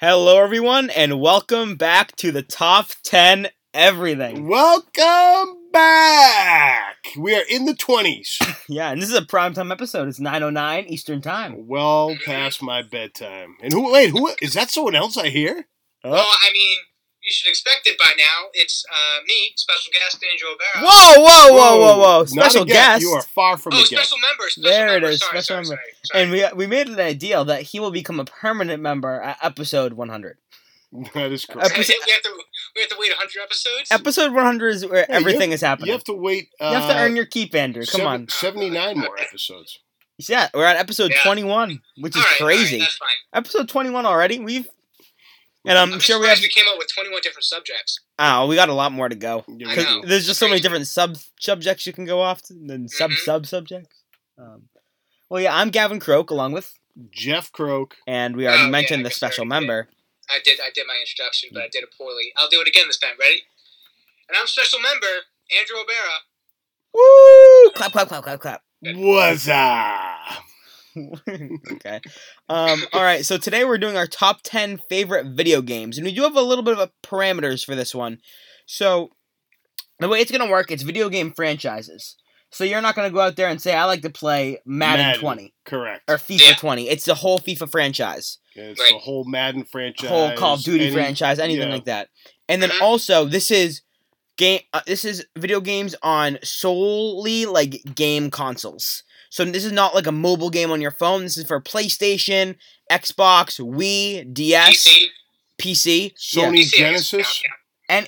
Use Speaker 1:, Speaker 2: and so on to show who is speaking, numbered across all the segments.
Speaker 1: Hello, everyone, and welcome back to the top 10 everything.
Speaker 2: Welcome back. We are in the 20s.
Speaker 1: Yeah, and this is a primetime episode. It's 9.09 Eastern Time.
Speaker 2: Well past my bedtime. And who wait, who is that someone else I hear?
Speaker 1: Oh.
Speaker 3: Well, I mean, you should expect it by now. It's uh, me, special guest Oh, Angel
Speaker 1: Whoa,
Speaker 3: O'Barrow.
Speaker 1: whoa, whoa, whoa, whoa.
Speaker 2: Not
Speaker 1: Special
Speaker 2: a guest.
Speaker 1: guest.
Speaker 2: You are far from a
Speaker 3: Oh,
Speaker 2: guest.
Speaker 3: special member. Special
Speaker 1: There it
Speaker 3: member.
Speaker 1: is,
Speaker 3: Sorry,
Speaker 1: special
Speaker 3: sorry,
Speaker 1: member.
Speaker 3: Sorry, sorry.
Speaker 1: And we, we made it a deal that he will become a permanent member at episode 100.
Speaker 2: That is
Speaker 3: Is that
Speaker 2: correct.
Speaker 1: Epi-
Speaker 3: it? we have to we have to wait 100 episodes.
Speaker 1: Episode 100 is where
Speaker 2: Hey, you
Speaker 1: everything is happening.
Speaker 2: You have to wait uh,
Speaker 1: You have to earn your keep, Andrew. Come
Speaker 2: seven-
Speaker 1: on.
Speaker 2: 79 more episodes.
Speaker 1: Yeah, we're at episode
Speaker 3: Yeah.
Speaker 1: 21, which is
Speaker 3: All right, all right,
Speaker 1: crazy.
Speaker 3: that's fine.
Speaker 1: episode 21 already. We've. And Um, I'm,
Speaker 3: I'm,
Speaker 1: sure we have.
Speaker 3: surprised we came up with 21 different subjects.
Speaker 1: Oh, we got a lot more to go.
Speaker 2: You
Speaker 3: I
Speaker 1: Cause
Speaker 3: know.
Speaker 1: There's just so many different sub subjects you can go off to, and then sub
Speaker 3: Mhm.
Speaker 1: sub subjects. Um, well, yeah, I'm Gavin Croak along with,
Speaker 2: Jeff Croak.
Speaker 1: and we already
Speaker 3: Oh, yeah,
Speaker 1: mentioned
Speaker 3: I
Speaker 1: the
Speaker 3: guess
Speaker 1: special
Speaker 3: I already did.
Speaker 1: member.
Speaker 3: I did I did my introduction, but I did it poorly. I'll do it again this time. Ready? And I'm special member Andrew O'Barrow.
Speaker 1: Woo! Clap clap clap clap clap.
Speaker 2: What's up?
Speaker 1: okay. Um, all right. So today we're doing our top ten favorite video games, and we do have a little bit of a parameters for this one. So the way it's gonna work, it's video game franchises. So you're not gonna go out there and say I like to play Madden,
Speaker 2: Madden.
Speaker 1: 20
Speaker 2: Correct.
Speaker 1: or FIFA
Speaker 3: Yeah.
Speaker 1: 20. It's the whole FIFA franchise.
Speaker 2: It's
Speaker 3: Right.
Speaker 2: the whole Madden franchise.
Speaker 1: whole Call of Duty
Speaker 2: any-
Speaker 1: franchise, anything
Speaker 2: yeah.
Speaker 1: like that. And then
Speaker 3: Mhm.
Speaker 1: also, this is game. Uh, this is video games on solely like game consoles. So this is not like a mobile game on your phone. This is for PlayStation, Xbox, Wii, DS,
Speaker 3: PC,
Speaker 1: PC,
Speaker 2: Sony
Speaker 3: PC, I guess,
Speaker 2: Genesis.
Speaker 3: now,
Speaker 1: yeah,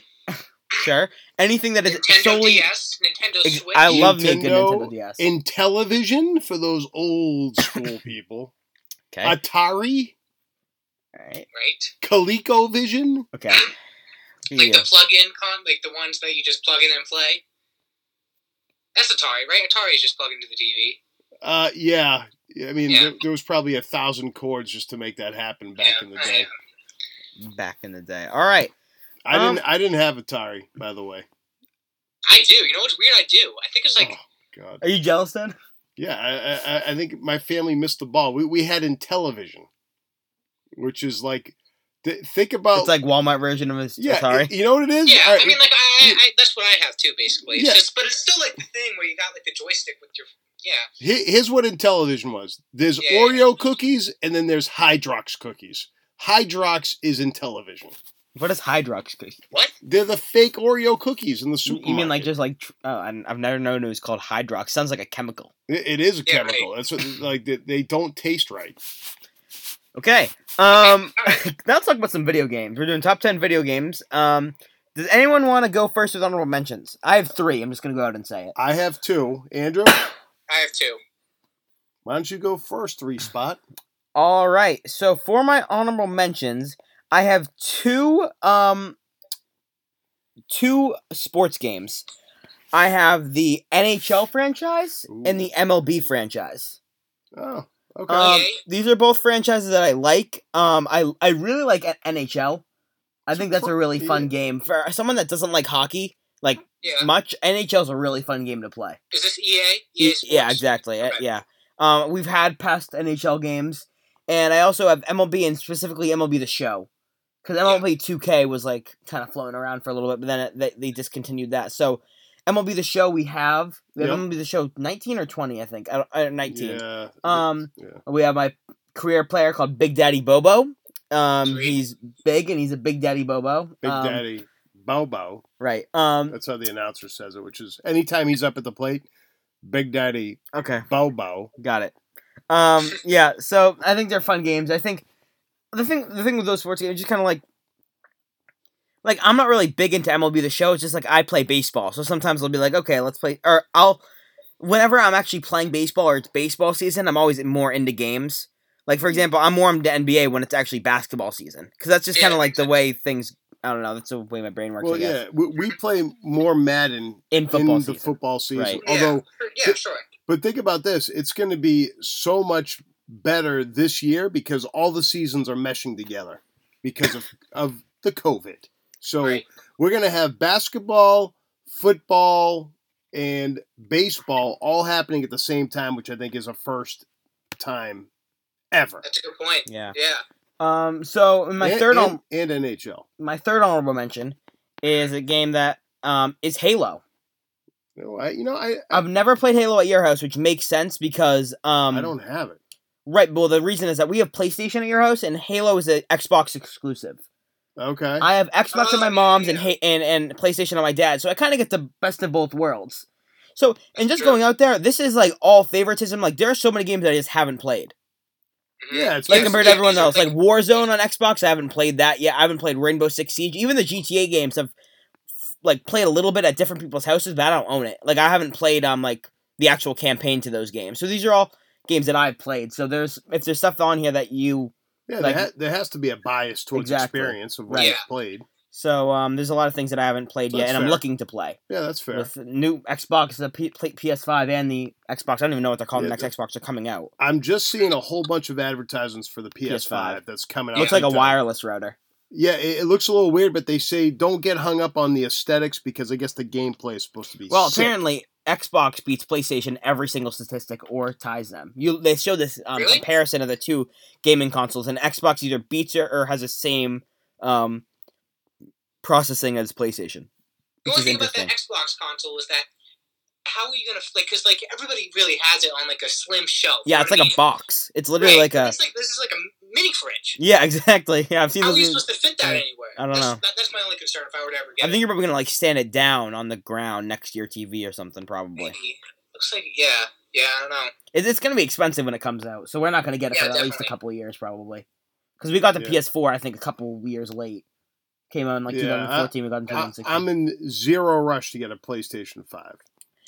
Speaker 1: sure, anything that
Speaker 3: yeah.
Speaker 1: is
Speaker 3: Nintendo
Speaker 1: solely.
Speaker 3: DS, Nintendo
Speaker 1: Ex-
Speaker 3: Switch.
Speaker 1: I love me a good
Speaker 2: Nintendo
Speaker 1: Nintendo DS.
Speaker 2: In television for those old school people.
Speaker 1: okay,
Speaker 2: Atari,
Speaker 1: all right,
Speaker 3: right.
Speaker 2: ColecoVision.
Speaker 1: okay.
Speaker 3: Like
Speaker 1: Yeah.
Speaker 3: the plug-in con, like the ones that you just plug in and play. That's Atari, right? Atari is just plugged into the TV.
Speaker 2: Uh, yeah. I mean,
Speaker 3: Yeah.
Speaker 2: There, there was probably a thousand chords just to make that happen back
Speaker 3: Yeah,
Speaker 2: in the
Speaker 3: I
Speaker 2: day.
Speaker 3: know.
Speaker 1: Back in the day. All right.
Speaker 2: I
Speaker 1: Um,
Speaker 2: didn't. I didn't have Atari, by the way.
Speaker 3: I do. You know what's weird? I do. I think it's like
Speaker 2: oh God.
Speaker 1: Are you jealous then?
Speaker 2: Yeah, I, I- I, I think my family missed the ball. We we had Intellivision, which is like, th- think about
Speaker 1: It's like Walmart version of his
Speaker 2: yeah.
Speaker 1: Atari.
Speaker 2: it- you know what it is?
Speaker 3: yeah.
Speaker 2: All right,
Speaker 3: I mean, like I, I,
Speaker 2: you-
Speaker 3: I, that's what I have too, basically. It's
Speaker 2: Yeah.
Speaker 3: just, but it's still like the thing where you got like the joystick with your yeah.
Speaker 2: he- here's what Intellivision was. There's
Speaker 3: Yeah.
Speaker 2: Oreo cookies, and then there's Hydrox cookies. Hydrox is Intellivision.
Speaker 1: What is Hydrox?
Speaker 3: What?
Speaker 2: They're the fake Oreo cookies in the
Speaker 1: You-
Speaker 2: supermarket.
Speaker 1: You mean like just like tr- oh, I- I've never known it was called hydrox. Sounds like a chemical.
Speaker 2: It, it is a
Speaker 3: Yeah, right.
Speaker 2: chemical. That's what like they, they don't taste right.
Speaker 1: Okay. Um,
Speaker 3: All right.
Speaker 1: now let's talk about some video games. We're doing top ten video games. Um, does anyone want to go first with honorable mentions? I have three. I'm just gonna go out and say it.
Speaker 2: I have two. Andrew,
Speaker 3: I have two.
Speaker 2: why don't you go first? Three spot.
Speaker 1: All right. So for my honorable mentions, I have two um two sports games. I have the NHL franchise and the MLB franchise.
Speaker 2: Oh, okay.
Speaker 1: Um,
Speaker 3: Okay.
Speaker 1: these are both franchises that I like. Um, I I really like N- NHL. I think that's a really fun
Speaker 2: Yeah.
Speaker 1: game for someone that doesn't like hockey like
Speaker 3: Yeah.
Speaker 1: much. NHL's a really fun game to play.
Speaker 3: Is this E EA? EA Sports?
Speaker 1: E Yeah, exactly. Uh,
Speaker 3: Okay.
Speaker 1: Yeah. Um, we've had past NHL games, and I also have MLB and specifically MLB the Show, because MLB Two K was like kind of floating around for a little bit, but then it, they, they discontinued that. So MLB the Show we have we have
Speaker 2: Yep.
Speaker 1: MLB the Show nineteen or twenty, I think. I, don't- I, nineteen.
Speaker 2: Yeah.
Speaker 1: Um,
Speaker 2: Yeah.
Speaker 1: we have my career player called Big Daddy Bobo. Um,
Speaker 3: Sweet.
Speaker 1: he's big and he's a Big Daddy Bobo.
Speaker 2: Big
Speaker 1: Um,
Speaker 2: Daddy Bobo.
Speaker 1: Right. Um.
Speaker 2: That's how the announcer says it, which is anytime he's up at the plate, Big Daddy
Speaker 1: Okay.
Speaker 2: Bobo.
Speaker 1: Got it. Um. Yeah. So I think they're fun games. I think the thing the thing with those sports games is just kind of like. Like I'm not really big into MLB the show. It's just like I play baseball, so sometimes I'll be like, okay, let's play, or I'll, whenever I'm actually playing baseball or it's baseball season, I'm always more into games. Like for example, I'm more into NBA when it's actually basketball season, because that's just kind of
Speaker 3: Yeah.
Speaker 1: like the way things. I don't know. That's the way my brain works.
Speaker 2: Well,
Speaker 1: I guess.
Speaker 2: yeah, we, we play more Madden
Speaker 1: in football
Speaker 2: in the
Speaker 1: season.
Speaker 2: football season.
Speaker 1: Right.
Speaker 3: Yeah.
Speaker 2: Although,
Speaker 3: Yeah, sure.
Speaker 2: but think about this: it's going to be so much better this year because all the seasons are meshing together because of of the COVID. So
Speaker 3: Right.
Speaker 2: we're going to have basketball, football, and baseball all happening at the same time, which I think is a first time ever.
Speaker 3: That's a good point.
Speaker 1: yeah.
Speaker 3: Yeah.
Speaker 1: Um, so Uh, my
Speaker 2: and,
Speaker 1: third
Speaker 2: and,
Speaker 1: hon-
Speaker 2: and NHL.
Speaker 1: my third honorable mention is a game that um is Halo.
Speaker 2: You know, I, you know, I I,
Speaker 1: I've never played Halo at your house, which makes sense because um
Speaker 2: I don't have it.
Speaker 1: right. Well, the reason is that we have PlayStation at your house, and Halo is an Xbox exclusive.
Speaker 2: Okay.
Speaker 1: I have Xbox at my
Speaker 3: Oh,
Speaker 1: mom's and
Speaker 3: yeah.
Speaker 1: ha- and and PlayStation on my dad, so I kind of get the best of both worlds. So and just
Speaker 3: Sure.
Speaker 1: going out there, this is like all favoritism. Like there are so many games that I just haven't played.
Speaker 3: Mm-hmm.
Speaker 2: yeah, it's
Speaker 1: Like
Speaker 2: nice.
Speaker 1: compared to everyone else, like Warzone on Xbox, I haven't played that yet. I haven't played Rainbow Six Siege. Even the GTA games have like played a little bit at different people's houses, but I don't own it. Like I haven't played um like the actual campaign to those games. So these are all games that I've played. So there's if there's stuff on here that you
Speaker 2: yeah,
Speaker 1: like-
Speaker 2: there, ha- there has to be a bias towards
Speaker 1: Exactly.
Speaker 2: experience of what
Speaker 1: Right.
Speaker 2: you've
Speaker 3: Yeah.
Speaker 2: played.
Speaker 1: so um there's a lot of things that I haven't played yet,
Speaker 2: That's
Speaker 1: and I'm
Speaker 2: fair.
Speaker 1: looking to play.
Speaker 2: Yeah, that's fair.
Speaker 1: with new Xbox, the P- pl- PS5, and the Xbox. I don't even know what they're calling
Speaker 2: Yeah,
Speaker 1: the next Xbox. They're coming out.
Speaker 2: I'm just seeing a whole bunch of advertisements for the PS5,
Speaker 1: PS5.
Speaker 2: that's coming out.
Speaker 1: Looks like a
Speaker 2: sometime.
Speaker 1: wireless router.
Speaker 2: Yeah, it, it looks a little weird, but they say don't get hung up on the aesthetics because I guess the gameplay is supposed to be.
Speaker 1: Well,
Speaker 2: sick.
Speaker 1: apparently Xbox beats PlayStation every single statistic or ties them. You they show this um,
Speaker 3: Really?
Speaker 1: comparison of the two gaming consoles, and Xbox either beats or, or has the same um, processing as PlayStation.
Speaker 3: The
Speaker 1: Which
Speaker 3: only
Speaker 1: is
Speaker 3: thing about that
Speaker 1: interesting.
Speaker 3: Xbox console is that how are you gonna like? Because like everybody really has it on like a slim shelf.
Speaker 1: Yeah,
Speaker 3: you
Speaker 1: it's
Speaker 3: know
Speaker 1: like a
Speaker 3: what
Speaker 1: box. It's
Speaker 3: I mean?
Speaker 1: literally
Speaker 3: Right,
Speaker 1: like a
Speaker 3: It's like this is like a mini fridge.
Speaker 1: yeah, exactly. Yeah, I've seen
Speaker 3: How are you
Speaker 1: those.
Speaker 3: supposed to fit that
Speaker 1: Yeah.
Speaker 3: anywhere?
Speaker 1: I don't
Speaker 3: that's,
Speaker 1: know.
Speaker 3: That, that's my only concern if I were to ever
Speaker 1: I
Speaker 3: get.
Speaker 1: think you're probably gonna like stand it down on the ground next to your TV or something,
Speaker 3: it.
Speaker 1: probably.
Speaker 3: Maybe. Looks like yeah, yeah. I don't know.
Speaker 1: It's, it's going to be expensive when it comes out, so we're not going to get it
Speaker 3: Yeah,
Speaker 1: for at least a
Speaker 3: definitely.
Speaker 1: couple of years probably. Because we got the
Speaker 2: Yeah.
Speaker 1: PS4, I think, a couple years late. Came out in like
Speaker 2: Yeah,
Speaker 1: 2014. we got in
Speaker 2: I,
Speaker 1: 2016.
Speaker 2: I'm in zero rush to get a PlayStation Five,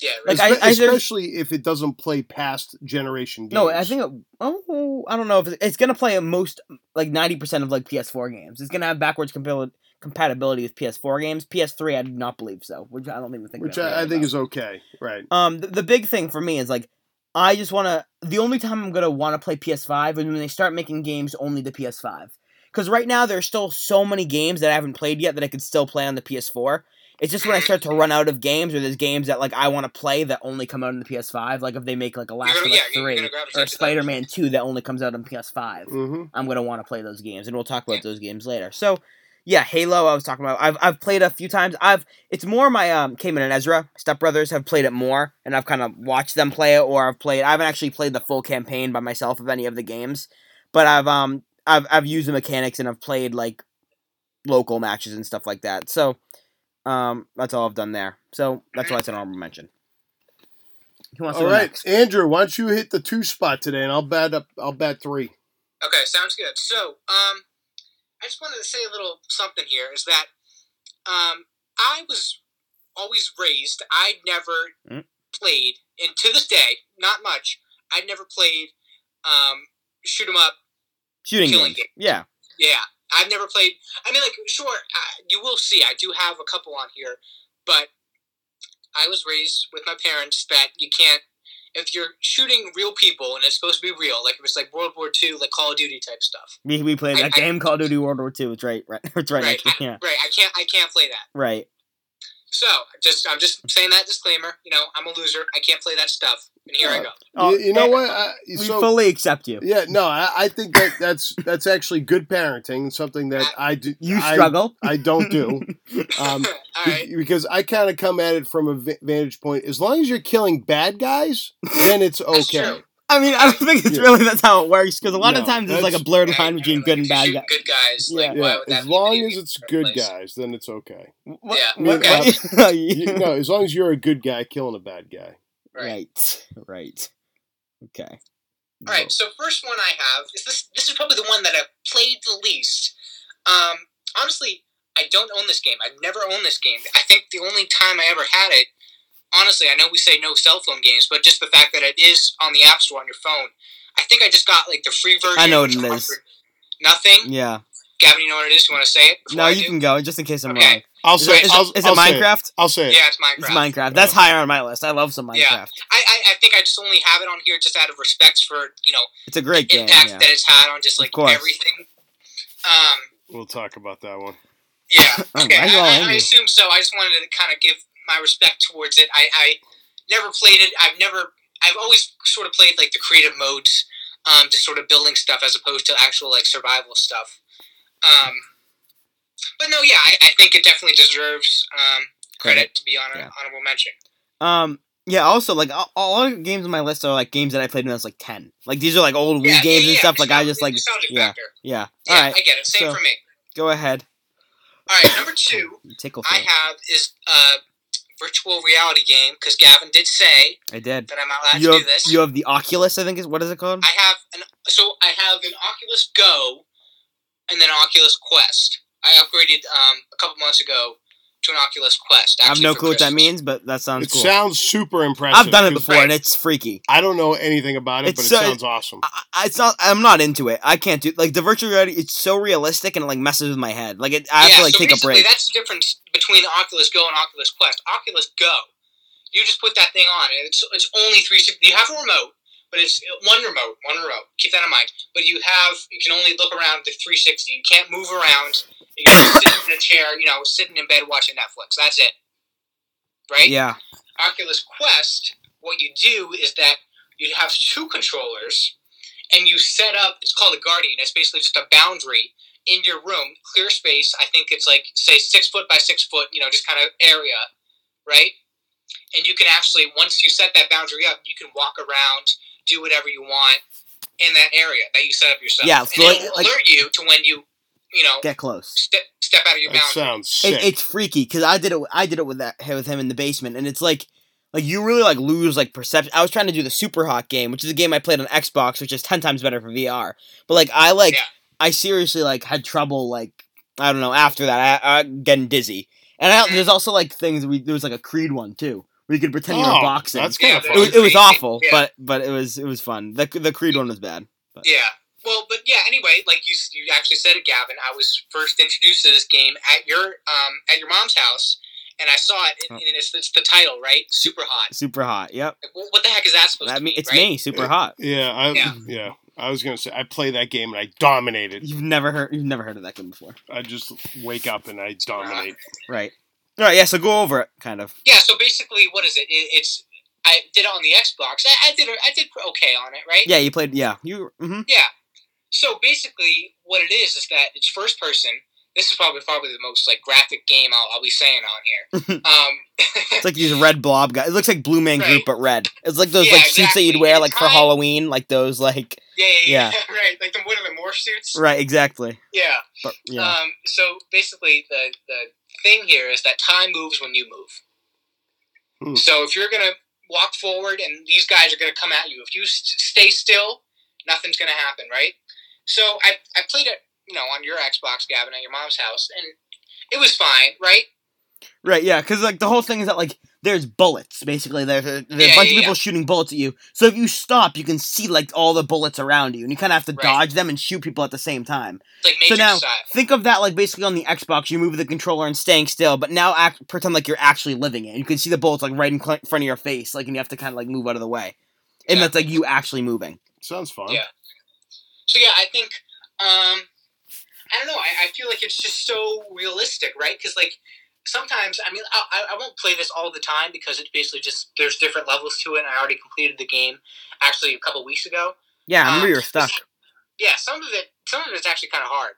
Speaker 3: Yeah,
Speaker 1: Like,
Speaker 3: really.
Speaker 1: I-
Speaker 2: Espe-
Speaker 1: I- there's-
Speaker 2: especially if it doesn't play past generation games.
Speaker 1: no, I think. It, oh, I don't know if it's, it's going to play most like 90 percent of like PS4 games. It's going to have backwards compa- compatibility with PS4 games. PS3, I do not believe so, which I don't even think.
Speaker 2: which
Speaker 1: that's
Speaker 2: I,
Speaker 1: really
Speaker 2: I think
Speaker 1: about.
Speaker 2: is okay. Right.
Speaker 1: Um, the, the big thing for me is like, I just want to. The only time I'm gonna want to play PS5 is when they start making games only to PS5. Because right now there's still so many games that I haven't played yet that I could still play on the PS4. It's just when I start to run out of games or there's games that like I want to play that only come out on the PS5. Like if they make like a Last
Speaker 3: gonna-
Speaker 1: of Us
Speaker 3: yeah, you're
Speaker 1: three
Speaker 3: gonna gravitate
Speaker 1: or
Speaker 3: to those.
Speaker 1: Spider-Man two that only comes out on PS5.
Speaker 2: Mm-hmm.
Speaker 1: I'm gonna want to play those games, and we'll talk about those games later. So, yeah, Halo. I was talking about. I've I've played a few times. I've it's more my um Cayman and Ezra stepbrothers have played it more, and I've kind of watched them play it, or I've played. I haven't actually played the full campaign by myself of any of the games, but I've um I've I've used the mechanics and I've played like local matches and stuff like that. So, um, that's all I've done there. So that's why it's an honorable mention. Who wants
Speaker 2: All
Speaker 1: to go
Speaker 2: right,
Speaker 1: next?
Speaker 2: Andrew, why don't you hit the two spot today, and I'll bat up. I'll bat three.
Speaker 3: Okay, sounds good. So, um, I just wanted to say a little something here is that um, I was always raised, I never
Speaker 1: Mm.
Speaker 3: played, and to this day, not much, I never played um, shoot 'em up.
Speaker 1: Shooting
Speaker 3: killing
Speaker 1: games. Yeah.
Speaker 3: Yeah, I've never played. I mean, like, sure, uh, you will see, I do have a couple on here, but I was raised with my parents that you can't. If you're shooting real people and it's supposed to be real, like if it's like World War II, like Call of Duty type stuff,
Speaker 1: We, we played
Speaker 3: I-
Speaker 1: that
Speaker 3: I-
Speaker 1: game Call of Duty World War Two. It's right, right, it's right,
Speaker 3: right?
Speaker 1: next to
Speaker 3: I-
Speaker 1: yeah,
Speaker 3: right. I can't. I can't play that.
Speaker 1: right.
Speaker 3: So just I'm just saying that disclaimer. You know, I'm a loser. I can't play that stuff. And here I go.
Speaker 1: Oh,
Speaker 2: you, you know
Speaker 1: yeah,
Speaker 2: what? I,
Speaker 1: We
Speaker 2: so,
Speaker 1: fully accept you.
Speaker 2: yeah, no, I, I think that that's that's actually good parenting, and something that I do.
Speaker 1: You
Speaker 2: I-
Speaker 1: struggle.
Speaker 2: I don't do. Um,
Speaker 3: All
Speaker 2: Be-
Speaker 3: right.
Speaker 2: Because I kind of come at it from a va- vantage point. As long as you're killing bad guys, then it's
Speaker 3: That's
Speaker 2: okay.
Speaker 3: true.
Speaker 1: I mean, I don't think it's
Speaker 2: Yeah.
Speaker 1: really that's how it works because a lot
Speaker 2: No,
Speaker 1: of times there's like a
Speaker 2: that's-
Speaker 1: blurred
Speaker 3: Right,
Speaker 1: line
Speaker 3: I
Speaker 1: between
Speaker 3: mean,
Speaker 1: good
Speaker 3: like,
Speaker 1: and
Speaker 3: if you're
Speaker 1: bad
Speaker 3: shooting
Speaker 1: guys.
Speaker 3: Good guys.
Speaker 1: Yeah.
Speaker 3: Like, why
Speaker 2: Yeah,
Speaker 3: would that
Speaker 2: as
Speaker 3: leave
Speaker 2: long
Speaker 3: any
Speaker 2: as it's
Speaker 3: place?
Speaker 2: good guys, then it's okay.
Speaker 1: What?
Speaker 3: Yeah,
Speaker 1: what- Oh,
Speaker 2: okay.
Speaker 1: what-
Speaker 2: You- no, as long as you're a good guy killing a bad guy.
Speaker 3: Right.
Speaker 1: Right. Right. Okay.
Speaker 3: All right. So first one I have is this. This is probably the one that I've played the least. Um, honestly, I don't own this game. I've never owned this game. I think the only time I ever had it. Honestly, I know we say no cell phone games, but just the fact that it is on the App Store on your phone, I think I just got like the free version.
Speaker 1: I know
Speaker 3: which
Speaker 1: what it is.
Speaker 3: offered Nothing,
Speaker 1: Yeah.
Speaker 3: Gavin. You know Mm. what it is? You want to say it? before
Speaker 1: No,
Speaker 3: I
Speaker 1: you
Speaker 3: do?
Speaker 1: can go just in case I'm
Speaker 3: Okay.
Speaker 1: wrong.
Speaker 2: I'll
Speaker 1: Is
Speaker 2: say.
Speaker 1: it, is
Speaker 2: I'll,
Speaker 1: it, is it
Speaker 2: I'll say
Speaker 1: Minecraft?
Speaker 2: I'll say it.
Speaker 3: Yeah, it's Minecraft.
Speaker 1: It's Minecraft. That's higher on my list. I love some Minecraft.
Speaker 3: Yeah. I, I, I think I just only have it on here just out of respect for you know
Speaker 1: It's a great game.
Speaker 3: impact
Speaker 1: yeah.
Speaker 3: that it's had on just like
Speaker 1: course.
Speaker 3: everything. Um,
Speaker 2: We'll talk about that one.
Speaker 3: yeah.
Speaker 1: Oh,
Speaker 3: Okay.
Speaker 1: why you all
Speaker 3: I, I, I
Speaker 1: angry?
Speaker 3: assume so. I just wanted to kind of give my respect towards it. I, I never played it. I've never. I've always sort of played like the creative modes. um, just sort of building stuff as opposed to actual like survival stuff. Um, but no, yeah, I, I think it definitely deserves um, credit to be on
Speaker 1: Yeah.
Speaker 3: honorable mention.
Speaker 1: Um, yeah. Also, like all, all the games on my list are like games that I played when I was like ten. Like these are like old Wii
Speaker 3: yeah,
Speaker 1: games
Speaker 3: yeah,
Speaker 1: and
Speaker 3: yeah,
Speaker 1: stuff. Like I
Speaker 3: nostalgia-
Speaker 1: just like
Speaker 3: nostalgic
Speaker 1: yeah.
Speaker 3: factor.
Speaker 1: yeah.
Speaker 3: Yeah,
Speaker 1: All right,
Speaker 3: I get it. Same
Speaker 1: so-
Speaker 3: for me.
Speaker 1: go ahead.
Speaker 3: All right, number two
Speaker 1: Tickle.
Speaker 3: I
Speaker 1: I,
Speaker 3: have is a virtual reality game because Gavin did say
Speaker 1: I did.
Speaker 3: that I'm not allowed
Speaker 1: You
Speaker 3: to
Speaker 1: have,
Speaker 3: do this.
Speaker 1: you have the Oculus. I think is what is it called?
Speaker 3: I have an so I have an Oculus Go and then Oculus Quest. I upgraded um, a couple months ago to an Oculus Quest.
Speaker 1: I have
Speaker 3: actually,
Speaker 1: no
Speaker 3: for
Speaker 1: clue what that
Speaker 3: Christmas.
Speaker 1: means, but that sounds
Speaker 2: it
Speaker 1: cool.
Speaker 2: sounds super impressive.
Speaker 1: I've done it
Speaker 2: 'cause
Speaker 1: before, and it's freaky.
Speaker 2: I don't know anything about it,
Speaker 1: It's
Speaker 2: but it
Speaker 1: so-
Speaker 2: sounds awesome.
Speaker 1: I, I- it's not. I'm not into it. I can't do like the virtual reality. It's so realistic and it like messes with my head. Like it, I have
Speaker 3: yeah,
Speaker 1: to like
Speaker 3: so
Speaker 1: take a
Speaker 3: basically
Speaker 1: break.
Speaker 3: That's the difference between Oculus Go and Oculus Quest. Oculus Go, you just put that thing on, and it's it's only three. You have a remote, but it's one remote, one remote. Keep that in mind. But you have you can only look around the 360. You can't move around. You can just sit in a chair, you know, sitting in bed watching Netflix. That's it, right?
Speaker 1: Yeah.
Speaker 3: Oculus Quest, what you do is that you have two controllers and you set up, it's called a guardian. It's basically just a boundary in your room, clear space. I think it's like, say, six foot by six foot, you know, just kind of area, right? And you can actually, once you set that boundary up, you can walk around, do whatever you want in that area that you set up yourself.
Speaker 1: Yeah,
Speaker 3: and
Speaker 1: so like-
Speaker 3: it'll
Speaker 1: like-
Speaker 3: alert you to when you, you know,
Speaker 1: Get close.
Speaker 3: step, step out of your
Speaker 2: That
Speaker 3: boundary.
Speaker 2: sounds sick.
Speaker 1: it, it's freaky because I did it. I did it with that with him in the basement, and it's like, like you really like lose like perception. I was trying to do the super hot game, which is a game I played on Xbox, which is ten times better for VR. But like I like,
Speaker 3: Yeah.
Speaker 1: I seriously like had trouble like I don't know after that I, I getting dizzy. And I, there's also like things we there was like a Creed one too where you could pretend you were
Speaker 2: Oh,
Speaker 1: boxing.
Speaker 2: that's kind
Speaker 3: Yeah,
Speaker 2: of
Speaker 3: that
Speaker 1: it, was,
Speaker 2: fun.
Speaker 1: it was
Speaker 3: Creed,
Speaker 1: awful,
Speaker 3: yeah.
Speaker 1: but but it was it was fun. The the Creed one was bad.
Speaker 3: Yeah. Well, but yeah. Anyway, like you, you actually said it, Gavin. I was first introduced to this game at your um at your mom's house, and I saw it, and, and it's, it's the title, right? Super hot.
Speaker 1: Super hot. Yep.
Speaker 3: Like, what, what the heck is that supposed
Speaker 1: I
Speaker 3: to
Speaker 1: mean,
Speaker 3: mean?
Speaker 1: it's
Speaker 3: right?
Speaker 1: me. Super hot.
Speaker 2: Yeah, I, yeah,
Speaker 3: Yeah.
Speaker 2: I was gonna say I play that game and I dominated.
Speaker 1: You've never heard you've never heard of that game before.
Speaker 2: I just wake up and I dominate.
Speaker 1: Right. All right. Yeah. So go over it, kind of.
Speaker 3: Uh, Yeah. So basically, what is it? it it's I did it on the Xbox. I, I did I did okay on it, right?
Speaker 1: Yeah. You played. Yeah. You. hmm
Speaker 3: Yeah. So basically, what it is is that it's first person. This is probably probably the most like graphic game I'll, I'll be saying on here. um,
Speaker 1: It's like these red blob guys. It looks like Blue Man Group,
Speaker 3: Right.
Speaker 1: but red. It's like those
Speaker 3: Yeah,
Speaker 1: like suits that
Speaker 3: exactly.
Speaker 1: you'd wear like for
Speaker 3: Kind-
Speaker 1: Halloween, like those like.
Speaker 3: yeah, yeah, yeah, right. Like the one of the morph suits.
Speaker 1: Right. Exactly.
Speaker 3: Yeah.
Speaker 1: But yeah.
Speaker 3: Um, so basically, the the thing here is that time moves when you move.
Speaker 2: Hmm.
Speaker 3: So if you're gonna walk forward and these guys are gonna come at you, if you st- stay still, nothing's gonna happen, right? So I I played it, you know, on your Xbox, Gavin, at your mom's house, and it was fine, right?
Speaker 1: right. Yeah. Because like the whole thing is that like there's bullets. Basically, there's a, there's
Speaker 3: Yeah,
Speaker 1: a bunch
Speaker 3: yeah,
Speaker 1: of people shooting bullets at you. So if you stop, you can see like all the bullets around you, and you kind of have to
Speaker 3: Right.
Speaker 1: dodge them and shoot people at the same time.
Speaker 3: Like Matrix
Speaker 1: now-
Speaker 3: style.
Speaker 1: Think of that like basically on the Xbox, you move the controller and staying still, but now act pretend like you're actually living it. You can see the bullets like right in cl- front of your face, like and you have to kind of like move out of the way, and
Speaker 3: Yeah.
Speaker 1: that's like you actually moving.
Speaker 2: Sounds fun.
Speaker 3: Yeah. So yeah, I think um, I don't know. I, I feel like it's just so realistic, right? Because like sometimes, I mean, I, I- I won't play this all the time because it's basically just there's different levels to it. And I already completed the game actually a couple weeks ago.
Speaker 1: Yeah, I remember
Speaker 3: Um,
Speaker 1: you were stuck.
Speaker 3: Yeah, some of it, some of it's actually kind of hard.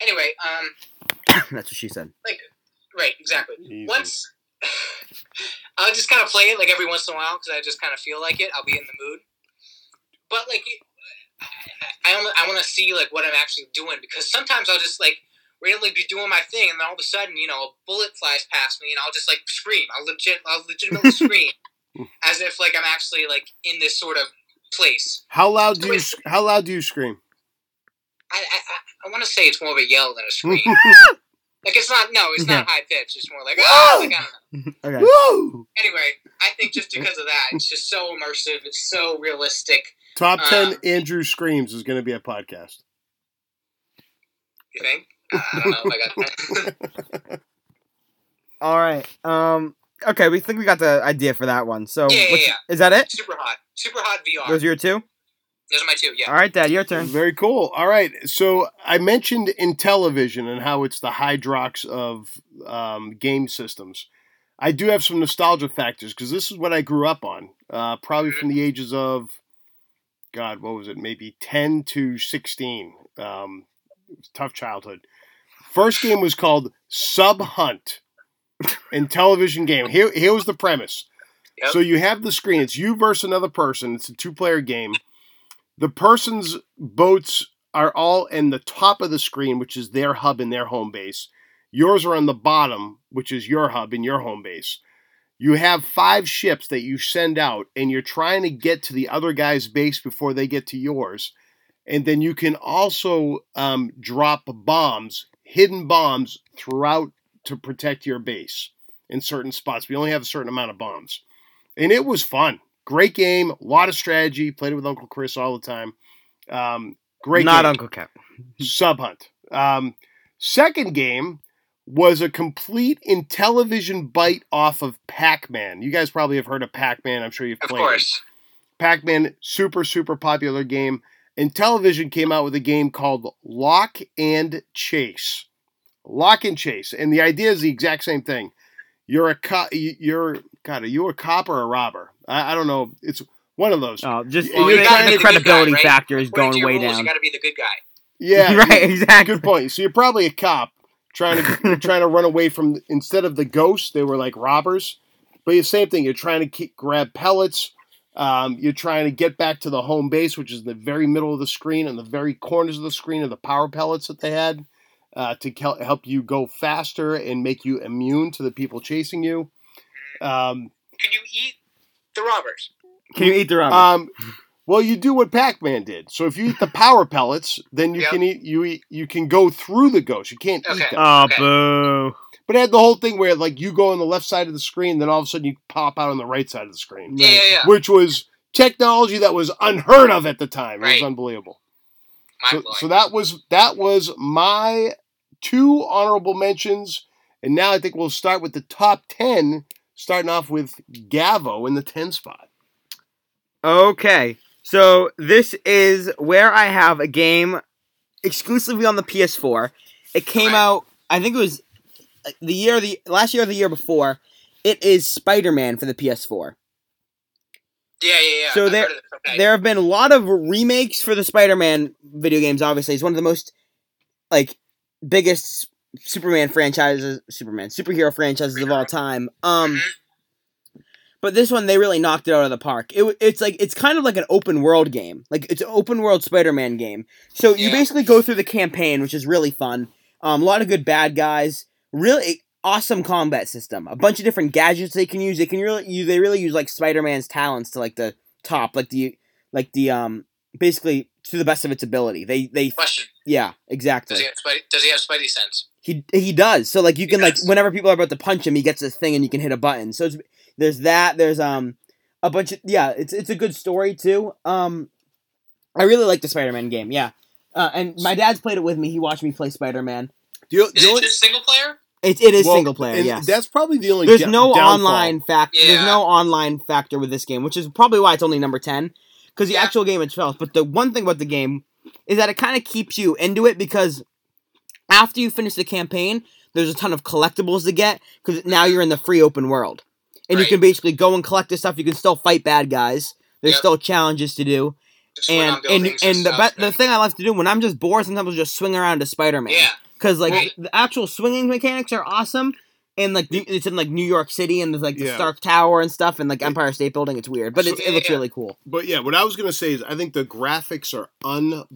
Speaker 3: Anyway, um,
Speaker 1: that's what she said.
Speaker 3: right, exactly.
Speaker 2: Easy.
Speaker 3: Once I'll just kind of play it like every once in a while because I just kind of feel like it. I'll be in the mood, but like I, I, I want to see like what I'm actually doing because sometimes I'll just like randomly be doing my thing and then all of a sudden you know a bullet flies past me and I'll just like scream. I'll legit I'll legitimately scream as if like I'm actually like in this sort of place.
Speaker 2: How loud do you How loud do you scream?
Speaker 3: I I, I, I want to say it's more of a yell than a scream. like it's not no, it's not high pitched. It's more like oh like I don't know.
Speaker 1: Okay.
Speaker 2: Woo!
Speaker 3: anyway, I think just because of that, it's just so immersive. It's so realistic.
Speaker 2: Top ten
Speaker 3: Uh,
Speaker 2: Andrew screams is going to be a podcast.
Speaker 3: You think? I don't know if I got that.
Speaker 1: All right. Um. Okay, we think we got the idea for that one. So,
Speaker 3: Yeah, yeah,
Speaker 1: what's-
Speaker 3: yeah.
Speaker 1: is that it?
Speaker 3: super hot, super hot VR.
Speaker 1: Those
Speaker 3: Those
Speaker 1: are your two.
Speaker 3: are my two. Yeah.
Speaker 1: All right, Dad, your turn.
Speaker 2: Very cool. All right, so I mentioned in television and how it's the Hydrox of um, game systems. I do have some nostalgia factors because this is what I grew up on, uh, probably from the ages of God, what was it? Maybe 10 to 16. Um, it was tough childhood. First game was called Sub Hunt in television game. Here, here was the premise.
Speaker 3: Yep.
Speaker 2: So you have the screen. It's you versus another person. It's a two-player game. The person's boats are all in the top of the screen, which is their hub and their home base. Yours are on the bottom, which is your hub and your home base. You have five ships that you send out, and you're trying to get to the other guy's base before they get to yours. And then you can also um, drop bombs, hidden bombs, throughout to protect your base in certain spots. We only have a certain amount of bombs. And it was fun. Great game. A lot of strategy. Played it with Uncle Chris all the time. Um, great
Speaker 1: Not
Speaker 2: game.
Speaker 1: Uncle Cap.
Speaker 2: Sub Hunt. Um, second game was a complete Intellivision bite off of Pac Man. You guys probably have heard of Pac Man. I'm sure you've
Speaker 3: Of
Speaker 2: played. it.
Speaker 3: course.
Speaker 2: Pac Man, super, super popular game. And television came out with a game called Lock and Chase. Lock and Chase. And the idea is the exact same thing. You're a cop. You're, God, are you a cop or a robber? I, I don't know. It's one of those.
Speaker 1: Oh, just
Speaker 2: Well,
Speaker 1: you're
Speaker 2: you
Speaker 1: trying
Speaker 2: gotta
Speaker 1: the
Speaker 2: be the good
Speaker 1: credibility
Speaker 3: guy, right?
Speaker 1: factor is
Speaker 3: According to
Speaker 1: going
Speaker 3: your
Speaker 1: way
Speaker 3: rules,
Speaker 1: down.
Speaker 3: You got to be the good guy.
Speaker 2: Yeah.
Speaker 1: right, exactly.
Speaker 2: Good point. So you're probably a cop trying to trying to run away from instead of the ghosts, they were like robbers. But the same thing. You're trying to keep, grab pellets. Um, you're trying to get back to the home base, which is the very middle of the screen and the very corners of the screen are the power pellets that they had uh, to kel- help you go faster and make you immune to the people chasing you. Um,
Speaker 3: Could you eat the robbers?
Speaker 1: Can you eat the
Speaker 3: Uh,
Speaker 1: rubber?
Speaker 2: um, well, you do what Pac-Man did. So if you eat the power pellets, then you
Speaker 3: Yep.
Speaker 2: can eat you eat, you can go through the ghosts. You can't eat
Speaker 3: Okay.
Speaker 2: them.
Speaker 1: oh,
Speaker 3: okay.
Speaker 1: boo.
Speaker 2: But it had the whole thing where like you go on the left side of the screen, then all of a sudden you pop out on the right side of the screen,
Speaker 3: Yeah, yeah, yeah.
Speaker 2: which was technology that was unheard of at the time. It was
Speaker 3: Right.
Speaker 2: unbelievable. So,
Speaker 3: Mind blowing.
Speaker 2: so that was that was my two honorable mentions, and now I think we'll start with the top ten, starting off with Gavo in the ten spot.
Speaker 1: Okay, so this is where I have a game exclusively on the PS4. It came
Speaker 3: Right.
Speaker 1: out, I think it was uh, the year, the last year or the year before. It is Spider-Man for the PS4.
Speaker 3: yeah, yeah, yeah.
Speaker 1: so
Speaker 3: I've
Speaker 1: there-
Speaker 3: heard of it. Okay.
Speaker 1: There have been a lot of remakes for the Spider-Man video games. Obviously, it's one of the most like biggest Superman franchises, Superman superhero franchises of all time. Um,
Speaker 3: Mm-hmm.
Speaker 1: but this one they really knocked it out of the park. It, w- it's like it's kind of like an open world game. Like it's an open world Spider-Man game. So you
Speaker 3: Yeah.
Speaker 1: basically go through the campaign, which is really fun. Um, a lot of good bad guys. Really awesome combat system. A bunch of different gadgets they can use. They can really you, they really use like Spider-Man's talents to like the top, like the like the um basically to the best of its ability. They they
Speaker 3: Question:
Speaker 1: yeah exactly.
Speaker 3: Does he have Spidey, does he have Spidey sense?
Speaker 1: He he does. So like you can like
Speaker 3: does.
Speaker 1: whenever people are about to punch him, he gets this thing and you can hit a button. So it's, there's that. There's um a bunch of yeah. It's it's a good story too. Um, I really like the Spider-Man game. Yeah, uh, and my dad's played it with me. He watched me play Spider-Man.
Speaker 2: Do you,
Speaker 3: Is
Speaker 2: the
Speaker 3: it
Speaker 2: only-
Speaker 3: just single player?
Speaker 1: It, it is
Speaker 2: well,
Speaker 1: single player.
Speaker 2: and
Speaker 1: Yes.
Speaker 2: that's probably the only.
Speaker 1: there's
Speaker 2: da-
Speaker 1: no
Speaker 2: downfall.
Speaker 1: online fact. There's
Speaker 3: Yeah.
Speaker 1: no online factor with this game, which is probably why it's only number ten. Because the
Speaker 3: Yeah.
Speaker 1: actual game itself, but the one thing about the game is that it kind of keeps you into it because after you finish the campaign, there's a ton of collectibles to get because now you're in the free open world, and you
Speaker 3: Mm-hmm. Right.
Speaker 1: can basically go and collect this stuff. You can still fight bad guys. There's
Speaker 3: Yep.
Speaker 1: still challenges to do,
Speaker 3: Just swing
Speaker 1: and
Speaker 3: on
Speaker 1: and
Speaker 3: buildings
Speaker 1: and the
Speaker 3: stuff.
Speaker 1: be- the thing I love to do when I'm just bored, sometimes I'll just swing around to Spider Man.
Speaker 3: Yeah.
Speaker 1: Because like
Speaker 3: Right.
Speaker 1: the actual swinging mechanics are awesome, and like New- it's in like New York City and there's like the
Speaker 2: Yeah.
Speaker 1: Stark Tower and stuff and like Empire State Building. It's weird, but
Speaker 2: So-
Speaker 1: it's, it looks
Speaker 3: Yeah.
Speaker 1: really cool.
Speaker 2: But yeah, what I was gonna say is I think the graphics are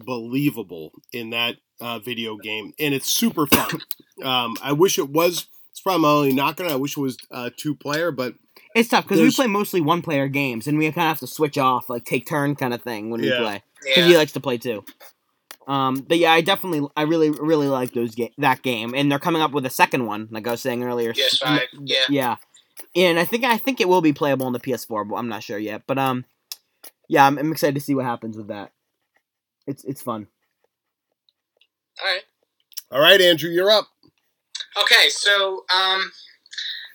Speaker 2: unbelievable in that uh, video game, and it's super fun. um, I wish it was. It's probably my only knock on it. I wish it was uh, two player, but
Speaker 1: It's tough because we
Speaker 2: There's-
Speaker 1: play mostly one player games and we kind of have to switch off, like take turn kind of thing when
Speaker 2: Yeah.
Speaker 1: we play because
Speaker 3: Yeah.
Speaker 1: he likes to play too. Um, but yeah, I definitely, I really, really like those ga- that game, and they're coming up with a second one, like I was saying earlier.
Speaker 3: Yes,
Speaker 1: n-
Speaker 3: five. Yeah.
Speaker 1: yeah and i think i think it will be playable on the ps4 but i'm not sure yet but um yeah i'm, I'm excited to see what happens with that it's it's fun
Speaker 3: All right.
Speaker 2: all right, Andrew, you're up.
Speaker 3: Okay, so um,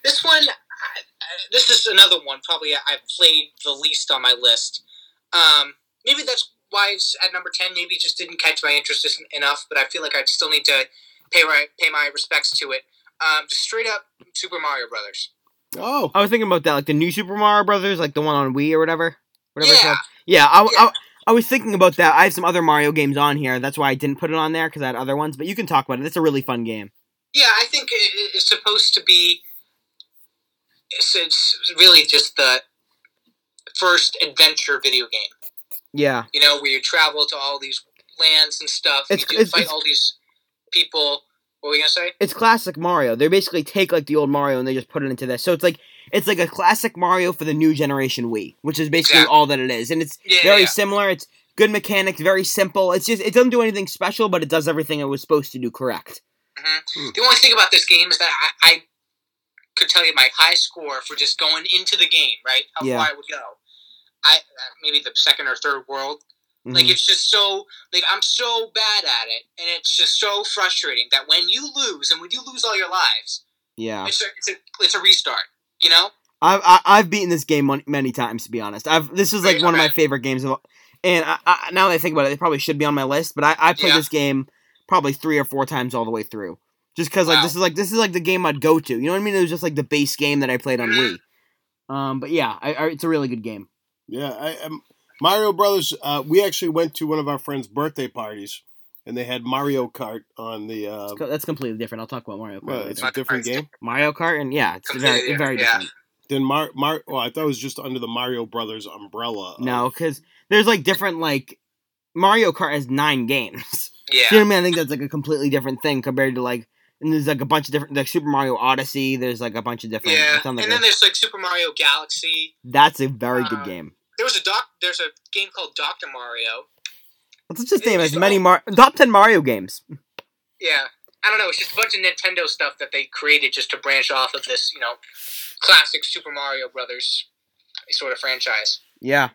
Speaker 3: this one, I, I- this is another one probably I- I've played the least on my list. Um, maybe that's why it's at number ten. Maybe it just didn't catch my interest en- enough, but I feel like I still need to pay my pay my respects to it. Um, just straight up Super Mario Brothers.
Speaker 2: Oh,
Speaker 1: i was thinking about that like the new super mario brothers like the one on wii or whatever whatever it's
Speaker 3: Yeah.
Speaker 1: called. yeah I, I, I was thinking about that. I have some other Mario games on here. That's why I didn't put it on there because I had other ones. But you can talk about it. It's a really fun game.
Speaker 3: Yeah, I think it- it- it's supposed to be. It's, it's really just the first adventure video game.
Speaker 1: Yeah,
Speaker 3: You know, where you travel to all these lands and stuff.
Speaker 1: It's-
Speaker 3: you do
Speaker 1: it's-
Speaker 3: fight
Speaker 1: it's-
Speaker 3: all these people. What were we gonna say?
Speaker 1: it's classic Mario. They basically take like the old Mario and they just put it into this. So it's like it's like a classic Mario for the new generation Wii, which is basically
Speaker 3: Exactly.
Speaker 1: all that it is. And it's
Speaker 3: Yeah, yeah,
Speaker 1: very
Speaker 3: yeah.
Speaker 1: similar. It's good mechanics, very simple. It's just it doesn't do anything special, but it does everything it was supposed to do correct.
Speaker 3: The only thing about this game is that I, I could tell you my high score for just going into the game, right? How
Speaker 1: Yeah.
Speaker 3: far I would go. I uh, maybe the second or third world. Like
Speaker 1: Mhm.
Speaker 3: it's just so like I'm so bad at it, and it's just so frustrating that when you lose and when you lose all your lives,
Speaker 1: yeah.
Speaker 3: it's a, it's a it's a restart. You know?
Speaker 1: I've I, I've beaten this game mon- many times to be honest. I've this is like one of my favorite games of, all- and I, I, now that I think about it, it probably should be on my list. But I I played
Speaker 3: Yeah.
Speaker 1: this game probably three or four times all the way through, just because like
Speaker 3: Wow.
Speaker 1: this is like this is like the game I'd go to. You know what I mean? It was just like the base game that I played on Wii. Um, but yeah, I, I, it's a really good game.
Speaker 2: Yeah, I um, Mario Brothers. Uh, we actually went to one of our friends' birthday parties, and they had Mario Kart on the. Uh,
Speaker 1: It's co- That's completely different. I'll talk about Mario Kart.
Speaker 2: well,
Speaker 1: later.
Speaker 2: it's a different game.
Speaker 1: Mario Kart and yeah, it's very
Speaker 3: Completely
Speaker 1: very
Speaker 3: different, yeah.
Speaker 1: different.
Speaker 2: Then Mar, Mar- well, I thought it was just under the Mario Brothers umbrella. of-
Speaker 1: No, because there's like different like Mario Kart has nine games.
Speaker 3: Yeah.
Speaker 1: You know what I mean? I think that's like a completely different thing compared to like, and there's like a bunch of different like Super Mario Odyssey. There's like a bunch of different.
Speaker 3: Yeah.
Speaker 1: it sounds
Speaker 3: And
Speaker 1: like
Speaker 3: then
Speaker 1: a-
Speaker 3: there's like Super Mario Galaxy.
Speaker 1: that's a very good
Speaker 3: uh,
Speaker 1: game.
Speaker 3: There was a doc. There's a game called Doctor Mario.
Speaker 1: Let's just
Speaker 3: it
Speaker 1: name
Speaker 3: was
Speaker 1: as many
Speaker 3: all-
Speaker 1: Mar- top ten Mario games.
Speaker 3: Yeah. I don't know. It's just a bunch of Nintendo stuff that they created just to branch off of this, you know, classic Super Mario Brothers sort of franchise.
Speaker 1: Yeah,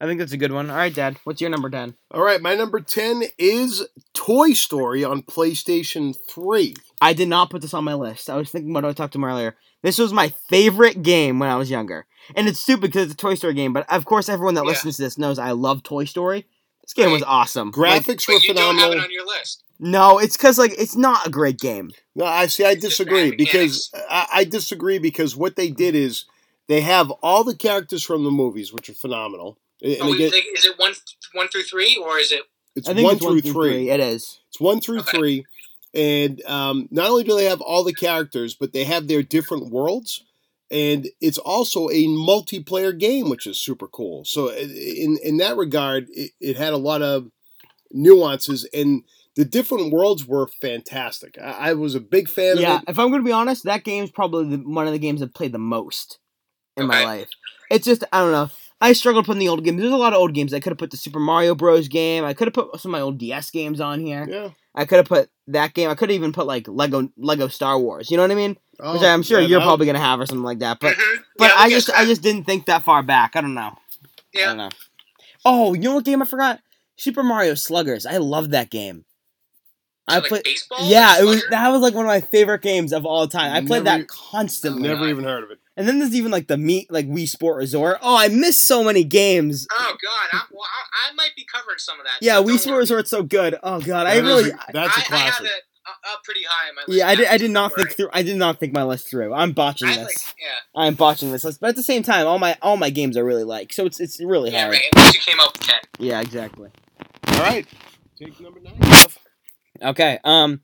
Speaker 1: I think that's a good one. All right, Dad, what's your number ten?
Speaker 2: All right, my number ten is Toy Story on PlayStation Three.
Speaker 1: I did not put this on my list. I was thinking about it. I talked to him earlier. This was my favorite game when I was younger, and it's stupid because it's a Toy Story game. But of course, everyone that
Speaker 3: Yeah.
Speaker 1: listens to this knows I love Toy Story. This game was awesome. Like,
Speaker 2: Graphics were
Speaker 3: But you don't have
Speaker 2: phenomenal.
Speaker 3: it on your list.
Speaker 1: no, it's because like it's not a great game.
Speaker 2: No, I see. I
Speaker 3: It's just
Speaker 2: disagree
Speaker 3: bad
Speaker 2: because I, I disagree because what they did
Speaker 3: Mm-hmm.
Speaker 2: is they have all the characters from the movies, which are phenomenal. And
Speaker 3: Oh,
Speaker 2: again,
Speaker 3: like, is it one one through three or is it?
Speaker 2: it's
Speaker 1: I
Speaker 2: one,
Speaker 1: think it's
Speaker 2: through three.
Speaker 1: It is.
Speaker 2: It's one through
Speaker 3: Okay.
Speaker 2: three, and um, not only do they have all the characters, but they have their different worlds, and it's also a multiplayer game, which is super cool. So i- in in that regard, it, it had a lot of nuances and. The different worlds were fantastic. I, I was a big fan of
Speaker 1: Yeah,
Speaker 2: it.
Speaker 1: if I'm gonna be honest, that game's probably the, one of the games I've played the most in my
Speaker 3: Okay.
Speaker 1: life. It's just I don't know. I struggled putting the old games. There's a lot of old games. I could have put the Super Mario Bros. game. I could have put some of my old DS games on here.
Speaker 2: Yeah.
Speaker 1: I could have put that game. I could have even put like Lego Lego Star Wars. You know what I mean? Which
Speaker 2: Oh,
Speaker 1: I'm sure
Speaker 2: yeah,
Speaker 1: you're
Speaker 2: that-
Speaker 1: probably gonna have or something like that. But
Speaker 3: Mhm.
Speaker 1: but
Speaker 3: Yeah, we'll
Speaker 1: I
Speaker 3: get
Speaker 1: just
Speaker 3: to that.
Speaker 1: I just didn't think that far back. I don't know. I
Speaker 3: Yeah.
Speaker 1: don't know. Oh, you know what game I forgot? Super Mario Sluggers. I love that game.
Speaker 3: So,
Speaker 1: I
Speaker 3: like,
Speaker 1: played.
Speaker 3: baseball.
Speaker 1: Yeah, it was
Speaker 3: Slugger?
Speaker 1: that was like one of my favorite games of all time. I played
Speaker 2: Never-
Speaker 1: that constantly.
Speaker 2: Never even heard of it.
Speaker 1: And then there's even like the meet like Wii Sport Resort. Oh, I missed so many games.
Speaker 3: Oh God, I'm, well, I, I might be covering some of that.
Speaker 1: Yeah,
Speaker 3: so
Speaker 1: Wii
Speaker 3: don't
Speaker 1: Sport
Speaker 3: worry.
Speaker 1: Resort's so good. Oh god, I
Speaker 2: That is
Speaker 1: really
Speaker 2: a- that's a
Speaker 3: I, I have
Speaker 2: classic.
Speaker 3: it uh, up pretty high in my list.
Speaker 1: Yeah, I did
Speaker 3: now,
Speaker 1: I did not
Speaker 3: don't
Speaker 1: think
Speaker 3: worry.
Speaker 1: through I did not think my list through. I'm botching
Speaker 3: I
Speaker 1: this.
Speaker 3: like, yeah,
Speaker 1: I'm botching this list. But at the same time, all my all my games I really like. So it's it's really
Speaker 3: yeah,
Speaker 1: hard.
Speaker 3: right. At least you came up with ten.
Speaker 1: Yeah, exactly.
Speaker 2: All right. Take number nine.
Speaker 1: Okay. Um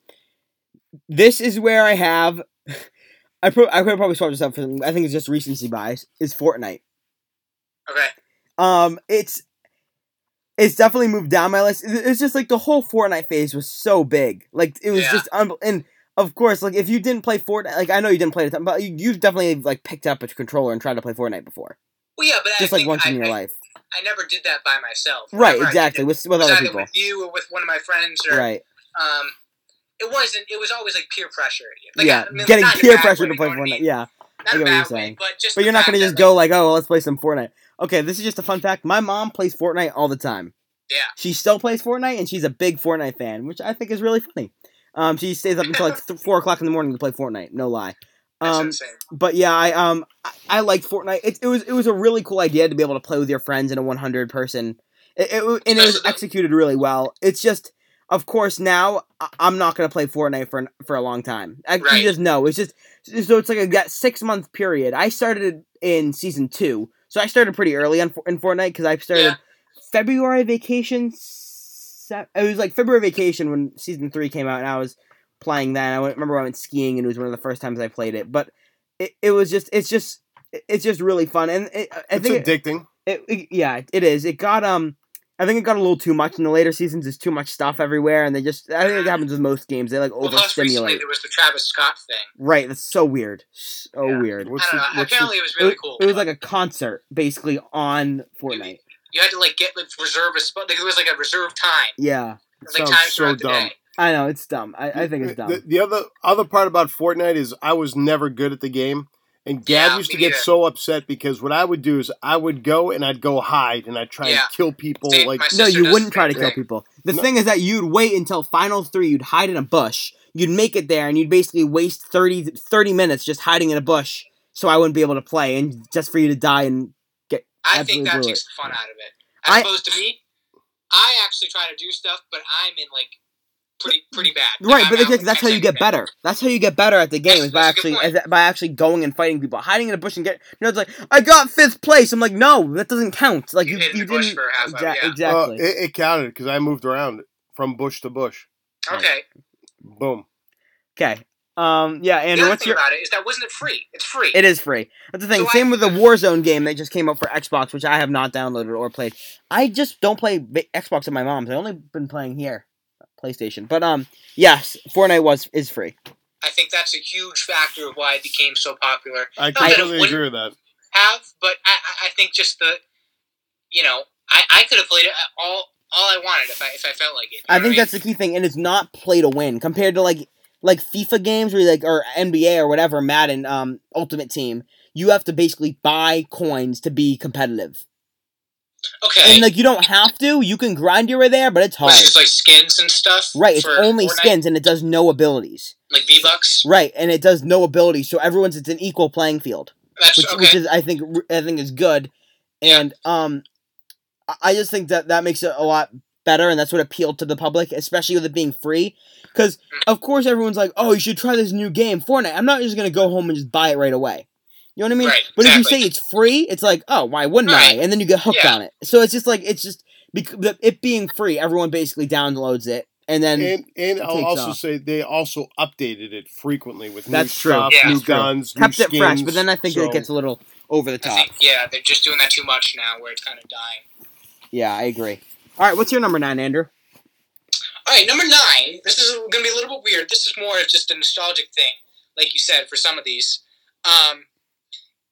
Speaker 1: this is where I have I pro- I could probably swap this up for I think it's just recency bias. Is Fortnite.
Speaker 3: Okay.
Speaker 1: Um, it's it's definitely moved down my list. It- It's just like the whole Fortnite phase was so big. Like it was
Speaker 3: Yeah.
Speaker 1: just un- and of course, like if you didn't play Fortnite, like I know you didn't play it, a ton, but you, you've definitely like picked up a controller and tried to play Fortnite before,
Speaker 3: Well, yeah, but
Speaker 1: just
Speaker 3: I
Speaker 1: like
Speaker 3: think
Speaker 1: once
Speaker 3: I,
Speaker 1: in your
Speaker 3: I,
Speaker 1: life,
Speaker 3: I never did that by myself.
Speaker 1: right?
Speaker 3: Whenever I did
Speaker 1: Exactly,
Speaker 3: it,
Speaker 1: with with
Speaker 3: it was
Speaker 1: other
Speaker 3: either
Speaker 1: people,
Speaker 3: with you or with one of my friends, or
Speaker 1: right?
Speaker 3: um, it wasn't. It was always like peer pressure. Like,
Speaker 1: yeah,
Speaker 3: I mean,
Speaker 1: getting
Speaker 3: not in a
Speaker 1: peer
Speaker 3: bad
Speaker 1: pressure
Speaker 3: way,
Speaker 1: to
Speaker 3: you
Speaker 1: play
Speaker 3: know what I
Speaker 1: Fortnite.
Speaker 3: mean?
Speaker 1: Yeah,
Speaker 3: Not
Speaker 1: I
Speaker 3: in
Speaker 1: get
Speaker 3: a
Speaker 1: what you're
Speaker 3: bad
Speaker 1: saying.
Speaker 3: way, but just.
Speaker 1: but
Speaker 3: the
Speaker 1: you're not
Speaker 3: fact
Speaker 1: gonna
Speaker 3: that,
Speaker 1: just
Speaker 3: like,
Speaker 1: go like, oh, let's play some Fortnite. Okay, this is just a fun fact. My mom plays Fortnite all the time.
Speaker 3: Yeah.
Speaker 1: She still plays Fortnite, and she's a big Fortnite fan, which I think is really funny. Um, she stays up until like th- four o'clock in the morning to play Fortnite. No lie.
Speaker 3: That's
Speaker 1: Um,
Speaker 3: insane.
Speaker 1: but yeah, I um, I, I liked Fortnite. It, it was it was a really cool idea to be able to play with your friends in a one hundred person. It, it w- and it was executed really well. It's just, of course, now I- I'm not gonna play Fortnite for an- for a long time. I, You
Speaker 3: Right.
Speaker 1: just know it's just so it's like a that six month period. I started in season two, so I started pretty early on, in Fortnite because I started.
Speaker 3: Yeah.
Speaker 1: February vacation. Se- it was like February vacation when season three came out, and I was playing that. And I went- remember I went skiing, and it was one of the first times I played it. But it, it was just it's just it's just really fun, and it, I
Speaker 2: It's
Speaker 1: think it-
Speaker 2: addicting.
Speaker 1: it, it- yeah, it is. It got um, I think it got a little too much in the later seasons. There's too much stuff everywhere, and they just I think it happens with most games. They like
Speaker 3: Well, plus recently
Speaker 1: overstimulate.
Speaker 3: there was the Travis Scott thing.
Speaker 1: Right, that's so weird, so
Speaker 3: Yeah.
Speaker 1: weird.
Speaker 2: What's the,
Speaker 3: I don't know.
Speaker 2: what's the-
Speaker 3: Apparently, it was
Speaker 1: It-
Speaker 3: really cool.
Speaker 1: It was like a concert basically
Speaker 3: uh,
Speaker 1: on Fortnite.
Speaker 3: you had to like get like reserve a spot. Like, there was like a reserved time.
Speaker 1: Yeah,
Speaker 3: It was, like
Speaker 2: Sounds
Speaker 3: time
Speaker 2: so
Speaker 3: throughout the
Speaker 2: dumb.
Speaker 3: day.
Speaker 1: I know it's dumb. I, I think it's
Speaker 2: The,
Speaker 1: dumb.
Speaker 2: the other other part about Fortnite is I was never good at the game, and Gab
Speaker 3: Yeah,
Speaker 2: used
Speaker 3: me
Speaker 2: to get
Speaker 3: neither.
Speaker 2: so upset because what I would do is I would go and I'd go hide and I'd try
Speaker 3: Yeah.
Speaker 2: and kill people
Speaker 3: Same,
Speaker 2: like
Speaker 3: my
Speaker 1: No,
Speaker 3: sister
Speaker 1: you
Speaker 3: does
Speaker 1: wouldn't
Speaker 3: the
Speaker 1: try to
Speaker 3: same
Speaker 1: kill
Speaker 3: thing.
Speaker 1: people. The
Speaker 2: No.
Speaker 1: thing is that you'd wait until final three. You'd hide in a bush. You'd make it there, and you'd basically waste 30, 30 minutes just hiding in a bush. So I wouldn't be able to play, and just for you to die. And
Speaker 3: I
Speaker 1: Absolutely
Speaker 3: think that
Speaker 1: blew
Speaker 3: takes
Speaker 1: it.
Speaker 3: the fun out of it.
Speaker 1: I-
Speaker 3: As opposed to me, I actually try to do stuff, but I'm in like pretty pretty bad. Like,
Speaker 1: right,
Speaker 3: I'm
Speaker 1: but
Speaker 3: out
Speaker 1: exactly,
Speaker 3: and
Speaker 1: that's how
Speaker 3: catch
Speaker 1: you get
Speaker 3: anything.
Speaker 1: better. That's how you get better at the game
Speaker 3: That's-
Speaker 1: is by
Speaker 3: that's a good
Speaker 1: actually
Speaker 3: point.
Speaker 1: is by actually going and fighting people, hiding in a bush and get. You know, it's like I got fifth place. I'm like, no, that doesn't count. Like you,
Speaker 3: You hid in
Speaker 1: you
Speaker 3: the bush
Speaker 1: didn't.
Speaker 3: for a half hour,
Speaker 1: Exa-
Speaker 3: yeah.
Speaker 2: Well,
Speaker 1: Exactly.
Speaker 2: uh, it, it counted because I moved around from bush to bush.
Speaker 3: Okay.
Speaker 2: Boom.
Speaker 1: Okay. Um. Yeah.
Speaker 3: And
Speaker 1: And
Speaker 3: the other
Speaker 1: what's
Speaker 3: thing
Speaker 1: your?
Speaker 3: about it is that wasn't it free? It's free.
Speaker 1: It is free. That's the thing.
Speaker 3: So I-
Speaker 1: Same with the Warzone game that just came out for Xbox, which I have not downloaded or played. I just don't play ba- Xbox at my mom's. I only been playing here, PlayStation. But um, yes, Fortnite was is free.
Speaker 3: I think that's a huge factor of why it became so popular.
Speaker 2: I
Speaker 3: that it
Speaker 2: completely
Speaker 3: wouldn't-
Speaker 2: agree with that.
Speaker 3: Have, but I, I- I think just the, you know, I, I could have played it all all I wanted if I if I felt like it. You
Speaker 1: I
Speaker 3: know
Speaker 1: think
Speaker 3: what
Speaker 1: that's the key thing, and it's not play to win compared to like like FIFA games where you like or NBA or whatever Madden um Ultimate Team. You have to basically buy coins to be competitive,
Speaker 3: I mean? okay.
Speaker 1: and like you don't have to. You can grind your way there, but it's hard.
Speaker 3: Was this like skins and stuff?
Speaker 1: Right, it's
Speaker 3: for
Speaker 1: only
Speaker 3: Fortnite?
Speaker 1: skins and it does no abilities.
Speaker 3: like V Bucks.
Speaker 1: Right, and it does no ability, so everyone's it's an equal playing field,
Speaker 3: That's
Speaker 1: which,
Speaker 3: okay.
Speaker 1: which is I think I think is good, and um, I- I just think that that makes it a lot better, and that's what appealed to the public, especially with it being free, because
Speaker 3: Mm.
Speaker 1: of course everyone's like, oh, you should try this new game, Fortnite. I'm not just gonna go home and just buy it right away. You know what I mean?
Speaker 3: Right,
Speaker 1: but if you
Speaker 3: exactly.
Speaker 1: say it's free, it's like, oh, why wouldn't
Speaker 3: Right.
Speaker 1: I? And then you get hooked
Speaker 3: Yeah.
Speaker 1: on it. So it's just like it's just bec- the- it being free, everyone basically downloads it, and then
Speaker 2: And and I'll
Speaker 1: takes
Speaker 2: also
Speaker 1: off.
Speaker 2: say they also updated it frequently with
Speaker 1: That's true.
Speaker 2: new stuff,
Speaker 3: Yeah.
Speaker 2: new
Speaker 1: That's true.
Speaker 2: guns,
Speaker 1: kept
Speaker 2: new
Speaker 1: it
Speaker 2: skins.
Speaker 1: fresh. But then I think
Speaker 2: so-
Speaker 1: it gets a little over the
Speaker 3: I
Speaker 1: top.
Speaker 3: think yeah, they're just doing that too much now, where it's kind of dying.
Speaker 1: Yeah, I agree. All right, what's your number nine, Andrew?
Speaker 3: All right, number nine. This is going to be a little bit weird. This is more of just a nostalgic thing, like you said, for some of these. Um,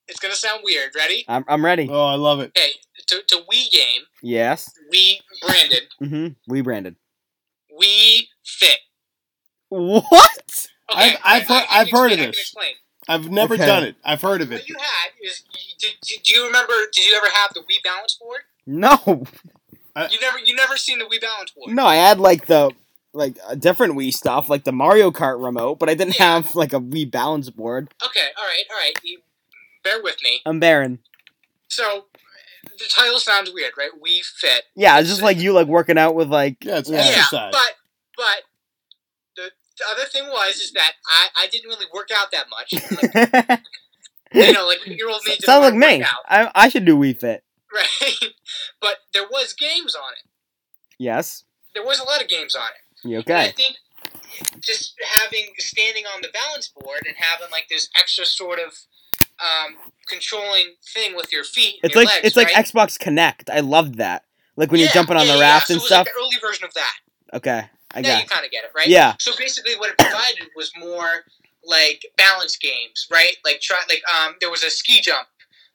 Speaker 3: it's going to sound weird. Ready?
Speaker 1: I'm, I'm ready.
Speaker 2: oh, I love it.
Speaker 3: Okay, to, to Wii game,
Speaker 1: Yes.
Speaker 3: Wii branded,
Speaker 1: Mm-hmm. Rebranded.
Speaker 3: Wii Fit.
Speaker 1: What?
Speaker 3: Okay,
Speaker 2: I've- I've
Speaker 3: I- I
Speaker 2: heard-
Speaker 3: can
Speaker 2: I've heard of
Speaker 3: explain- I can
Speaker 2: this.
Speaker 3: explain.
Speaker 2: I've never
Speaker 1: Okay.
Speaker 2: done it. I've heard of it.
Speaker 3: What you had is, you- did, did- do you remember? Did you ever have the Wii balance board?
Speaker 1: No,
Speaker 2: Uh,
Speaker 3: You never, you never seen the Wii balance board.
Speaker 1: no. I had like the like uh, different Wii stuff, like the Mario Kart remote, but I didn't
Speaker 3: Yeah.
Speaker 1: have like a Wii balance board.
Speaker 3: Okay, all right, all right. You, bear with me.
Speaker 1: I'm barren.
Speaker 3: So the title sounds weird, right? We fit.
Speaker 1: Yeah, it's just like you like working out with like.
Speaker 2: Yeah, it's
Speaker 1: Yeah.
Speaker 3: Yeah,
Speaker 2: exercise.
Speaker 3: but but the, the other thing was is that I, I didn't really work out that much. Like,
Speaker 1: Sounds
Speaker 3: you know, like year old me didn't
Speaker 1: like
Speaker 3: wanna work
Speaker 1: me.
Speaker 3: out,
Speaker 1: I I should do Wii Fit.
Speaker 3: right? But there was games on it.
Speaker 1: Yes.
Speaker 3: There was a lot of games on it.
Speaker 1: You
Speaker 3: And I
Speaker 1: okay?
Speaker 3: think just having standing on the balance board and having like this extra sort of um, controlling thing with your feet. And
Speaker 1: It's
Speaker 3: your
Speaker 1: like
Speaker 3: legs,
Speaker 1: it's like
Speaker 3: right?
Speaker 1: Xbox Connect. I loved that. Like when
Speaker 3: Yeah,
Speaker 1: you're jumping on
Speaker 3: yeah,
Speaker 1: the
Speaker 3: yeah,
Speaker 1: raft
Speaker 3: so
Speaker 1: and
Speaker 3: it was like
Speaker 1: stuff.
Speaker 3: the early version of that.
Speaker 1: Okay, I
Speaker 3: now
Speaker 1: got.
Speaker 3: you kind of get it, right?
Speaker 1: Yeah.
Speaker 3: So basically, what it provided was more like balance games, right? Like try, like um, there was a ski jump,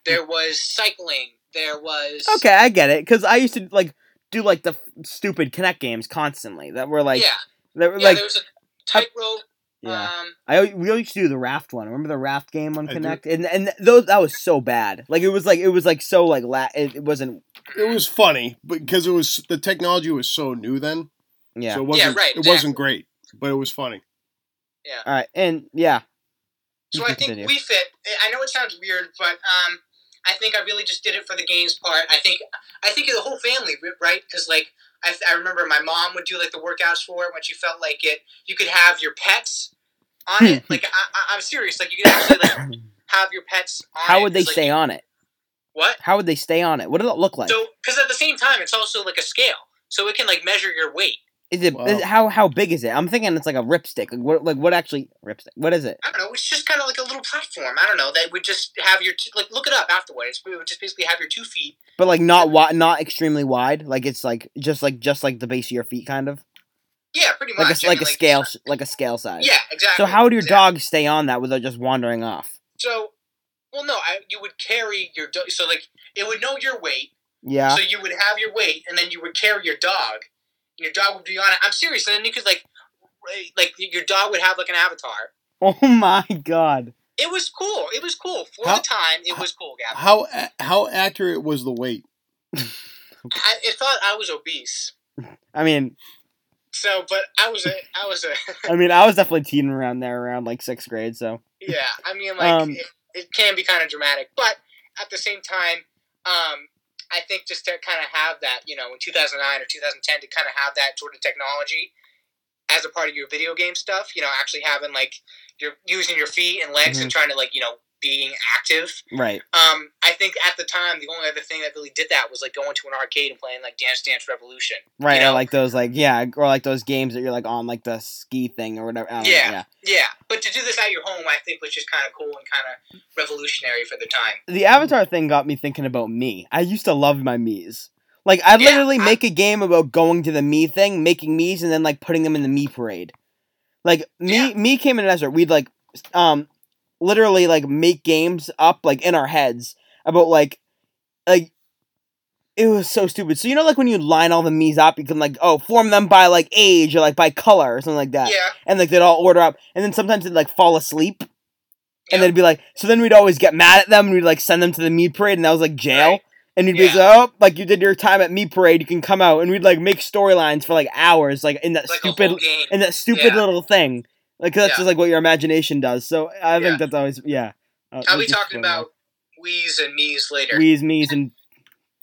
Speaker 3: there was cycling, there was
Speaker 1: Okay, I get it. Cause I used to like do like the f- stupid Connect games constantly that were like
Speaker 3: yeah,
Speaker 1: that were
Speaker 3: yeah,
Speaker 1: like
Speaker 3: there was a tightrope.
Speaker 1: yeah.
Speaker 3: Um,
Speaker 1: I al- we used to do the raft one. Remember the raft game on
Speaker 2: I do.
Speaker 1: Connect? And and those that was so bad. Like it was like it was like so like la- it, it wasn't
Speaker 2: it was funny because it was the technology was so new then.
Speaker 1: yeah.
Speaker 2: So it wasn't
Speaker 3: right,
Speaker 2: it wasn't great, but it was funny.
Speaker 1: All right, and yeah.
Speaker 3: so
Speaker 1: You
Speaker 3: I
Speaker 1: can
Speaker 3: think
Speaker 1: continue.
Speaker 3: we fit. I know it sounds weird, but um, I think I really just did it for the games part. I think I think the whole family, right? Because like. I, I remember my mom would do like the workouts for it when she felt like it. You could have your pets on it. Like I, I, I'm serious. Like you could actually like have your pets on
Speaker 1: How
Speaker 3: it,
Speaker 1: would they
Speaker 3: 'cause, like,
Speaker 1: stay on it?
Speaker 3: What?
Speaker 1: How would they stay on it? What did it look like?
Speaker 3: So, because at the same time, it's also like a scale, so it can like measure your weight.
Speaker 1: is it is-
Speaker 2: Wow.
Speaker 1: how how big is it? I'm thinking it's like a ripstick. Like what like what actually ripstick? What is it?
Speaker 3: I don't know. It's just kind of like a little platform. I don't know that would just have your two, like look it up afterwards. We would just basically have your two feet.
Speaker 1: But like not wide, not extremely wide. Like it's like just like just like the base of your feet, kind of
Speaker 3: Yeah, pretty much.
Speaker 1: like a s-
Speaker 3: I
Speaker 1: like
Speaker 3: mean,
Speaker 1: a scale s- like a scale size.
Speaker 3: Yeah, exactly.
Speaker 1: So how would your
Speaker 3: exactly.
Speaker 1: dog stay on that without just wandering off?
Speaker 3: So, well, no, I, you would carry your dog. So, like, it would know your weight.
Speaker 1: Yeah.
Speaker 3: So you would have your weight, and then you would carry your dog. And your dog would be on it. I'm serious. And then you could like, ra- like your dog would have like an avatar.
Speaker 1: Oh my god.
Speaker 3: It was cool. It was cool for
Speaker 2: How-
Speaker 3: the time. It
Speaker 2: how-
Speaker 3: was cool, Gavin.
Speaker 2: How a- how accurate was the weight?
Speaker 3: I it thought I was obese.
Speaker 1: I mean,
Speaker 3: So, but I was a, I was a,
Speaker 1: I mean, I was definitely teeing around there around like sixth grade. So
Speaker 3: yeah. I mean, like,
Speaker 1: Um,
Speaker 3: it, it can be kind of dramatic, but at the same time, um, I think just to kind of have that, you know, in 2009 or 2010, to kind of have that sort of technology as a part of your video game stuff, you know, actually having like you're using your feet and legs
Speaker 1: Mm-hmm.
Speaker 3: and trying to like, you know, being active.
Speaker 1: right.
Speaker 3: Um, I think at the time, the only other thing that really did that was like going to an arcade and playing like Dance Dance Revolution.
Speaker 1: Right,
Speaker 3: You
Speaker 1: or
Speaker 3: know?
Speaker 1: like those, like yeah, or like those games that you're like on like the ski thing or whatever. I don't know,
Speaker 3: Yeah.
Speaker 1: yeah.
Speaker 3: Yeah, but to do this at your home, I think was just kind of cool and kind of revolutionary for the time.
Speaker 1: The avatar thing got me thinking about me. I used to love my me's. Like I'd
Speaker 3: Yeah,
Speaker 1: literally
Speaker 3: I-
Speaker 1: make a game about going to the me thing, making me's, and then like putting them in the me parade. Like me,
Speaker 3: Yeah.
Speaker 1: me came in an Ezra. We'd like, um, literally like make games up like in our heads about like, like. It was so stupid. So you know, like when you line all the me's up, you can like, oh, form them by like age or like by color or something like that.
Speaker 3: Yeah,
Speaker 1: and like they'd all order up, and then sometimes they'd like fall asleep,
Speaker 3: Yep.
Speaker 1: and they'd be like, so then we'd always get mad at them, and we'd like send them to the meat parade, and that was like jail,
Speaker 3: Right.
Speaker 1: and you'd
Speaker 3: Yeah.
Speaker 1: be like, oh, like you did your time at meat parade, you can come out, and we'd like make storylines for like hours, like in that
Speaker 3: like a whole
Speaker 1: stupid,
Speaker 3: game.
Speaker 1: in that stupid
Speaker 3: Yeah.
Speaker 1: little thing, like 'cause that's
Speaker 3: Yeah.
Speaker 1: just like what your imagination does. So I think
Speaker 3: Yeah.
Speaker 1: that's always yeah. Uh,
Speaker 3: I'll
Speaker 1: we
Speaker 3: be
Speaker 1: just
Speaker 3: talking
Speaker 1: go, like,
Speaker 3: about we's and me's later.
Speaker 1: we's, me's, and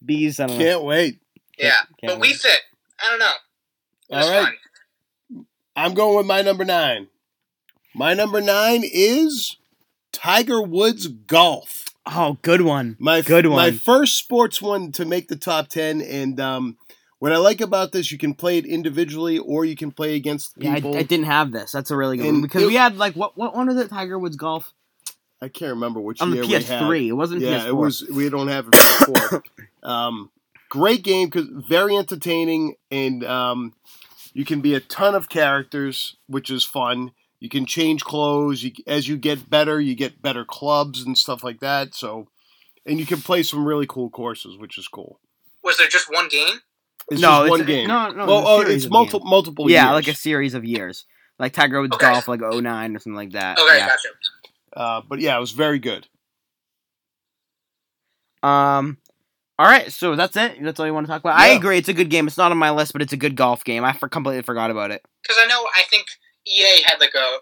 Speaker 1: bees. I don't know.
Speaker 2: Can't wait.
Speaker 3: yeah,
Speaker 1: Can't
Speaker 3: but we
Speaker 1: wait.
Speaker 3: fit. I don't know. It was
Speaker 2: All right.
Speaker 3: fun.
Speaker 2: I'm going with my number nine. My number nine is Tiger Woods golf.
Speaker 1: Oh, good one.
Speaker 2: My f-
Speaker 1: Good
Speaker 2: My
Speaker 1: one.
Speaker 2: first sports one to make the top ten, and um, what I like about this, you can play it individually or you can play against
Speaker 1: Yeah, I,
Speaker 2: people.
Speaker 1: I didn't have this. That's a really good one
Speaker 2: And
Speaker 1: because
Speaker 2: it-
Speaker 1: we had like what what one was it? Tiger Woods golf.
Speaker 2: I can't remember which
Speaker 1: on the
Speaker 2: year we had.
Speaker 1: PS3. It wasn't
Speaker 2: yeah,
Speaker 1: PS4.
Speaker 2: it was. We don't have it for four. um, great game because very entertaining, and um, you can be a ton of characters, which is fun. You can change clothes. You, as you get better, you get better clubs and stuff like that. So, and you can play some really cool courses, which is cool.
Speaker 3: Was there just one game?
Speaker 2: It's
Speaker 1: no,
Speaker 2: just
Speaker 1: it's,
Speaker 2: one game.
Speaker 1: No, no,
Speaker 2: well,
Speaker 1: it's a
Speaker 2: oh,
Speaker 1: series
Speaker 2: it's
Speaker 1: of
Speaker 2: multiple
Speaker 1: games.
Speaker 2: multiple.
Speaker 1: Yeah,
Speaker 2: years.
Speaker 1: like a series of years, like Tiger Woods
Speaker 3: Okay.
Speaker 1: golf, like 09 or something like that.
Speaker 3: Okay,
Speaker 1: yeah.
Speaker 3: gotcha.
Speaker 2: Uh, but yeah, it was very good.
Speaker 1: Um. All right, so that's it. That's all you want to talk about. I
Speaker 2: Yeah.
Speaker 1: agree. It's a good game. It's not on my list, but it's a good golf game. I for- completely forgot about it.
Speaker 3: Because I know I think EA had like a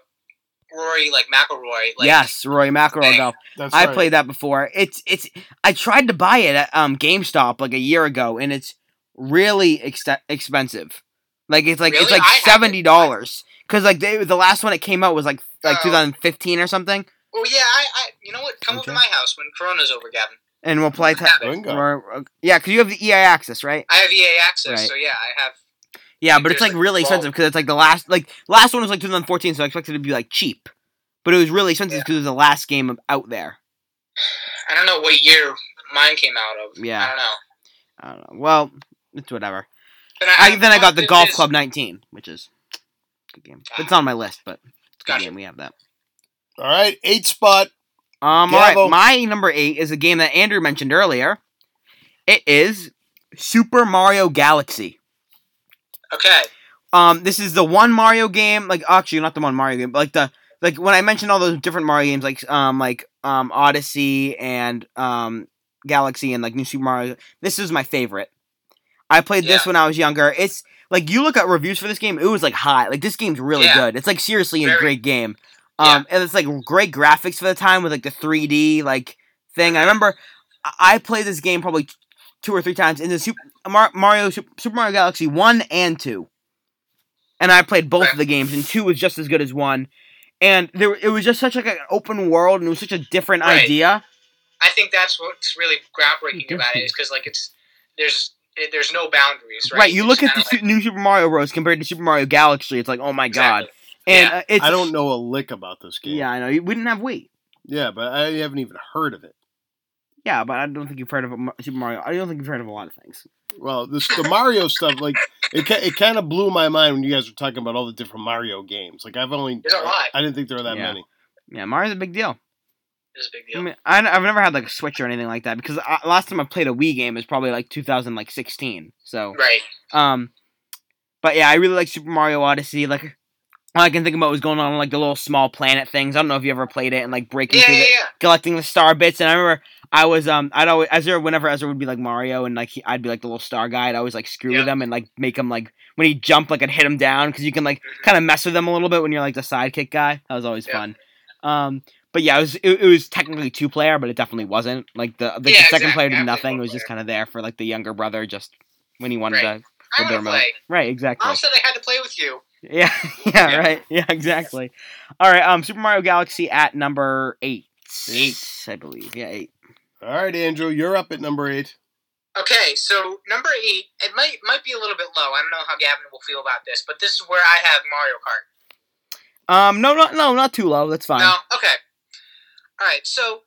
Speaker 3: Rory like McIlroy. Like,
Speaker 1: yes, Roy McIlroy
Speaker 3: Hey,
Speaker 1: golf.
Speaker 2: That's
Speaker 1: I
Speaker 2: right.
Speaker 1: played that before. It's it's. I tried to buy it at um GameStop like a year ago, and it's really ex- expensive. Like it's like it's
Speaker 3: Really?
Speaker 1: like
Speaker 3: I haven't.
Speaker 1: seventy dollars because like they, the last one it came out was like like
Speaker 3: Oh.
Speaker 1: 2015 or something,
Speaker 3: Well, yeah, I, I you know what? Come over to
Speaker 1: Okay.
Speaker 3: my house when Corona's over, Gavin.
Speaker 1: and we'll play.
Speaker 3: I have it.
Speaker 2: Bingo.
Speaker 1: Or, or- yeah, because you have the EI access, right?
Speaker 3: I have EA access,
Speaker 1: Right.
Speaker 3: so yeah, I have.
Speaker 1: Yeah,
Speaker 3: Like,
Speaker 1: but it's
Speaker 3: there's,
Speaker 1: like
Speaker 3: like,
Speaker 1: really
Speaker 3: twelve.
Speaker 1: expensive because it's like the last like last one was like 2014, so I expected it to be like cheap, but it was really expensive
Speaker 3: Yeah.
Speaker 1: because it was the last game of- out there.
Speaker 3: I don't know what year mine came out of.
Speaker 1: Yeah.
Speaker 3: I don't know.
Speaker 1: I don't know. Well, it's whatever.
Speaker 3: But
Speaker 1: I, then I got the
Speaker 3: this
Speaker 1: Golf
Speaker 3: is-
Speaker 1: Club 19, which is good game. It's on my list, but it's a good
Speaker 3: Gotcha.
Speaker 1: game. We have that.
Speaker 2: All right, eight spot.
Speaker 1: Um, all right,
Speaker 2: Gavel.
Speaker 1: my number eight is a game that Andrew mentioned earlier. It is Super Mario Galaxy.
Speaker 3: Okay.
Speaker 1: Um, this is the one Mario game, like actually not the one Mario game, but like the like when I mentioned all those different Mario games, like um like um Odyssey and um Galaxy and like New Super Mario. This is my favorite. I played this
Speaker 3: Yeah.
Speaker 1: when I was younger. It's like you look at reviews for this game, it was like hot. Like this game's really
Speaker 3: Yeah.
Speaker 1: good. It's like seriously a
Speaker 3: Very.
Speaker 1: great game. Um, and it's like great graphics for the time with like the 3D like thing. I remember I- I played this game probably t- two or three times in the Super Mar- Mario Super Mario Galaxy one and two, and I played both of the games, and two was just as good as one. And there, it was just such like an open world, and it was such a different
Speaker 3: Right.
Speaker 1: idea.
Speaker 3: I think that's what's really groundbreaking about it is because like it's there's it, there's no boundaries, right?
Speaker 1: Right, you
Speaker 3: It's
Speaker 1: look at
Speaker 3: kinda
Speaker 1: the
Speaker 3: like-
Speaker 1: su- new Super Mario Bros. compared to Super Mario Galaxy, it's like, oh my god.
Speaker 3: Exactly.
Speaker 1: And
Speaker 3: Yeah.
Speaker 1: uh, it's
Speaker 2: I don't know a lick about this game.
Speaker 1: Yeah, I know. You- We didn't have Wii.
Speaker 2: Yeah, but I haven't even heard of it.
Speaker 1: Yeah, but I don't think you've heard of a Mar- Super Mario. I don't think you've heard of a lot of things.
Speaker 2: Well, this the Mario stuff, like it, ki- it kind of blew my mind when you guys were talking about all the different Mario games. Like I've only,
Speaker 3: There's a lot.
Speaker 2: I didn't think there were that
Speaker 1: Yeah.
Speaker 2: many.
Speaker 1: Yeah, Mario's a big deal.
Speaker 3: It's a big
Speaker 1: I
Speaker 3: deal.
Speaker 1: mean, I, have never had like a Switch or anything like that because I, last time I played a Wii game is probably like 2016. So,
Speaker 3: Right.
Speaker 1: um, but yeah, I really like Super Mario Odyssey. Like, all I can think about was going on like the little small planet things. I don't know if you ever played it and like breaking
Speaker 3: Yeah,
Speaker 1: through,
Speaker 3: yeah,
Speaker 1: the,
Speaker 3: yeah.
Speaker 1: collecting the star bits. And I remember I was um, I'd always Ezra whenever Ezra would be like Mario and like he, I'd be like the little star guy. I'd always like screw
Speaker 3: Yeah.
Speaker 1: with him and like make him like when he jumped like I'd hit him down because you can like
Speaker 3: Mhm.
Speaker 1: kind of mess with them a little bit when you're like the sidekick guy. That was always
Speaker 3: Yeah.
Speaker 1: fun. Um, but yeah, it was it, it was technically two player, but it definitely wasn't. Like the the
Speaker 3: Yeah,
Speaker 1: second player did
Speaker 3: exactly. Definitely
Speaker 1: nothing. It was
Speaker 3: one
Speaker 1: just kind of there for like the younger brother, just when he wanted
Speaker 3: Right.
Speaker 1: to.
Speaker 3: I
Speaker 1: Well,
Speaker 3: want to
Speaker 1: they're
Speaker 3: play.
Speaker 1: Right, exactly.
Speaker 3: Mom said I had to play with you.
Speaker 1: yeah, yeah,
Speaker 3: Yeah.
Speaker 1: right, yeah, exactly. All right, um, Super Mario Galaxy at number eight.
Speaker 2: Eight.
Speaker 1: I believe. Yeah, eight.
Speaker 2: All right, Andrew, you're up at number eight.
Speaker 3: Okay, so number eight, it might might be a little bit low. I don't know how Gavin will feel about this, but this is where I have Mario Kart.
Speaker 1: Um, no, no, no, not too low. That's fine.
Speaker 3: No, okay. All right, so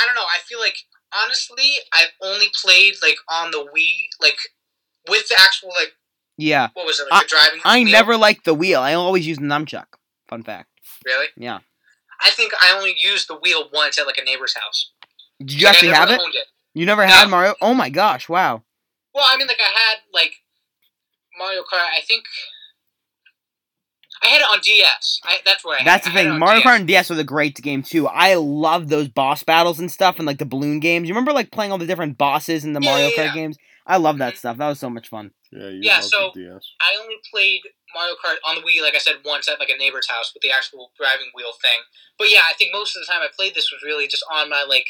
Speaker 3: I don't know. I feel like honestly, I've only played like on the Wii, like with the actual like
Speaker 1: Yeah,
Speaker 3: what was it, like the driving.
Speaker 1: I
Speaker 3: wheel?
Speaker 1: never liked the wheel. I always used the nunchuck. Fun fact.
Speaker 3: really.
Speaker 1: Yeah.
Speaker 3: I think I only used the wheel once at like a neighbor's house.
Speaker 1: Did you
Speaker 3: Like, I
Speaker 1: actually
Speaker 3: never
Speaker 1: have it?
Speaker 3: owned
Speaker 1: You never had
Speaker 3: No.
Speaker 1: Mario? Oh my gosh! Wow.
Speaker 3: Well, I mean, like I had like Mario Kart. I think I had it on DS. I, that's what I. had.
Speaker 1: That's the
Speaker 3: I had it
Speaker 1: thing.
Speaker 3: on
Speaker 1: Mario
Speaker 3: DS.
Speaker 1: Kart and DS was a great game too. I love those boss battles and stuff, and like the balloon games. You remember like playing all the different bosses in the
Speaker 3: Yeah,
Speaker 1: Mario
Speaker 3: yeah,
Speaker 1: Kart
Speaker 3: yeah.
Speaker 1: games? I love that
Speaker 3: Mhm.
Speaker 1: stuff. That was so much fun.
Speaker 2: Yeah, you
Speaker 3: Yeah,
Speaker 2: love the
Speaker 3: so-
Speaker 2: DS.
Speaker 3: I only played Mario Kart on the Wii, like I said, once at like a neighbor's house with the actual driving wheel thing. But yeah, I think most of the time I played this was really just on my like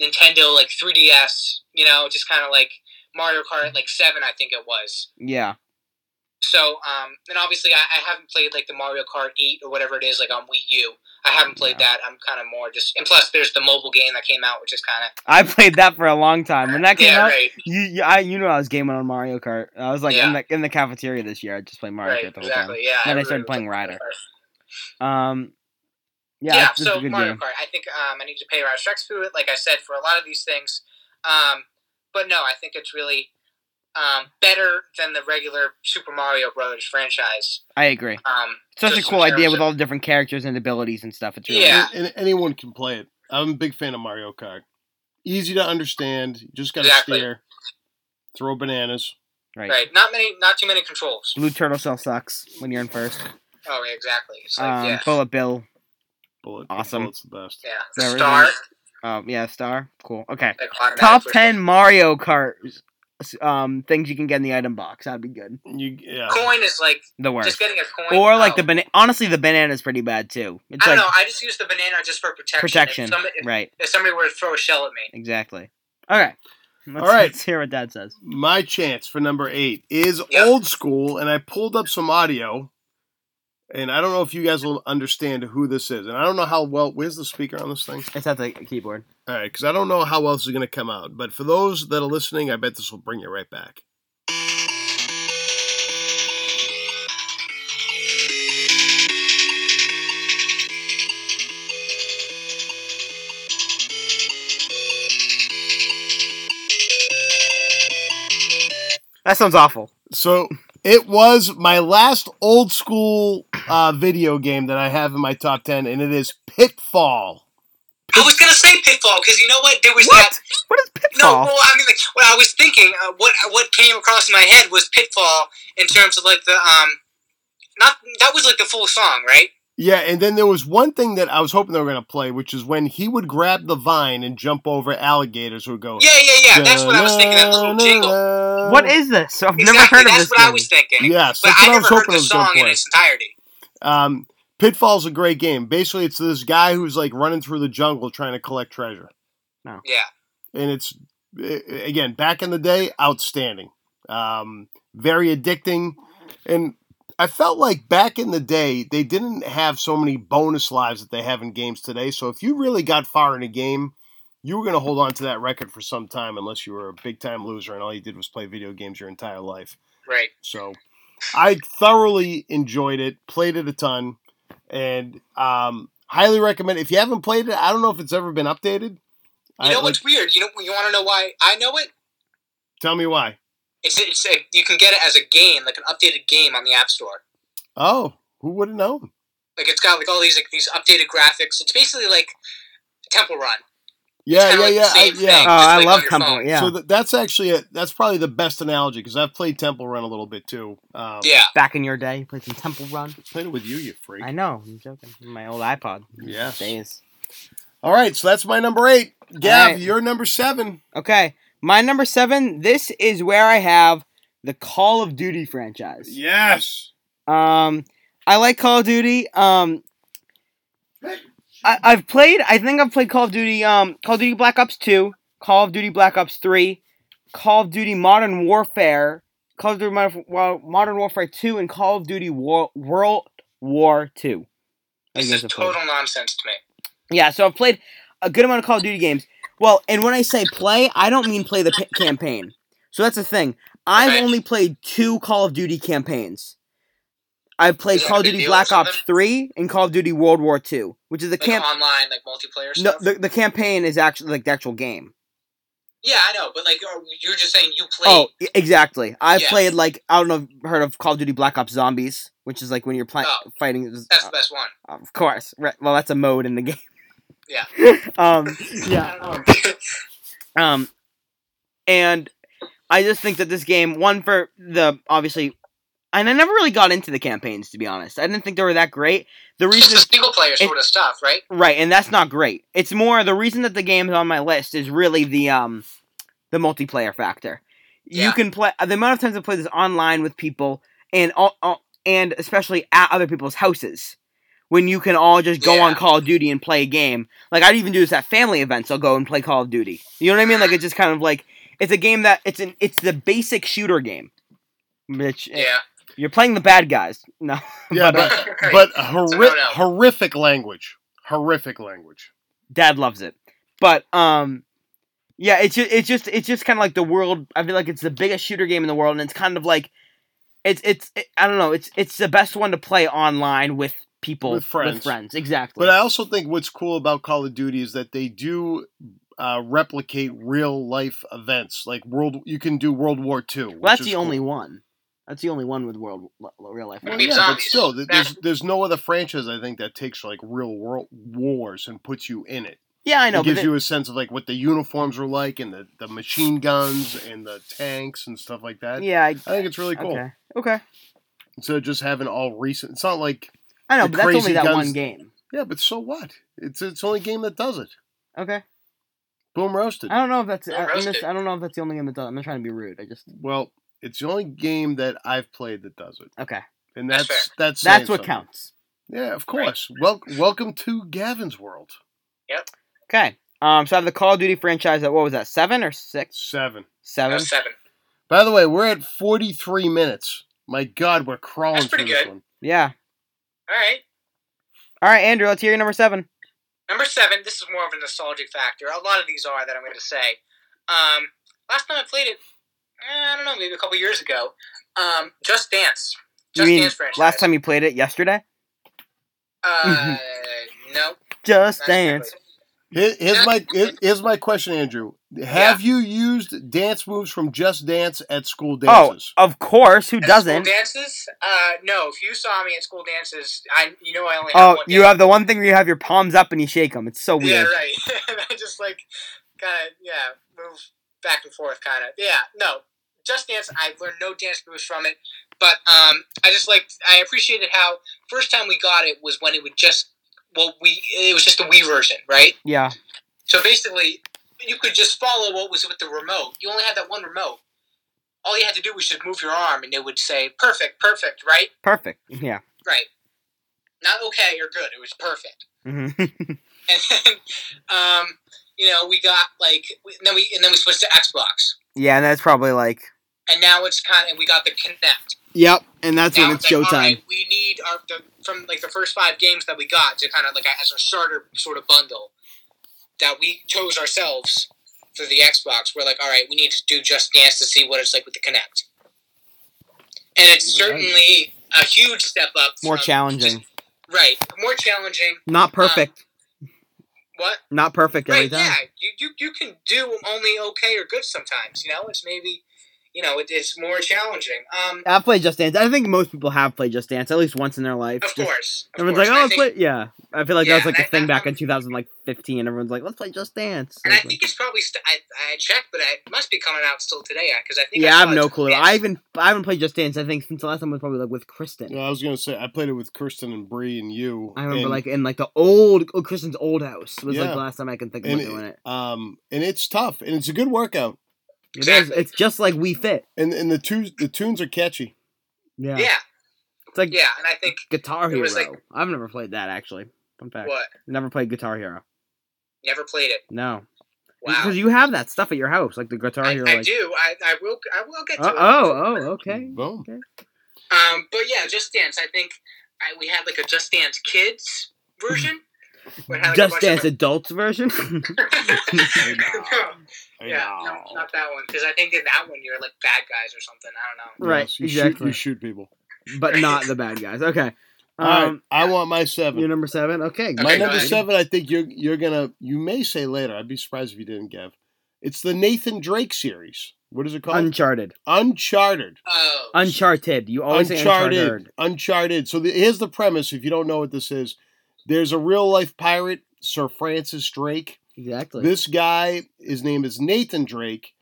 Speaker 3: Nintendo like 3DS, you know, just kind of like Mario Kart like seven, I think it was.
Speaker 1: Yeah.
Speaker 3: So, um, and obviously I, I haven't played like the Mario Kart eight or whatever it is like on Wii U. I haven't played that. I'm kind of more just, and plus there's the mobile game that came out, which is kind of
Speaker 1: I played that for a long time. When that came
Speaker 3: yeah,
Speaker 1: out,
Speaker 3: right,
Speaker 1: you you, I, you know I was gaming on Mario Kart. I was like in
Speaker 3: Yeah.
Speaker 1: the in the cafeteria this year. I just played Mario
Speaker 3: right,
Speaker 1: Kart the whole
Speaker 3: exactly, yeah.
Speaker 1: time. Then I
Speaker 3: really
Speaker 1: started
Speaker 3: was
Speaker 1: playing
Speaker 3: like Mario
Speaker 1: Ryder.
Speaker 3: Kart.
Speaker 1: Um. Yeah,
Speaker 3: Yeah,
Speaker 1: it's, it's
Speaker 3: so
Speaker 1: a good
Speaker 3: Mario
Speaker 1: game.
Speaker 3: Kart. I think um, I need to pay our respects to it, like I said, for a lot of these things. Um, but no, I think it's really um, better than the regular Super Mario Brothers franchise.
Speaker 1: I agree.
Speaker 3: Um,
Speaker 1: Such a
Speaker 3: just in
Speaker 1: cool idea
Speaker 3: terms
Speaker 1: with
Speaker 3: of-
Speaker 1: all the different characters and abilities and stuff. It's really
Speaker 3: Yeah.
Speaker 2: And, and anyone can play it. I'm a big fan of Mario Kart. Easy to understand. You just got to
Speaker 3: Exactly.
Speaker 2: steer, throw bananas.
Speaker 1: right.
Speaker 3: right? Not many, not too many controls.
Speaker 1: Blue turtle cell sucks when you're in first.
Speaker 3: Oh, exactly. It's like,
Speaker 1: Um,
Speaker 3: yeah,
Speaker 1: Bullet Bill.
Speaker 2: Bullet.
Speaker 1: Awesome.
Speaker 2: Bullet's the best.
Speaker 3: yeah.
Speaker 1: there it
Speaker 3: Star,
Speaker 1: is. Um, yeah, star. Cool. Okay.
Speaker 3: like, automatic
Speaker 1: Top
Speaker 3: push-
Speaker 1: ten Mario Kart um things you can get in the item box. That'd be good.
Speaker 2: You, yeah.
Speaker 3: Coin is like
Speaker 1: The
Speaker 3: just
Speaker 1: worst.
Speaker 3: getting a coin.
Speaker 1: Or like
Speaker 3: oh.
Speaker 1: the banana. Honestly, the banana's pretty bad too. It's
Speaker 3: I don't
Speaker 1: like
Speaker 3: know. I just use the banana just for protection.
Speaker 1: protection.
Speaker 3: If somebody, if,
Speaker 1: Right.
Speaker 3: if somebody were to throw a shell at me,
Speaker 1: Exactly. Okay. Let's,
Speaker 2: All right.
Speaker 1: Let's hear what Dad says.
Speaker 2: My chance for number eight is
Speaker 3: Yeah.
Speaker 2: old school, and I pulled up some audio, and I don't know if you guys will understand who this is, and I don't know how well. Where's the speaker on this thing?
Speaker 1: It's at the keyboard.
Speaker 2: All right, because I don't know how else is going to come out. But for those that are listening, I bet this will bring you right back.
Speaker 1: That sounds awful.
Speaker 2: So it was my last old school uh, video game that I have in my top ten, and it is Pitfall.
Speaker 3: I was gonna say pitfall because you know what? There was that
Speaker 1: What? What is
Speaker 3: No,
Speaker 1: pitfall?
Speaker 3: well, I mean, like, what I was thinking, uh, what what came across my head was Pitfall in terms of like the um, not that was like the full song, right?
Speaker 2: Yeah, and then there was one thing that I was hoping they were going to play, which is when he would grab the vine and jump over alligators who would
Speaker 1: Oh.
Speaker 2: go.
Speaker 3: Yeah, yeah, yeah. That's what I was thinking. That little jingle.
Speaker 1: what is this? I've
Speaker 3: Exactly.
Speaker 1: never heard of
Speaker 3: that's
Speaker 1: this.
Speaker 3: what I
Speaker 1: game.
Speaker 3: was thinking.
Speaker 2: Yes,
Speaker 3: but
Speaker 2: that's what
Speaker 3: I
Speaker 2: I
Speaker 3: never
Speaker 2: was
Speaker 3: heard
Speaker 2: hoping it
Speaker 3: the
Speaker 2: was going
Speaker 3: song
Speaker 2: to
Speaker 3: in
Speaker 2: play.
Speaker 3: its entirety.
Speaker 2: Um, Pitfall's a great game. Basically, it's this guy who's like running through the jungle trying to collect treasure,
Speaker 3: Yeah,
Speaker 2: and it's a- again back in the day, outstanding, um, very addicting, and I felt like back in the day they didn't have so many bonus lives that they have in games today. So if you really got far in a game, you were going to hold on to that record for some time unless you were a big time loser and all you did was play video games your entire life.
Speaker 3: Right.
Speaker 2: So I thoroughly enjoyed it, played it a ton, and um, highly recommend. If you haven't played it, I don't know if it's ever been updated.
Speaker 3: You
Speaker 2: I-
Speaker 3: know
Speaker 2: like,
Speaker 3: what's weird? You know you want to know why I know it?
Speaker 2: tell me why.
Speaker 3: It's it's a, you can get it as a game, like an updated game on the App Store.
Speaker 2: Oh, who would have known?
Speaker 3: Like it's got like all these like these updated graphics. It's basically like Temple Run.
Speaker 2: Yeah,
Speaker 3: kinda
Speaker 2: yeah,
Speaker 3: like
Speaker 2: yeah, I,
Speaker 3: the same
Speaker 1: Oh,
Speaker 2: yeah.
Speaker 3: thing. Just
Speaker 1: I
Speaker 3: like
Speaker 1: love
Speaker 3: on your
Speaker 1: Temple.
Speaker 3: phone.
Speaker 1: Yeah.
Speaker 2: So th- that's actually a, that's probably the best analogy because I've played Temple Run a little bit too. Um,
Speaker 3: yeah.
Speaker 1: Back in your day, you played some Temple Run.
Speaker 2: played it with you, you freak.
Speaker 1: I know. I'm joking. My old iPod.
Speaker 2: Yes.
Speaker 1: Days.
Speaker 2: All right, so that's my number eight. Gav,
Speaker 1: right.
Speaker 2: you're number seven.
Speaker 1: Okay. My number seven. This is where I have the Call of Duty franchise.
Speaker 2: Yes.
Speaker 1: Um, I like Call of Duty. Um, I, I've played. I think I've played Call of Duty. Um, Call of Duty Black Ops Two, Call of Duty Black Ops Three, Call of Duty Modern Warfare, Call of Duty Modern, Wa- Modern Warfare Two, and Call of Duty War, World War Two. I
Speaker 3: This
Speaker 1: guess
Speaker 3: is
Speaker 1: I've played.
Speaker 3: total nonsense to me.
Speaker 1: Yeah, so I've played a good amount of Call of Duty games. Well, and when I say play, I don't mean play the p- campaign. So that's the thing. I've
Speaker 3: Okay.
Speaker 1: only played two Call of Duty campaigns. I've played
Speaker 3: Is that
Speaker 1: Call of
Speaker 3: a big
Speaker 1: Duty
Speaker 3: deal or
Speaker 1: Black
Speaker 3: something?
Speaker 1: Ops 3 and Call of Duty World War 2, which is the
Speaker 3: Like
Speaker 1: camp
Speaker 3: online, like multiplayer
Speaker 1: no,
Speaker 3: stuff.
Speaker 1: the, the campaign is actually like the actual game.
Speaker 3: yeah, I know, but like you're- you're just saying you played.
Speaker 1: Oh, e- exactly. I've
Speaker 3: Yeah.
Speaker 1: played like I don't know if you've heard of Call of Duty Black Ops Zombies, which is like when you're playing
Speaker 3: Oh,
Speaker 1: fighting uh,
Speaker 3: That's the best one.
Speaker 1: of course. Right. Well, that's a mode in the game.
Speaker 3: Yeah.
Speaker 1: um yeah.
Speaker 3: I don't know.
Speaker 1: Um, and I just think that this game, one for the obviously, and I never really got into the campaigns to be honest. I didn't think they were that great. The
Speaker 3: it's
Speaker 1: reason,
Speaker 3: a single player sort of stuff, right?
Speaker 1: right, and that's not great. It's more the reason that the game's on my list is really the um, the multiplayer factor. You
Speaker 3: Yeah.
Speaker 1: can play the amount of times I play this online with people, and all, all and especially at other people's houses. When you can all just go on
Speaker 3: Yeah.
Speaker 1: Call of Duty and play a game, like I'd even do this at family events. I'll go and play Call of Duty. You know what I mean? Like it's just kind of like it's a game that it's an it's the basic shooter game. Which
Speaker 3: Yeah.
Speaker 1: you're playing the bad guys. No,
Speaker 2: Yeah, but
Speaker 3: Right.
Speaker 2: but horri-
Speaker 3: no, no.
Speaker 2: horrific language. Horrific language.
Speaker 1: Dad loves it. But um, yeah, it's just it's just it's just kind of like the world. I feel like it's the biggest shooter game in the world, and it's kind of like it's it's it, I don't know. It's it's the best one to play online with people
Speaker 2: With friends.
Speaker 1: exactly.
Speaker 2: But I also think what's cool about Call of Duty is that they do uh, replicate real life events, like world. You can do World War II.
Speaker 1: well,
Speaker 2: which
Speaker 1: that's
Speaker 2: is
Speaker 1: the
Speaker 2: cool.
Speaker 1: only one. That's the only one with world real life.
Speaker 2: Well,
Speaker 3: Maybe
Speaker 2: yeah, but
Speaker 3: zombies.
Speaker 2: still, th- there's there's no other franchise I think that takes like real world wars and puts you in it.
Speaker 1: Yeah, I know.
Speaker 2: it gives
Speaker 1: but
Speaker 2: you a sense of like what the uniforms were like and the, the machine guns and the tanks and stuff like that.
Speaker 1: it- yeah, I,
Speaker 2: I think it's really cool.
Speaker 1: okay, okay.
Speaker 2: So just having all recent, it's not like
Speaker 1: I know,
Speaker 2: The
Speaker 1: but that's only
Speaker 2: crazy
Speaker 1: that
Speaker 2: guns-
Speaker 1: one game.
Speaker 2: yeah, but so what? It's it's the only game that does it.
Speaker 1: Okay,
Speaker 2: Boom roasted.
Speaker 1: I don't know if that's I,
Speaker 3: Don't
Speaker 1: I'm
Speaker 3: roast
Speaker 1: just,
Speaker 3: it.
Speaker 1: I don't know if that's the only game that does. it. I'm not trying to be rude. I just
Speaker 2: Well, it's the only game that I've played that does it,
Speaker 1: okay.
Speaker 2: and
Speaker 3: That's
Speaker 2: that's
Speaker 3: fair.
Speaker 2: that's saying
Speaker 1: That's what
Speaker 2: something.
Speaker 1: counts.
Speaker 2: Yeah, of course. Wel- welcome to Gavin's world.
Speaker 1: Okay. Um, so I have the Call of Duty franchise at what was that, seven or six?
Speaker 2: Seven.
Speaker 3: That
Speaker 1: Seven.
Speaker 3: was seven.
Speaker 2: By the way, we're at 43 minutes. My God, we're crawling
Speaker 3: That's
Speaker 2: through
Speaker 3: pretty
Speaker 2: this
Speaker 3: good.
Speaker 2: one.
Speaker 1: Yeah.
Speaker 3: All right.
Speaker 1: All right, Andrew, let's hear your number seven.
Speaker 3: Number seven, this is more of a nostalgic factor. A lot of these are that I'm going to say. Um, last time I played it, eh, I don't know, maybe a couple years ago. Um, Just Dance.
Speaker 1: You
Speaker 3: Just
Speaker 1: mean
Speaker 3: Dance franchise.
Speaker 1: last time you played it yesterday?
Speaker 3: Uh, no.
Speaker 1: Just
Speaker 3: that's
Speaker 1: dance.
Speaker 3: not
Speaker 2: Here- Here's my here- here's my question, Andrew. Have you used dance moves from Just Dance at school dances?
Speaker 1: Oh, of course. Who
Speaker 3: right. At
Speaker 1: doesn't?
Speaker 3: School dances? Uh, no. If you saw me at school dances, I you know I only have
Speaker 1: Oh,
Speaker 3: one
Speaker 1: you
Speaker 3: dance.
Speaker 1: have the one thing where you have your palms up and you shake them. It's so
Speaker 3: Yeah,
Speaker 1: weird.
Speaker 3: right. I just like kind of yeah move back and forth, kind of yeah. No, just dance. I learned no dance moves from it, but um, I just like I appreciated how first time we got it was when it would just well we it was just the Wii version, right?
Speaker 1: Yeah.
Speaker 3: So basically, you could just follow what was with the remote. You only had that one remote. All you had to do was just move your arm, and it would say perfect, perfect, right,
Speaker 1: Perfect. Yeah.
Speaker 3: right. Not okay or good. It was perfect
Speaker 1: hmm
Speaker 3: and then um, you know we got like we- and then we and then we switched to Xbox,
Speaker 1: yeah, and that's probably like.
Speaker 3: and now it's kind of, and we got the Kinect.
Speaker 1: Yep, and that's
Speaker 3: now all right, we need our the, from like the first five games that we got to kind of like as our starter sort of bundle. that we chose ourselves for the Xbox. We're like, all right, we need to do Just Dance to see what it's like with the Kinect. And it's
Speaker 2: Right.
Speaker 3: certainly a huge step up.
Speaker 1: More
Speaker 3: from-
Speaker 1: challenging.
Speaker 3: Right. More challenging.
Speaker 1: Not perfect.
Speaker 3: What?
Speaker 1: Not perfect every
Speaker 3: um, Right,
Speaker 1: time.
Speaker 3: yeah. You, you, you can do only okay or good sometimes. You know, it's maybe, you know, it, it's more challenging. Um,
Speaker 1: I've played Just Dance. I think most people have played Just Dance at least once in their life.
Speaker 3: of
Speaker 1: Just-
Speaker 3: course. Of
Speaker 1: Everyone's
Speaker 3: course.
Speaker 1: like,
Speaker 3: And
Speaker 1: oh,
Speaker 3: I
Speaker 1: let's
Speaker 3: think-
Speaker 1: play. Yeah, I feel like
Speaker 3: Yeah,
Speaker 1: that's like
Speaker 3: and
Speaker 1: the
Speaker 3: I-
Speaker 1: thing
Speaker 3: I-
Speaker 1: back in 2015. Everyone's like, let's play Just Dance.
Speaker 3: And I
Speaker 1: Like,
Speaker 3: think it's probably st- I, I checked, but it must be coming out still today because I think
Speaker 1: yeah, I
Speaker 3: saw
Speaker 1: have
Speaker 3: it
Speaker 1: no
Speaker 3: today.
Speaker 1: clue. I even I haven't played Just Dance. I think since the last time was probably like with Kristen.
Speaker 2: Yeah, I was gonna say I played it with Kirsten and Bree and you.
Speaker 1: I remember
Speaker 2: and,
Speaker 1: like in like the old oh, Kristen's old house was like
Speaker 2: Yeah.
Speaker 1: the last time I can think of
Speaker 2: and
Speaker 1: doing it.
Speaker 2: um, and it's tough, and it's a good workout,
Speaker 1: It is. It's just like We Fit.
Speaker 2: and and the tunes the tunes are catchy.
Speaker 1: Yeah,
Speaker 3: Yeah,
Speaker 1: it's like
Speaker 3: yeah, and I think
Speaker 1: Guitar
Speaker 3: it
Speaker 1: Hero.
Speaker 3: was, like-
Speaker 1: I've never played that actually. Fun fact:
Speaker 3: what
Speaker 1: never played Guitar Hero.
Speaker 3: never played it.
Speaker 1: No,
Speaker 3: Wow,
Speaker 1: because you have that stuff at your house, like the Guitar
Speaker 3: I,
Speaker 1: Hero.
Speaker 3: I
Speaker 1: like,
Speaker 3: do. I, I will. I will get to
Speaker 1: oh,
Speaker 3: it.
Speaker 1: oh, oh, okay.
Speaker 2: Boom.
Speaker 3: Um, but yeah, Just Dance. I think I, we had like a Just Dance Kids version. where it had, like, a
Speaker 1: Just
Speaker 3: bunch
Speaker 1: Dance
Speaker 3: of-
Speaker 1: adults version.
Speaker 2: Hey, now.
Speaker 3: no,
Speaker 2: Hey,
Speaker 3: yeah,
Speaker 2: now.
Speaker 3: no, not that one. Because I think in that one you're like bad guys or something. I don't know.
Speaker 1: Right,
Speaker 2: Yes, you Shoot,
Speaker 1: exactly.
Speaker 2: you shoot people.
Speaker 1: but not the bad guys. Okay.
Speaker 2: All right,
Speaker 1: Um,
Speaker 2: I want my seven.
Speaker 1: Your number seven. Okay.
Speaker 2: My
Speaker 3: Okay, go
Speaker 2: number
Speaker 3: ahead.
Speaker 2: seven, I think you're you're gonna you may say later. I'd be surprised if you didn't, Gav. It's the Nathan Drake series. What is it called?
Speaker 1: Uncharted.
Speaker 2: Uncharted.
Speaker 3: Oh,
Speaker 1: Uncharted. You always say
Speaker 2: Uncharted.
Speaker 1: Uncharted.
Speaker 2: Uncharted. So the, here's the premise. If you don't know what this is, there's a real life pirate, Sir Francis Drake.
Speaker 1: Exactly.
Speaker 2: This guy, his name is Nathan Drake.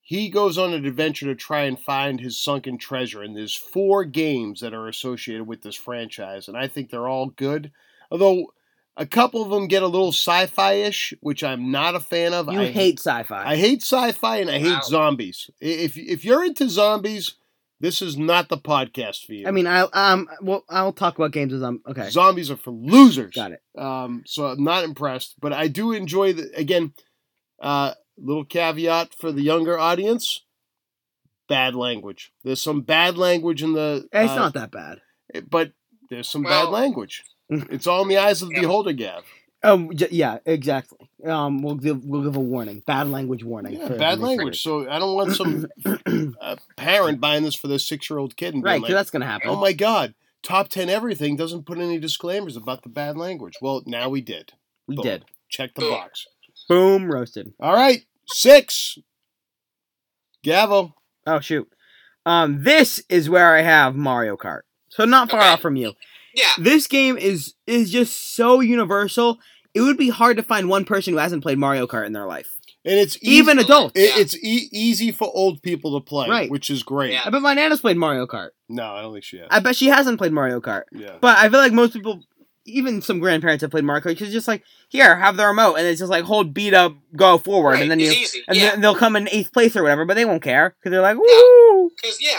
Speaker 2: He goes on an adventure to try and find his sunken treasure. And there's four games that are associated with this franchise, and I think they're all good. Although a couple of them get a little sci-fi ish, which I'm not a fan of.
Speaker 1: you
Speaker 2: I
Speaker 1: hate sci-fi.
Speaker 2: I hate sci-fi and I hate
Speaker 3: Wow.
Speaker 2: zombies. I- If if you're into zombies, this is not the podcast for you.
Speaker 1: I mean, I um. Well, I'll talk about games as I'm. Okay.
Speaker 2: zombies are for losers.
Speaker 1: Got it.
Speaker 2: Um, so I'm not impressed, but I do enjoy the again. Uh, little caveat for the younger audience: bad language. There's some bad language in the.
Speaker 1: It's
Speaker 2: uh,
Speaker 1: not that bad.
Speaker 2: but there's some
Speaker 3: Well-
Speaker 2: bad language. It's all in the eyes of the beholder, Gav.
Speaker 1: Um. j- yeah. Exactly. Um. We'll give we'll give a warning. Bad language warning.
Speaker 2: Yeah,
Speaker 1: for the
Speaker 2: bad
Speaker 1: next
Speaker 2: language. So I don't want some
Speaker 1: version.
Speaker 2: uh, parent buying this for their six-year-old kid and
Speaker 1: right.
Speaker 2: being
Speaker 1: Because
Speaker 2: like,
Speaker 1: that's gonna happen.
Speaker 2: "Oh my God, top ten everything doesn't put any disclaimers about the bad language." Well, now we did.
Speaker 1: we
Speaker 2: boom.
Speaker 1: did.
Speaker 2: Check the
Speaker 3: Boom.
Speaker 2: box.
Speaker 1: Boom. Roasted.
Speaker 2: All right, six. Gavel.
Speaker 1: Oh shoot. Um. This is where I have Mario Kart. So not far
Speaker 3: Okay.
Speaker 1: off from you.
Speaker 3: yeah.
Speaker 1: this game is is just so universal. It would be hard to find one person who hasn't played Mario Kart in their life,
Speaker 2: And it's easy,
Speaker 1: even adults.
Speaker 2: it- it's e- easy for old people to play,
Speaker 1: Right.
Speaker 2: which is great.
Speaker 3: Yeah.
Speaker 1: I bet my nana's played Mario Kart.
Speaker 2: No, I don't think she has.
Speaker 1: I bet she hasn't played Mario Kart.
Speaker 2: yeah.
Speaker 1: But I feel like most people, even some grandparents, have played Mario Kart. 'cause It's just like here, have the remote, and it's just like hold, beat up, go forward,
Speaker 3: Right,
Speaker 1: and then you,
Speaker 3: it's easy.
Speaker 1: and
Speaker 3: yeah.
Speaker 1: then they'll come in eighth place or whatever, but they won't care because they're like, woo,
Speaker 3: Because yeah,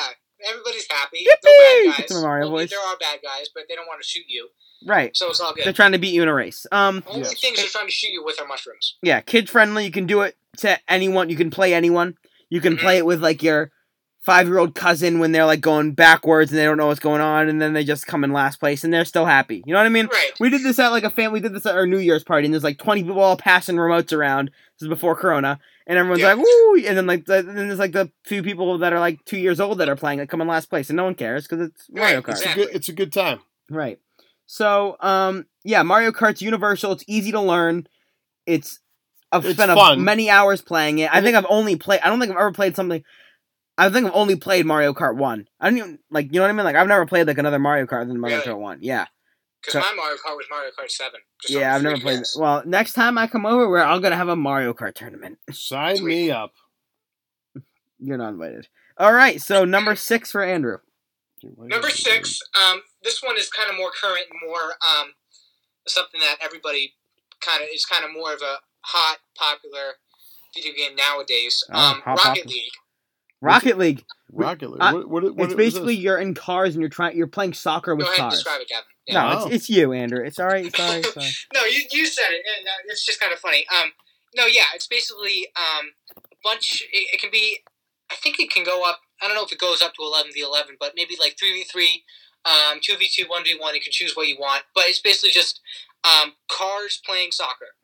Speaker 3: everybody's happy.
Speaker 1: Yippee!
Speaker 3: No bad
Speaker 1: That's
Speaker 3: guys.
Speaker 1: my Mario
Speaker 3: Well,
Speaker 1: voice.
Speaker 3: There are bad guys, but they don't want to shoot you,
Speaker 1: right?
Speaker 3: so it's all good.
Speaker 1: They're trying to beat you in a race. Um,
Speaker 3: Only
Speaker 2: Yes.
Speaker 3: things they're trying to shoot you with are mushrooms.
Speaker 1: yeah, kid friendly. You can do it to anyone. You can play anyone. You can
Speaker 3: Mhm.
Speaker 1: play it with like your five year old cousin when they're like going backwards and they don't know what's going on, and then they just come in last place and they're still happy. You know what I mean?
Speaker 3: Right.
Speaker 1: We did this at like a family. Did this at our New Year's party, and there's like 20 people all passing remotes around. This is before Corona, and everyone's
Speaker 3: Yeah.
Speaker 1: like, "Woo!" And then like, the, and then there's like the few people that are like two years old that are playing that come in last place, and no one cares because it's Mario
Speaker 3: Right,
Speaker 1: Kart.
Speaker 2: It's a
Speaker 3: exactly.
Speaker 2: good. It's a good time.
Speaker 1: Right. So, um, yeah, Mario Kart's universal. It's easy to learn. It's I've
Speaker 2: It's
Speaker 1: spent a-
Speaker 2: fun.
Speaker 1: many hours playing it. I
Speaker 2: And
Speaker 1: think I've only played. I don't think I've ever played something. I think I've only played Mario Kart One. I don't even like. You know what I mean? Like I've never played like another Mario Kart than Mario
Speaker 3: Really?
Speaker 1: Kart One. Yeah,
Speaker 3: Because
Speaker 1: So-
Speaker 3: my Mario Kart was Mario Kart Seven. just on
Speaker 1: yeah.
Speaker 3: the
Speaker 1: I've never
Speaker 3: 3DS.
Speaker 1: played. Well, next time I come over, we're all gonna have a Mario Kart tournament.
Speaker 2: Sign
Speaker 3: Sweet.
Speaker 2: me up.
Speaker 1: You're not invited. All right. So number six for Andrew.
Speaker 3: Number six. Um, this one is kind of more current and more um, something that everybody kind of is kind of more of a hot, popular video game nowadays.
Speaker 1: Ah,
Speaker 3: Um,
Speaker 1: hot,
Speaker 3: Rocket
Speaker 1: popular.
Speaker 3: League.
Speaker 1: Rocket League.
Speaker 2: Rocket League.
Speaker 1: I-
Speaker 2: what, what, what
Speaker 1: it's
Speaker 2: is this?
Speaker 1: basically you're in cars and you're trying. You're playing soccer
Speaker 3: Go
Speaker 1: with
Speaker 3: ahead and
Speaker 1: cars.
Speaker 3: describe it, Gavin. Yeah.
Speaker 1: No,
Speaker 2: Oh.
Speaker 1: it's, it's you, Andrew. It's all right. Sorry, sorry.
Speaker 3: No, you, you said it. and, uh, It's just kind of funny. Um, no, yeah, it's basically um, a bunch. It, it can be. I think it can go up. I don't know if it goes up to eleven v eleven, but maybe like three v three, um, two v two, one v one. You can choose what you want, but it's basically just um, cars playing soccer.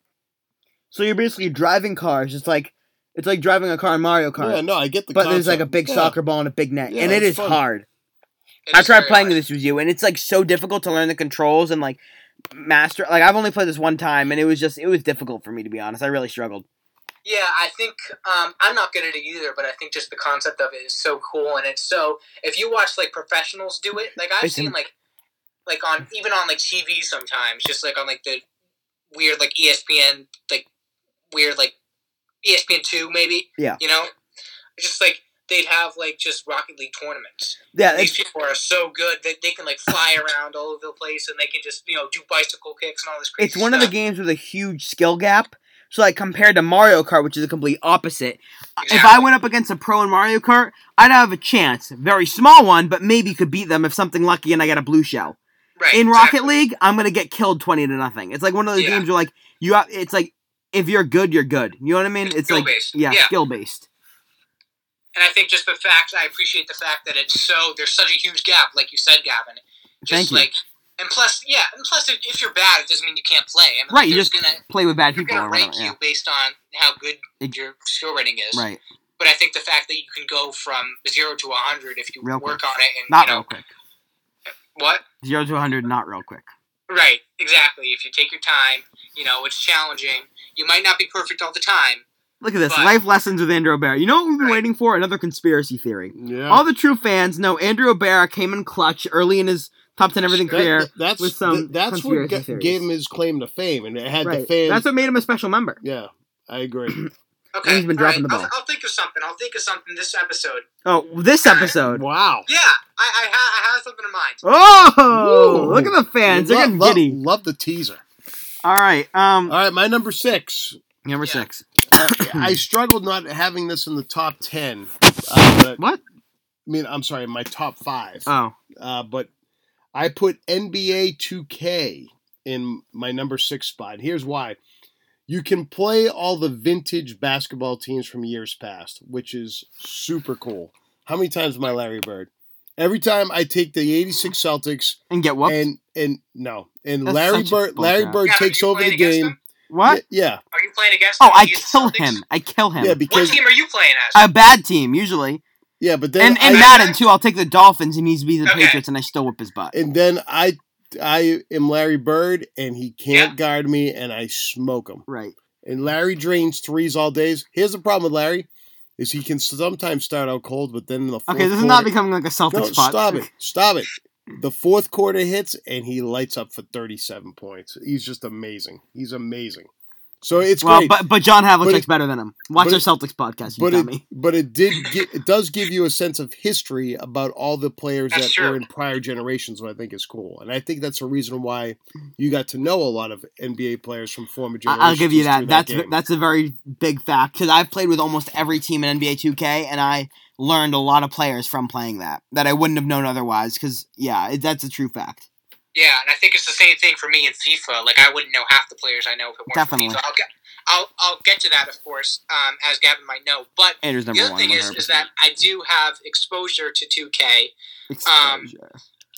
Speaker 1: So you're basically driving cars. It's like it's like driving a car in Mario Kart.
Speaker 2: Yeah, no, I get the.
Speaker 1: but there's like a
Speaker 2: concept.
Speaker 1: big
Speaker 2: Yeah.
Speaker 1: soccer ball and a big net,
Speaker 2: Yeah,
Speaker 1: and it
Speaker 2: it's
Speaker 1: is
Speaker 2: fun.
Speaker 1: hard.
Speaker 3: It
Speaker 1: I
Speaker 3: is
Speaker 1: tried
Speaker 3: very
Speaker 1: playing
Speaker 3: hard.
Speaker 1: this with you, and it's like so difficult to learn the controls and like master. Like I've only played this one time, and it was just it was difficult for me to be honest. I really struggled.
Speaker 3: Yeah, I think um, I'm not good at it either, but I think just the concept of it is so cool, and it's so. If you watch like professionals do it, like I've
Speaker 1: It's
Speaker 3: seen
Speaker 1: in-
Speaker 3: like, like on even on like TV sometimes, just like on like the weird like E ESPN like weird like E ESPN two maybe.
Speaker 1: Yeah.
Speaker 3: You know, just like they'd have like just Rocket League tournaments.
Speaker 1: Yeah,
Speaker 3: These
Speaker 1: Uh, it's,
Speaker 3: people are so good that they can like fly around all over the place, and they can just you know do bicycle kicks and all this crazy.
Speaker 1: it's one of the
Speaker 3: stuff.
Speaker 1: games with a huge skill gap. So like compared to Mario Kart, which is the complete opposite. If I
Speaker 3: Exactly.
Speaker 1: went up against a pro in Mario Kart, I'd have a chance, very small one, but maybe could beat them if something lucky and I get a blue shell.
Speaker 3: right,
Speaker 1: in
Speaker 3: exactly.
Speaker 1: Rocket League, I'm gonna get killed twenty to nothing. It's like one of those
Speaker 3: Yeah.
Speaker 1: games where like you have, it's like if you're good, you're good. You know what I mean? It's like
Speaker 3: Skill-based.
Speaker 1: yeah,
Speaker 3: Yeah.
Speaker 1: skill based.
Speaker 3: and I think just the fact I appreciate the fact that it's so there's such a huge gap, like you said, Gavin. Just
Speaker 1: Thank you.
Speaker 3: like and plus yeah, and plus if, if you're bad, it doesn't mean you can't play. I mean,
Speaker 1: Right, you
Speaker 3: There's
Speaker 1: just-
Speaker 3: gonna
Speaker 1: Play with bad
Speaker 3: you're
Speaker 1: people
Speaker 3: gonna
Speaker 1: or whatever.
Speaker 3: rank
Speaker 1: Yeah.
Speaker 3: you based on how good
Speaker 1: Ex-
Speaker 3: your skill rating is.
Speaker 1: Right.
Speaker 3: But I think the fact that you can go from zero to hundred if you
Speaker 1: Real
Speaker 3: work on it and
Speaker 1: Not
Speaker 3: you
Speaker 1: real
Speaker 3: know
Speaker 1: quick.
Speaker 3: what
Speaker 1: Zero to hundred, not real quick.
Speaker 3: right exactly. If you take your time, you know it's challenging. You might not be perfect all the time.
Speaker 1: Look at this.
Speaker 3: But-
Speaker 1: Life lessons with Andrew Bear. You know what we've been
Speaker 3: Right.
Speaker 1: waiting for? Another conspiracy theory.
Speaker 2: Yeah.
Speaker 1: All the true fans know Andrew O'Bara came in clutch early in his top ten everything
Speaker 2: That-
Speaker 1: career.
Speaker 2: that- that's
Speaker 1: with some
Speaker 2: th- that's what
Speaker 1: conspiracy
Speaker 2: ga-
Speaker 1: theories.
Speaker 2: gave him his claim to fame, and it had the
Speaker 1: Right.
Speaker 2: fans.
Speaker 1: That's what made him a special member.
Speaker 2: yeah, I agree.
Speaker 3: Okay,
Speaker 1: he's been
Speaker 3: all
Speaker 1: dropping the
Speaker 3: I'll,
Speaker 1: ball.
Speaker 3: I'll think of something. I'll think of something this episode.
Speaker 1: Oh, this episode.
Speaker 2: wow.
Speaker 3: Yeah, I I, ha- I have something in mind.
Speaker 1: Oh,
Speaker 2: Ooh.
Speaker 1: look at the fans. They're
Speaker 2: Lo-
Speaker 1: getting
Speaker 2: lo-
Speaker 1: giddy.
Speaker 2: love Uh, the teaser.
Speaker 1: All right.
Speaker 2: All
Speaker 1: Um,
Speaker 2: right, my number six.
Speaker 1: number
Speaker 3: Yeah.
Speaker 1: six.
Speaker 2: I struggled not having this in the top ten. Uh, but,
Speaker 1: What?
Speaker 2: I mean, I'm sorry, my top five.
Speaker 1: Oh,
Speaker 2: Uh, but I put NBA 2K in my number six spot. Here's why. You can play all the vintage basketball teams from years past, which is super cool. How many times am I Larry Bird? Every time I take the 86 Celtics
Speaker 1: and get what?
Speaker 2: and and no, and
Speaker 1: That's
Speaker 2: Larry
Speaker 1: such a
Speaker 2: Bird Larry
Speaker 1: bullcrap.
Speaker 2: Bird
Speaker 3: Gavin,
Speaker 2: takes
Speaker 3: you
Speaker 2: over
Speaker 3: playing
Speaker 2: the
Speaker 3: against
Speaker 2: game.
Speaker 3: them?
Speaker 1: what?
Speaker 2: Yeah.
Speaker 3: Are you playing against?
Speaker 1: Oh,
Speaker 3: him?
Speaker 1: I
Speaker 3: He's
Speaker 1: kill
Speaker 3: Celtics?
Speaker 1: him. I kill him.
Speaker 2: Yeah,
Speaker 3: What
Speaker 2: because
Speaker 3: team are you playing as?
Speaker 1: a bad team usually,
Speaker 2: yeah, but then
Speaker 1: and and
Speaker 2: I-
Speaker 1: Madden too. I'll take the Dolphins, and he's be the
Speaker 3: Okay.
Speaker 1: Patriots, and I still whip his butt.
Speaker 2: and then I I am Larry Bird and he can't guard me and I smoke him.
Speaker 1: Right.
Speaker 2: And Larry drains threes all days. Here's the problem with Larry is he can sometimes start out cold, but then in the fourth
Speaker 1: Okay, this is
Speaker 2: quarter,
Speaker 1: not becoming like a Celtics
Speaker 2: no,
Speaker 1: spot.
Speaker 2: stop it, stop it. The fourth quarter hits and he lights up for 37 points. He's just amazing. He's amazing. So it's
Speaker 1: Well,
Speaker 2: great,
Speaker 1: but but John
Speaker 2: But
Speaker 1: Havlicek's
Speaker 2: it-
Speaker 1: better than him. Watch
Speaker 2: but
Speaker 1: our
Speaker 2: it-
Speaker 1: Celtics podcast, you
Speaker 2: but it
Speaker 1: dummy.
Speaker 2: but it did get, it does give you a sense of history about all the players
Speaker 3: That's
Speaker 2: that
Speaker 3: true.
Speaker 2: were in prior generations, what I think is cool, and I think that's the reason why you got to know a lot of NBA players from former
Speaker 1: I-
Speaker 2: generations.
Speaker 1: I'll give you
Speaker 2: through
Speaker 1: that. That's
Speaker 2: game.
Speaker 1: that's a very big fact because I've played with almost every team in NBA 2K, and I learned a lot of players from playing that that I wouldn't have known otherwise. Because yeah, it, that's a true fact.
Speaker 3: Yeah, and I think it's the same thing for me in FIFA. Like I wouldn't know half the players I know if it weren't
Speaker 1: Definitely.
Speaker 3: for FIFA. I'll get, I'll, I'll get to that, of course, um, as Gavin might know. But
Speaker 1: Andrew's
Speaker 3: the
Speaker 1: number
Speaker 3: other
Speaker 1: one.
Speaker 3: thing is,
Speaker 1: 100%.
Speaker 3: is that I do have exposure to 2K um,
Speaker 1: Exposure.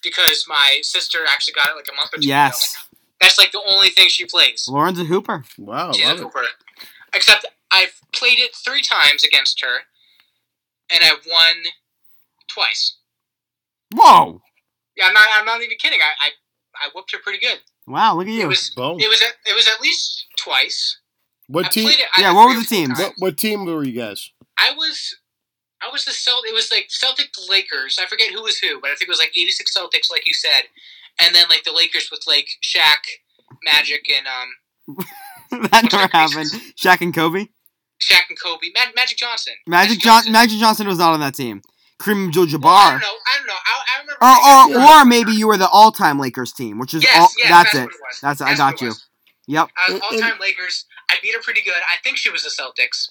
Speaker 3: because my sister actually got it like a month or two ago.
Speaker 1: yes,
Speaker 3: That's like the only thing she plays.
Speaker 1: Lauren's a hooper.
Speaker 2: wow,
Speaker 3: She's
Speaker 2: love
Speaker 3: a
Speaker 2: it.
Speaker 3: hooper. Except I've played it three times against her, and I've won twice.
Speaker 1: Whoa!
Speaker 3: Yeah, I'm not. I'm not even kidding. I I, I whooped her pretty good.
Speaker 1: Wow, look at
Speaker 3: It
Speaker 1: you.
Speaker 3: was
Speaker 2: Boom.
Speaker 3: It was at, it was at least twice. I
Speaker 2: What team?
Speaker 3: played it. I
Speaker 1: Yeah,
Speaker 3: think
Speaker 1: what were
Speaker 3: three or
Speaker 1: the
Speaker 3: four
Speaker 1: teams?
Speaker 3: times.
Speaker 2: What, what team were you guys?
Speaker 3: I was, I was the Celt. It was like Celtic Lakers. I forget who was who, but I think it was like eighty six Celtics, like you said, and then like the Lakers with like Shaq, Magic, and um
Speaker 1: that never happened. Shaq and Kobe.
Speaker 3: Shaq and Kobe, Mag- Magic Johnson,
Speaker 1: Magic John- Magic Johnson was not on that team. Kareem
Speaker 3: I don't
Speaker 1: Abdul-Jabbar.
Speaker 3: know. I don't know. I, I remember.
Speaker 1: Or, or, or maybe you were the all-time Lakers team, which is
Speaker 3: yes,
Speaker 1: all,
Speaker 3: yes,
Speaker 1: that's, it.
Speaker 3: what was.
Speaker 1: That's it. I
Speaker 3: what
Speaker 1: got
Speaker 3: it
Speaker 1: you.
Speaker 3: was.
Speaker 1: Yep.
Speaker 3: I was all time Lakers. I beat her pretty good. I think she was the Celtics.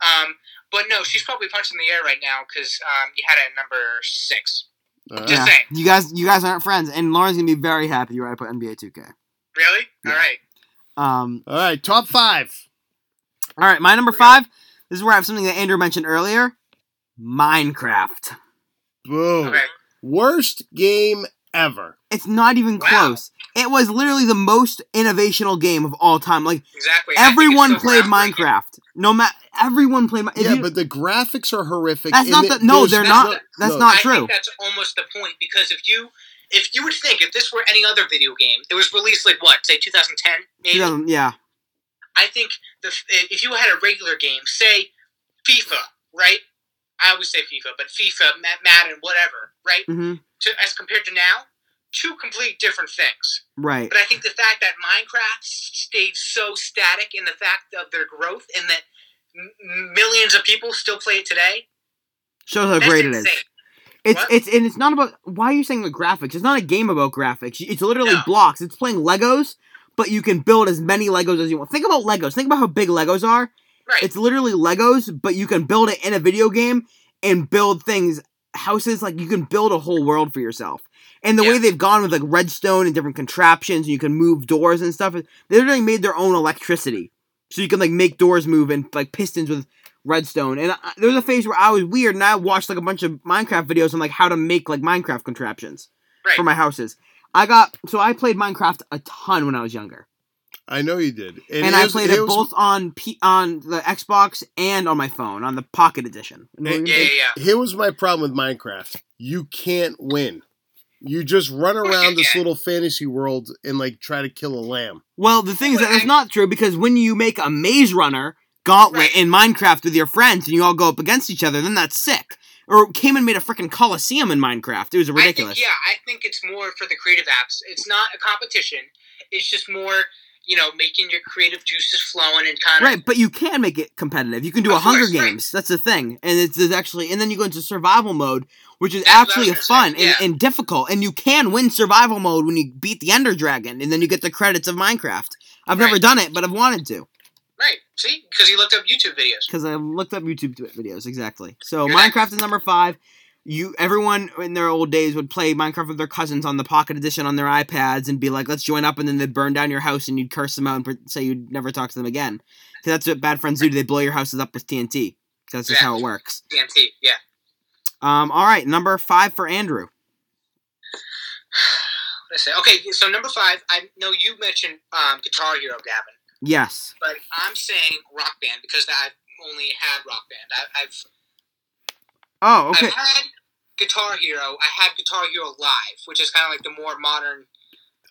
Speaker 3: Um, but no, she's probably punching the air right now because um, you had a number six.
Speaker 2: All
Speaker 3: Just
Speaker 1: yeah.
Speaker 3: saying.
Speaker 1: You guys, you guys aren't friends, and Lauren's gonna be very happy where I put NBA 2K.
Speaker 3: Really? All right.
Speaker 1: Um,
Speaker 2: All right, top five.
Speaker 1: all right, my number five. This is where I have something that Andrew mentioned earlier. Minecraft.
Speaker 2: Boom.
Speaker 1: Oh.
Speaker 3: Okay.
Speaker 2: Worst game ever.
Speaker 1: It's not even
Speaker 3: Wow.
Speaker 1: close. It was literally the most innovational game of all time. Like
Speaker 3: Exactly. I think it's
Speaker 1: everyone
Speaker 3: so
Speaker 1: played
Speaker 3: groundbreaking.
Speaker 1: Minecraft. No matter everyone played. Mi- if
Speaker 2: yeah,
Speaker 1: you-
Speaker 2: but the graphics are horrific.
Speaker 1: that's
Speaker 2: and
Speaker 1: not
Speaker 2: the-
Speaker 1: the. No,
Speaker 2: those-
Speaker 1: they're
Speaker 3: that's
Speaker 1: not.
Speaker 3: not-
Speaker 1: that's
Speaker 2: no.
Speaker 1: not
Speaker 3: I
Speaker 1: true.
Speaker 3: think that's almost the point because if you if you would think if this were any other video game, it was released like what say 2010 maybe.
Speaker 1: 2000 yeah.
Speaker 3: I think the f- if you had a regular game, say FIFA, right? I always say FIFA, but FIFA, Ma- Madden, whatever, right?
Speaker 1: hmm
Speaker 3: To, as compared to now, two complete different things.
Speaker 1: Right.
Speaker 3: But I think the fact that Minecraft stayed so static in the fact of their growth and that m- m- millions of people still play it today.
Speaker 1: Shows how
Speaker 3: That's
Speaker 1: great it
Speaker 3: insane.
Speaker 1: is. It's
Speaker 3: What?
Speaker 1: it's and it's not about why are you saying the graphics? It's not a game about graphics. It's literally
Speaker 3: No.
Speaker 1: blocks. It's playing Legos, but you can build as many Legos as you want. Think about Legos. Think about how big Legos are.
Speaker 3: Right.
Speaker 1: It's literally Legos, but you can build it in a video game and build things, houses like you can build a whole world for yourself. And the way
Speaker 3: Yeah.
Speaker 1: they've gone with like redstone and different contraptions, and you can move doors and stuff. They literally made their own electricity, so you can like make doors move and like pistons with redstone. And I, there was a phase where I was weird, and I watched like a bunch of Minecraft videos on like how to make like Minecraft contraptions
Speaker 3: right.
Speaker 1: for my houses. I got so I played Minecraft a ton when I was younger,
Speaker 2: I know you did,
Speaker 1: and,
Speaker 2: it
Speaker 1: I
Speaker 2: was-
Speaker 1: played it,
Speaker 2: was-
Speaker 1: both on P, on the Xbox and on my phone on the Pocket Edition.
Speaker 2: It-
Speaker 3: yeah, yeah, yeah.
Speaker 2: Here was my problem with Minecraft: you can't win. You just run
Speaker 3: course you
Speaker 2: around this
Speaker 3: can.
Speaker 2: little fantasy world and like try to kill a lamb.
Speaker 1: Well, the thing is that
Speaker 3: Well,
Speaker 1: that's
Speaker 3: I-
Speaker 1: not true because when you make a maze runner gauntlet
Speaker 3: Right.
Speaker 1: in Minecraft with your friends and you all go up against each other, then that's sick. Or came and made a freaking coliseum in Minecraft. It was ridiculous.
Speaker 3: I think, yeah, I think it's more for the creative apps. It's not a competition. It's just more, you know, making your creative juices flowing and kind of
Speaker 1: Right, but you can make it competitive. You can do
Speaker 3: Of
Speaker 1: a Hunger
Speaker 3: course, right.
Speaker 1: Games. That's the thing, and it's, it's actually, and then you go into survival mode, which is
Speaker 3: That's what I
Speaker 1: actually
Speaker 3: was
Speaker 1: fun
Speaker 3: gonna say,
Speaker 1: and, and difficult. And you can win survival mode when you beat the Ender Dragon, and then you get the credits of Minecraft. I've never
Speaker 3: Right.
Speaker 1: done it, but I've wanted to
Speaker 3: right. See, because he looked up YouTube videos.
Speaker 1: because I looked up YouTube t- videos exactly. So
Speaker 3: You're
Speaker 1: Minecraft is number five. You everyone in their old days would play Minecraft with their cousins on the Pocket Edition on their iPads and be like, "Let's join up," and then they'd burn down your house and you'd curse them out and pre- say you'd never talk to them again. 'Cause that's what bad friends do. They blow your houses up with TNT. 'Cause That's just how it works.
Speaker 3: DMT, yeah.
Speaker 1: Um, all right, number five for Andrew.
Speaker 3: Listen, okay. So number five, I know you mentioned um, Guitar Hero, Gavin,
Speaker 1: Yes,
Speaker 3: but I'm saying Rock Band because I've only had Rock Band. I, I've
Speaker 1: Oh, okay.
Speaker 3: I've had Guitar Hero. I had Guitar Hero Live, which is kind of like the more modern,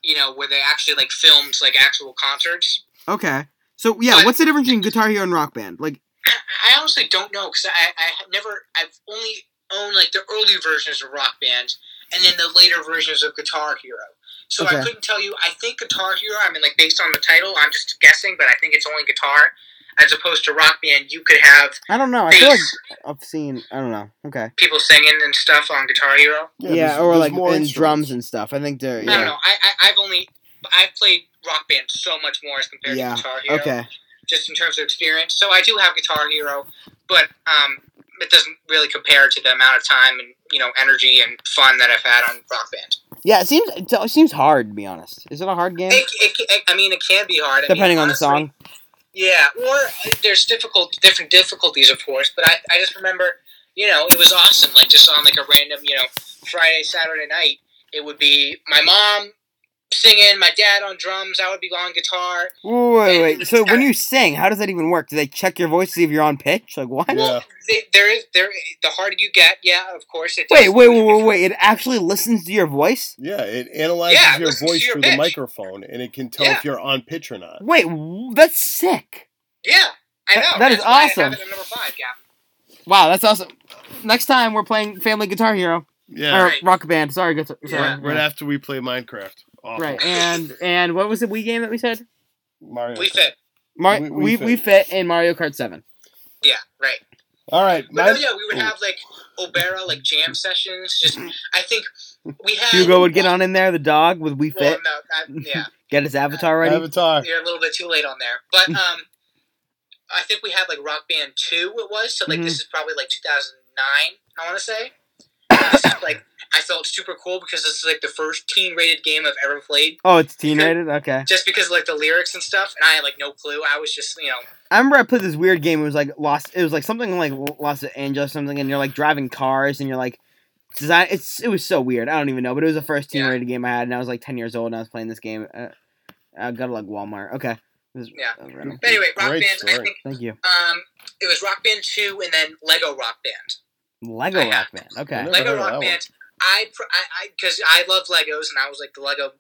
Speaker 3: you know, where they actually like filmed like actual concerts.
Speaker 1: Okay. So yeah,
Speaker 3: But-
Speaker 1: what's the difference between Guitar Hero and Rock Band? Like,
Speaker 3: I honestly don't know because I, I have never I've only owned like the early versions of Rock Band and then the later versions of Guitar Hero. So
Speaker 1: Okay.
Speaker 3: I couldn't tell you. I think Guitar Hero. I mean, like based on the title, I'm just guessing, but I think it's only guitar as opposed to Rock Band. You could have
Speaker 1: I don't know. I
Speaker 3: bass,
Speaker 1: feel like I've seen. I don't know. Okay.
Speaker 3: people singing and stuff on Guitar Hero.
Speaker 1: Yeah,
Speaker 2: there's-
Speaker 1: or
Speaker 2: there's
Speaker 1: like
Speaker 2: more
Speaker 1: and
Speaker 2: instruments.
Speaker 1: drums and stuff. I think they're
Speaker 3: I don't
Speaker 1: yeah.
Speaker 3: know. I, I I've only I've played Rock Band so much more as compared
Speaker 1: Yeah,
Speaker 3: to Guitar Hero.
Speaker 1: Okay.
Speaker 3: just in terms of experience. So I do have Guitar Hero, but um, it doesn't really compare to the amount of time and you know energy and fun that I've had on Rock Band.
Speaker 1: Yeah, it seems it seems hard to be honest. Is it a hard game?
Speaker 3: It, it, it, I mean, it can be hard I mean,
Speaker 1: Depending on the
Speaker 3: honestly,
Speaker 1: song.
Speaker 3: Yeah, or there's difficult different difficulties, of course. But I, I just remember, you know, it was awesome. Like just on like a random, you know, Friday Saturday night, it would be my mom singing, my dad on drums, I would be on guitar.
Speaker 1: Wait, wait, wait. So when you sing, how does that even work? Do they check your voice to see if you're on pitch? Like what?
Speaker 2: Yeah.
Speaker 3: Th- There is there the harder you get, yeah, of course. It
Speaker 1: Wait,
Speaker 3: does.
Speaker 1: wait, wait, wait, wait. It actually listens to your voice?
Speaker 2: Yeah, it analyzes
Speaker 3: Yeah, it
Speaker 2: your
Speaker 3: listens to
Speaker 2: voice
Speaker 3: your
Speaker 2: through the
Speaker 3: pitch.
Speaker 2: microphone, and it can tell
Speaker 3: Yeah.
Speaker 2: if you're on pitch or not.
Speaker 1: Wait, w- that's sick.
Speaker 3: Yeah, I know.
Speaker 1: That- that is
Speaker 3: That's why I have
Speaker 1: awesome.
Speaker 3: it at number five, Gavin.
Speaker 1: Wow, that's awesome. Next time we're playing Family Guitar Hero
Speaker 2: Yeah,
Speaker 1: or Rock Band. Sorry, guitar, sorry.
Speaker 2: right, right after we play Minecraft. Awful.
Speaker 1: Right, and and what was the Wii game that we said?
Speaker 2: Mario.
Speaker 3: We
Speaker 2: Kart.
Speaker 3: fit.
Speaker 1: Mar-
Speaker 2: Wii- Wii
Speaker 1: we
Speaker 2: Fit.
Speaker 1: we fit in Mario Kart Seven.
Speaker 3: Yeah, right.
Speaker 2: All right,
Speaker 3: But
Speaker 2: my-
Speaker 3: no, yeah, we would have like Obera like jam sessions. Just I think we had
Speaker 1: Hugo would get on in there, the dog with We
Speaker 3: Well,
Speaker 1: Fit,
Speaker 3: no, I, yeah,
Speaker 1: get his avatar ready.
Speaker 2: Avatar.
Speaker 3: you're a little bit too late on there. But um, I think we had like Rock Band two. It was so like this
Speaker 1: Mm-hmm.
Speaker 3: is probably like 2009. I want to say. And this is, like I felt super cool because this is like the first teen rated game I've ever played.
Speaker 1: Oh, it's teen rated. Okay.
Speaker 3: Just because of, like the lyrics and stuff, and I had like no clue. I was just you know
Speaker 1: I remember I played this weird game. It was like Los. It was like something like Los Angeles, something, and you're like driving cars, and you're like design. It's it was so weird. I don't even know, but it was the first team
Speaker 3: Yeah.
Speaker 1: rated game I had, and I was like ten years old, and I was playing this game. Uh, I got to like Walmart. Okay. This is-
Speaker 3: Yeah.
Speaker 1: uh, random.
Speaker 3: But anyway, Rock
Speaker 2: Great
Speaker 3: Band. I
Speaker 2: story.
Speaker 3: think
Speaker 1: Thank you.
Speaker 3: um, it was Rock Band two, and then Lego Rock Band.
Speaker 1: Lego
Speaker 3: I have-
Speaker 1: Rock Band. Okay.
Speaker 2: Never
Speaker 3: Lego
Speaker 2: heard of that
Speaker 3: Rock
Speaker 2: one.
Speaker 3: Band. I pr- I because I, love Legos, and I was like the Lego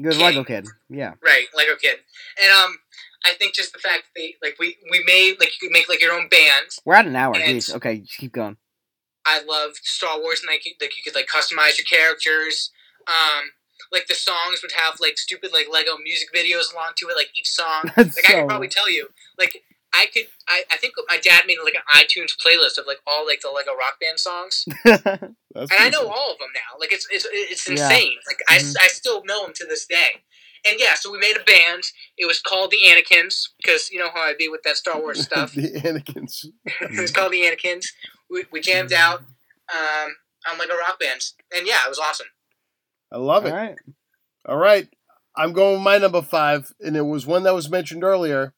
Speaker 1: Good
Speaker 3: Okay.
Speaker 1: Lego kid. Yeah.
Speaker 3: right Lego kid, and um, I think just the fact that they like we we made like you could make like your own band.
Speaker 1: We're at an hour.
Speaker 3: And-
Speaker 1: Jeez. Okay. Just keep going.
Speaker 3: I loved Star Wars, and like you, like you could like customize your characters. Um, like the songs would have like stupid like Lego music videos along to it. Like each song,
Speaker 1: That's
Speaker 3: like I
Speaker 1: so-
Speaker 3: could probably tell you. Like I could, I, I think my dad made like an iTunes playlist of like all like the Lego Rock Band songs, and
Speaker 2: That's
Speaker 3: I
Speaker 2: pretty
Speaker 3: know
Speaker 2: cool.
Speaker 3: all of them now. Like it's it's it's
Speaker 1: Hmm. Yeah. Mm-hmm.
Speaker 3: insane. Like I, s- I still know them to this day. And yeah, so we made a band. It was called the Anakins because you know how I be with that Star Wars stuff.
Speaker 2: the Anakin's.
Speaker 3: it was called the Anakins. We, we jammed
Speaker 1: Mm-hmm.
Speaker 3: out um, on like a rock band, and yeah, it was awesome.
Speaker 2: I love
Speaker 1: All
Speaker 2: it.
Speaker 1: right.
Speaker 2: All right. I'm going with my number five, and it was one that was mentioned earlier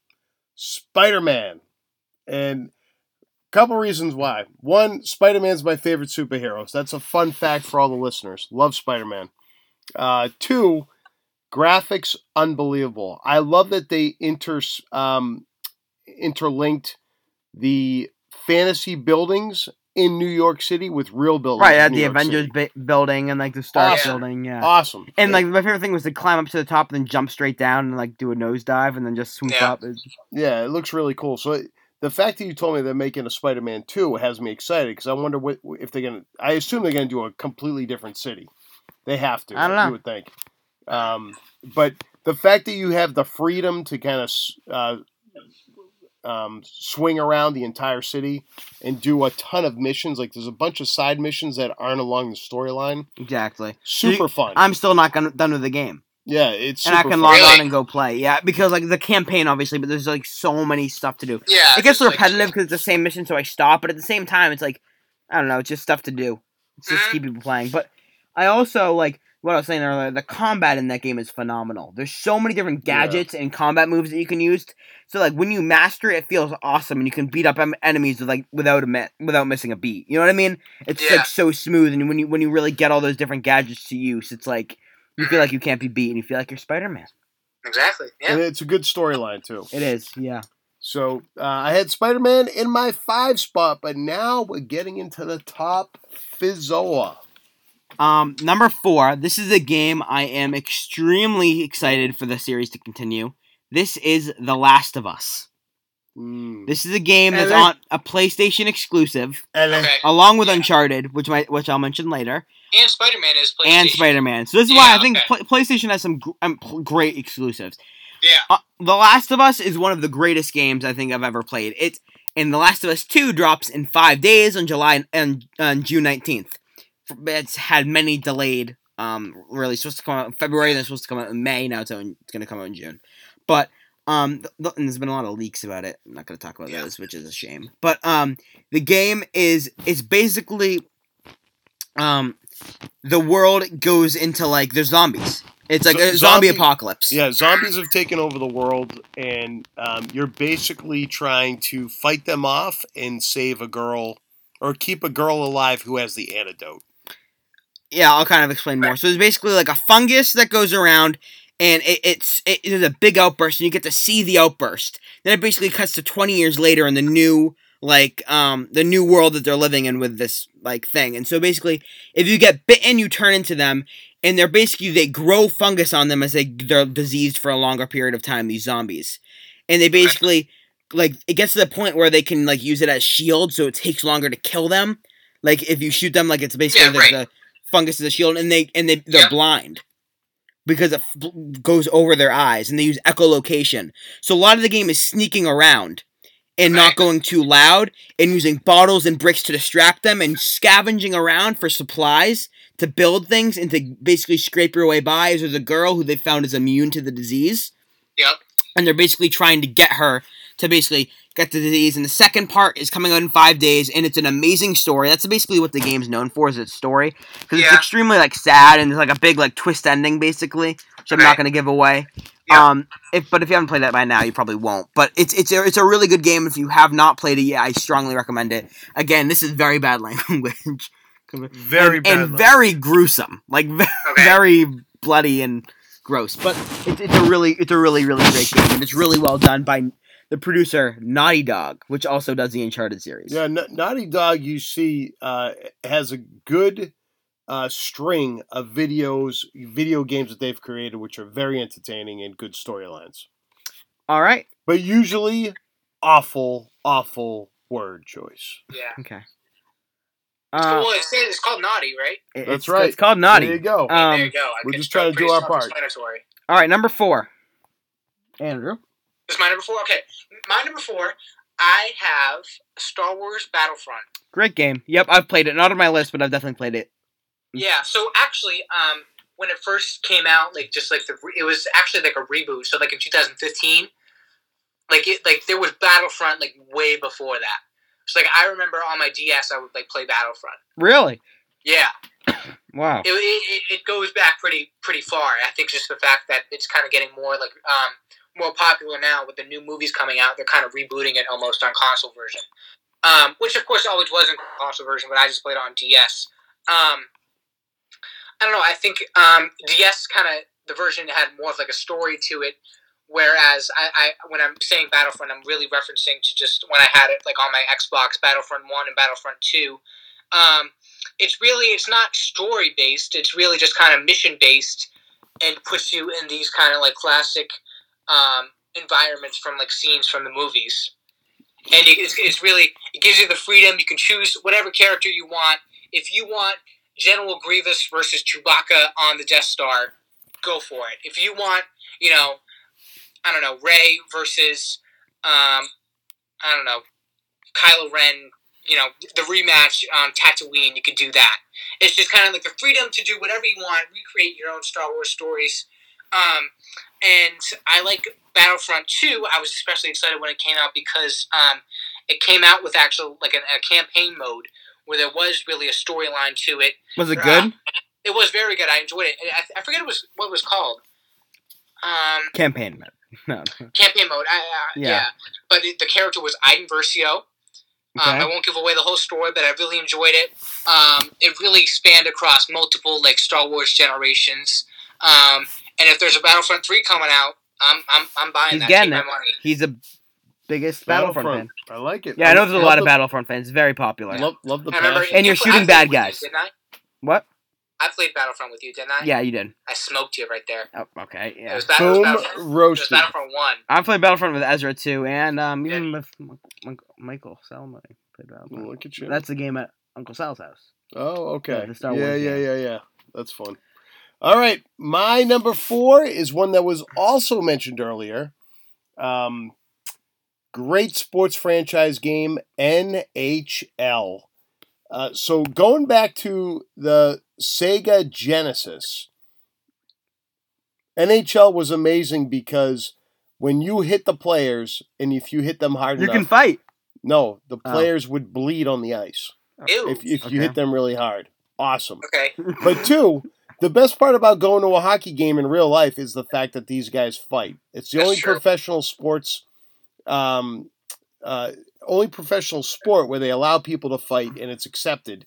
Speaker 2: Spider Man. And a couple reasons why. One, Spider Man's my favorite superhero. So that's a fun fact for all the listeners. Love Spider Man. Uh, two, graphics unbelievable. I love that they inter, um, interlinked the fantasy buildings in New York City with real buildings.
Speaker 1: Right
Speaker 2: in
Speaker 1: at
Speaker 2: New
Speaker 1: the
Speaker 2: York City.
Speaker 1: Avengers bi- building and like the Star
Speaker 3: Awesome.
Speaker 1: building. Yeah.
Speaker 2: Awesome.
Speaker 1: And like my favorite thing was to climb up to the top and then jump straight down and like do a nosedive and then just swoop
Speaker 3: Yeah.
Speaker 1: up. It's-
Speaker 2: Yeah, it looks really cool. So it, the fact that you told me they're making a Spider-Man two has me excited because I wonder what if they're gonna. I assume they're gonna do a completely different city. They have to.
Speaker 1: I don't know.
Speaker 2: You would think. Um, but the fact that you have the freedom to kind of uh, um, swing around the entire city and do a ton of missions, like there's a bunch of side missions that aren't along the storyline.
Speaker 1: Exactly.
Speaker 2: Super fun.
Speaker 1: I'm still not gonna, done with the game,
Speaker 2: yeah, it's
Speaker 1: and I
Speaker 2: super
Speaker 1: can
Speaker 2: fun.
Speaker 1: log
Speaker 3: Really?
Speaker 1: on and go play. Yeah, because like the campaign, obviously, but there's like so many stuff to do.
Speaker 3: Yeah,
Speaker 1: It gets repetitive because it's the same mission, so I stop. But at the same time, it's like I don't know, it's just stuff to do. It's just to keep people playing. But I also like what I was saying earlier. The combat in that game is phenomenal. There's so many different
Speaker 2: Yeah.
Speaker 1: gadgets and combat moves that you can use. So like when you master it, it feels awesome, and you can beat up em- enemies with, like without a mi- without missing a beat. You know what I mean? It's
Speaker 3: Yeah.
Speaker 1: like so smooth, and when you when you really get all those different gadgets to use, it's like you feel like you can't be beat, and you feel like you're Spider Man.
Speaker 3: exactly. Yeah,
Speaker 2: And it's a good storyline too.
Speaker 1: It is, yeah.
Speaker 2: So uh, I had Spider Man in my five spot, but now we're getting into the top Fizzoa.
Speaker 1: Um, number four. This is a game I am extremely excited for the series to continue. This is The Last of Us.
Speaker 2: Mm.
Speaker 1: This is a game that's
Speaker 2: Hello.
Speaker 1: on a PlayStation exclusive,
Speaker 3: okay.
Speaker 1: along with
Speaker 3: Yeah.
Speaker 1: Uncharted, which might which I'll mention later,
Speaker 3: And Spider Man is PlayStation.
Speaker 1: and Spider Man. So this is why
Speaker 3: Yeah,
Speaker 1: I think
Speaker 3: okay.
Speaker 1: Pla PlayStation has some gr- um, pl- great exclusives.
Speaker 3: Yeah.
Speaker 1: Uh, the Last of Us is one of the greatest games I think I've ever played. It's and The Last of Us Two drops in five days on July and on June nineteenth. It's had many delayed um release. Supposed to come out in February, then it's supposed to come out in May. Now it's on, it's gonna come out in June. But um, th- th- and there's been a lot of leaks about it. I'm not gonna talk about
Speaker 3: Yeah.
Speaker 1: those, which is a shame. But um, the game is is basically um, the world goes into like there's zombies. It's like
Speaker 2: Z-
Speaker 1: a zombie
Speaker 2: zombie-
Speaker 1: apocalypse.
Speaker 2: Yeah, zombies have taken over the world, and um, you're basically trying to fight them off and save a girl or keep a girl alive who has the antidote.
Speaker 1: yeah, I'll kind of explain more. So it's basically like a fungus that goes around, and it, it's it, it is a big outburst, and you get to see the outburst. Then it basically cuts to twenty years later in the new like um the new world that they're living in with this like thing. And so basically, if you get bitten, you turn into them, and they're basically they grow fungus on them as they they're diseased for a longer period of time. These zombies, and they basically like it gets to the point where they can like use it as shield, so it takes longer to kill them. Like if you shoot them, like it's basically
Speaker 3: Yeah,
Speaker 1: the-
Speaker 3: right.
Speaker 1: the fungus is a shield, and they and they they're
Speaker 3: Yeah.
Speaker 1: blind because it f- goes over their eyes, and they use echolocation. So a lot of the game is sneaking around and not
Speaker 3: Right.
Speaker 1: going too loud, and using bottles and bricks to distract them, and scavenging around for supplies to build things and to basically scrape your way by. Is there's a girl who they found is immune to the disease
Speaker 3: Yep.
Speaker 1: and they're basically trying to get her to basically get the disease. And the second part is coming out in five days, and it's an amazing story. That's basically what the game's known for is its story, because it's
Speaker 3: Yeah.
Speaker 1: extremely like sad and there's like a big like twist ending basically, which I'm not
Speaker 3: Right.
Speaker 1: going to give away.
Speaker 3: Yeah.
Speaker 1: Um, if but if you haven't played that by now, you probably won't. But it's it's a, it's a really good game. If you have not played it yet, I strongly recommend it. Again, this is very bad language.
Speaker 4: Very
Speaker 1: and,
Speaker 4: bad.
Speaker 1: and very gruesome, like ve-
Speaker 3: Okay.
Speaker 1: very bloody and gross. But it, it's a really, it's a really, really great game, and it's really well done by the producer Naughty Dog, which also does the Uncharted series.
Speaker 2: Yeah, Na- Naughty Dog, you see, uh, has a good uh, string of videos, video games that they've created, which are very entertaining and good storylines,
Speaker 1: All right.
Speaker 2: but usually awful, awful word choice.
Speaker 3: Yeah.
Speaker 1: Okay.
Speaker 3: Well,
Speaker 1: Uh,
Speaker 3: it's, it's called Naughty, right?
Speaker 1: it-
Speaker 2: That's
Speaker 1: it's-
Speaker 2: right.
Speaker 1: It's called
Speaker 2: There you
Speaker 1: Naughty.
Speaker 2: go.
Speaker 3: there
Speaker 1: Um,
Speaker 3: you go. I
Speaker 2: we're
Speaker 3: guess
Speaker 2: just trying to do our part.
Speaker 3: self-explanatory.
Speaker 1: all right, number four. Andrew.
Speaker 3: Is my number four? Okay. My number four, I have Star Wars Battlefront.
Speaker 1: Great game. Yep, I've played it. Not on my list, but I've definitely played it.
Speaker 3: Yeah. So actually, um, when it first came out, like just like the re- it was actually like a reboot. So like in 2015, like it like there was Battlefront like way before that. So like I remember on my DS, I would like play Battlefront.
Speaker 1: Really?
Speaker 3: Yeah.
Speaker 1: Wow.
Speaker 3: It, it, it- it goes back pretty pretty far. I think just the fact that it's kind of getting more like um, more popular now with the new movies coming out. They're kind of rebooting it almost on console version, um, which of course always wasn't console version, but I just played it on DS. Um, I don't know. I think um, DS kind of the version had more of like a story to it. Whereas I, I, when I'm saying Battlefront, I'm really referencing to just when I had it like on my Xbox, Battlefront One and Battlefront Two. Um, it's really it's not story based it's really just kind of mission based and puts you in these kind of like classic um, environments from like scenes from the movies and it, it's, it's really it gives you the freedom you can choose whatever character you want if you want general grievous versus chewbacca on the death star go for it if you want you know i don't know ray versus um, i don't know kylo ren you know, the rematch on Tatooine, you could do that. It's just kind of like the freedom to do whatever you want, recreate your own Star Wars stories. Um, and I like Battlefront 2. I was especially excited when it came out because um, it came out with actual, like, an, a campaign mode where there was really a storyline to it.
Speaker 1: Was it good?
Speaker 3: It was very good. I enjoyed it. And I, I forget it was what it was called. Um,
Speaker 1: Campaign mode. No. no.
Speaker 3: campaign mode. I, uh,
Speaker 1: Yeah.
Speaker 3: yeah. But it, the character was Iden Versio. Um,
Speaker 1: Okay.
Speaker 3: I won't give away the whole story, but I really enjoyed it. Um, it really spanned across multiple like Star Wars generations. Um, and if there's a Battlefront three coming out, I'm I'm, I'm buying
Speaker 1: He's
Speaker 3: that.
Speaker 1: getting
Speaker 3: Take
Speaker 1: it.
Speaker 3: my money.
Speaker 1: He's the biggest Battlefront, fan.
Speaker 2: I like it.
Speaker 1: Yeah, I know there's a lot of
Speaker 2: Love
Speaker 1: Battlefront fans. It's very popular.
Speaker 2: the- Love, love the
Speaker 3: I remember.
Speaker 2: passion.
Speaker 1: And you're
Speaker 3: you pla-
Speaker 1: shooting
Speaker 3: I played
Speaker 1: bad
Speaker 3: with you,
Speaker 1: guys.
Speaker 3: didn't I?
Speaker 1: What?
Speaker 3: I played Battlefront with you, didn't I?
Speaker 1: Yeah, you did.
Speaker 3: I smoked you right there.
Speaker 1: Oh, okay.
Speaker 3: It
Speaker 1: Yeah.
Speaker 3: was, Battle, it was Battlefront.
Speaker 2: Boom
Speaker 3: It was
Speaker 2: roasted.
Speaker 3: Battlefront one.
Speaker 1: I played Battlefront with Ezra too, and um, even with M- M- Michael Salmo. I Played Battlefront.
Speaker 2: Look at you.
Speaker 1: That's the game at Uncle Sal's house.
Speaker 2: Oh, okay.
Speaker 1: Yeah, the Star
Speaker 2: yeah,
Speaker 1: Wars
Speaker 2: yeah,
Speaker 1: game.
Speaker 2: yeah, yeah. That's fun. All right, my number four is one that was also mentioned earlier. Um, great sports franchise game, NHL. Uh, so going back to the Sega Genesis, NHL was amazing because when you hit the players, and if you hit them hard
Speaker 1: You
Speaker 2: enough,
Speaker 1: can fight.
Speaker 2: no, the
Speaker 1: Oh.
Speaker 2: players would bleed on the ice
Speaker 3: Ew.
Speaker 2: if, if
Speaker 1: Okay.
Speaker 2: you hit them really hard. Awesome.
Speaker 3: okay.
Speaker 2: But two, the best part about going to a hockey game in real life is the fact that these guys fight. It's the
Speaker 3: That's
Speaker 2: only
Speaker 3: true.
Speaker 2: professional sports, um, uh, only professional sport where they allow people to fight and it's accepted.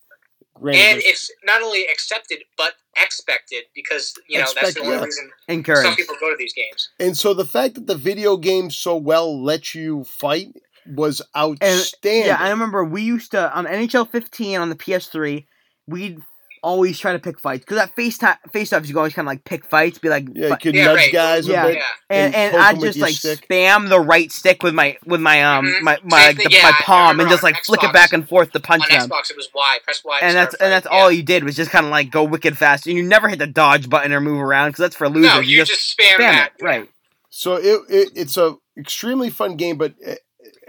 Speaker 2: Granted,
Speaker 3: And
Speaker 2: there's-
Speaker 3: it's not only accepted but expected because you know that's the
Speaker 2: Expect-
Speaker 3: only
Speaker 2: yeah.
Speaker 3: reason some
Speaker 1: Encourage.
Speaker 3: people go to these games.
Speaker 2: and so the fact that the video game so well let you fight was outstanding.
Speaker 1: Yeah, I remember we used to on NHL 15 on the PS3. We'd always try to pick fights because at face time, face offs, you can always kind of like pick fights, be like,
Speaker 2: yeah, you
Speaker 1: fight-
Speaker 2: could
Speaker 3: Yeah,
Speaker 2: nudge
Speaker 3: right.
Speaker 2: guys a
Speaker 1: Yeah.
Speaker 2: bit.
Speaker 3: Yeah.
Speaker 1: and
Speaker 2: and
Speaker 1: and
Speaker 2: poke
Speaker 1: I
Speaker 2: 'em with
Speaker 1: just
Speaker 2: your
Speaker 1: like
Speaker 2: stick.
Speaker 1: spam the right stick with my with my um
Speaker 3: Mhm.
Speaker 1: my my,
Speaker 3: Same
Speaker 1: like,
Speaker 3: thing,
Speaker 1: the,
Speaker 3: yeah,
Speaker 1: my
Speaker 3: I
Speaker 1: palm
Speaker 3: remember
Speaker 1: and just
Speaker 3: on
Speaker 1: like flick it
Speaker 3: Xbox.
Speaker 1: back and forth to
Speaker 3: On
Speaker 1: punch them.
Speaker 3: Xbox, it was Y. Press Y. to
Speaker 1: and that's
Speaker 3: start
Speaker 1: and that's
Speaker 3: fighting, yeah.
Speaker 1: all you did was just kind of like go wicked fast, and you never hit the dodge button or move around because that's for losers.
Speaker 3: No, you, just, spam, that.
Speaker 1: it, right?
Speaker 2: So it, it it's a extremely fun game, but uh,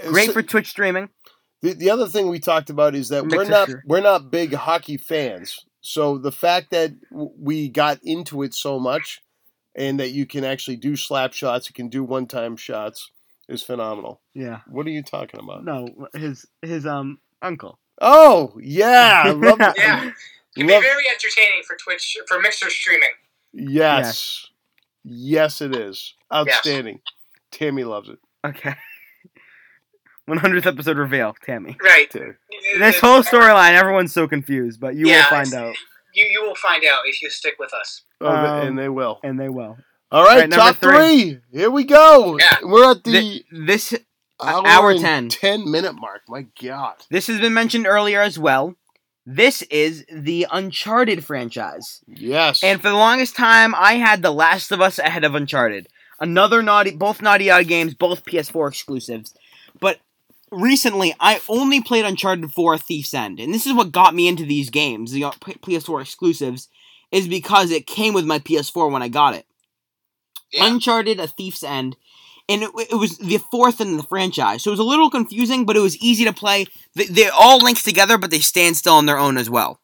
Speaker 2: uh,
Speaker 1: Great
Speaker 2: so-
Speaker 1: for Twitch streaming.
Speaker 2: The, the other thing we talked about is that we're
Speaker 1: Mixer
Speaker 2: not
Speaker 1: sure.
Speaker 2: we're not big hockey fans. So the fact that w- we got into it so much, and that you can actually do slap shots, you can do one time shots, is phenomenal.
Speaker 1: Yeah.
Speaker 2: What are you talking about?
Speaker 1: No, his his um uncle.
Speaker 2: Oh yeah, I love that.
Speaker 3: Yeah, it can be
Speaker 2: Love-
Speaker 3: very entertaining for Twitch for Mixer streaming.
Speaker 2: yes, yes, it is outstanding. Tammy loves it.
Speaker 1: Okay. 100th episode reveal, Tammy.
Speaker 3: Right.
Speaker 2: too.
Speaker 1: This whole storyline, everyone's so confused, but you will
Speaker 3: Yeah.
Speaker 1: find out,
Speaker 3: You, you will find out if you stick with us.
Speaker 2: Oh, th-
Speaker 1: Um,
Speaker 2: and they will.
Speaker 1: and they will.
Speaker 2: All right,
Speaker 1: right, number
Speaker 2: top three.
Speaker 1: three.
Speaker 2: Here we go.
Speaker 3: Yeah.
Speaker 2: We're at the
Speaker 1: Th- this
Speaker 2: hour,
Speaker 1: hour
Speaker 2: and
Speaker 1: 10.
Speaker 2: ten minute mark. My God.
Speaker 1: this has been mentioned earlier as well. This is the Uncharted franchise.
Speaker 2: Yes.
Speaker 1: And for the longest time, I had The Last of Us ahead of Uncharted. Another naughty, both Naughty Dog games, both PS4 exclusives. But recently, I only played Uncharted 4: Thief's End, and this is what got me into these games, the uh, P- PS4 exclusives, is because it came with my PS4 when I got it.
Speaker 3: Yeah.
Speaker 1: Uncharted: A Thief's End, and it, it was the fourth in the franchise, so it was a little confusing, but it was easy to play. They, they're all linked together, but they stand still on their own as well.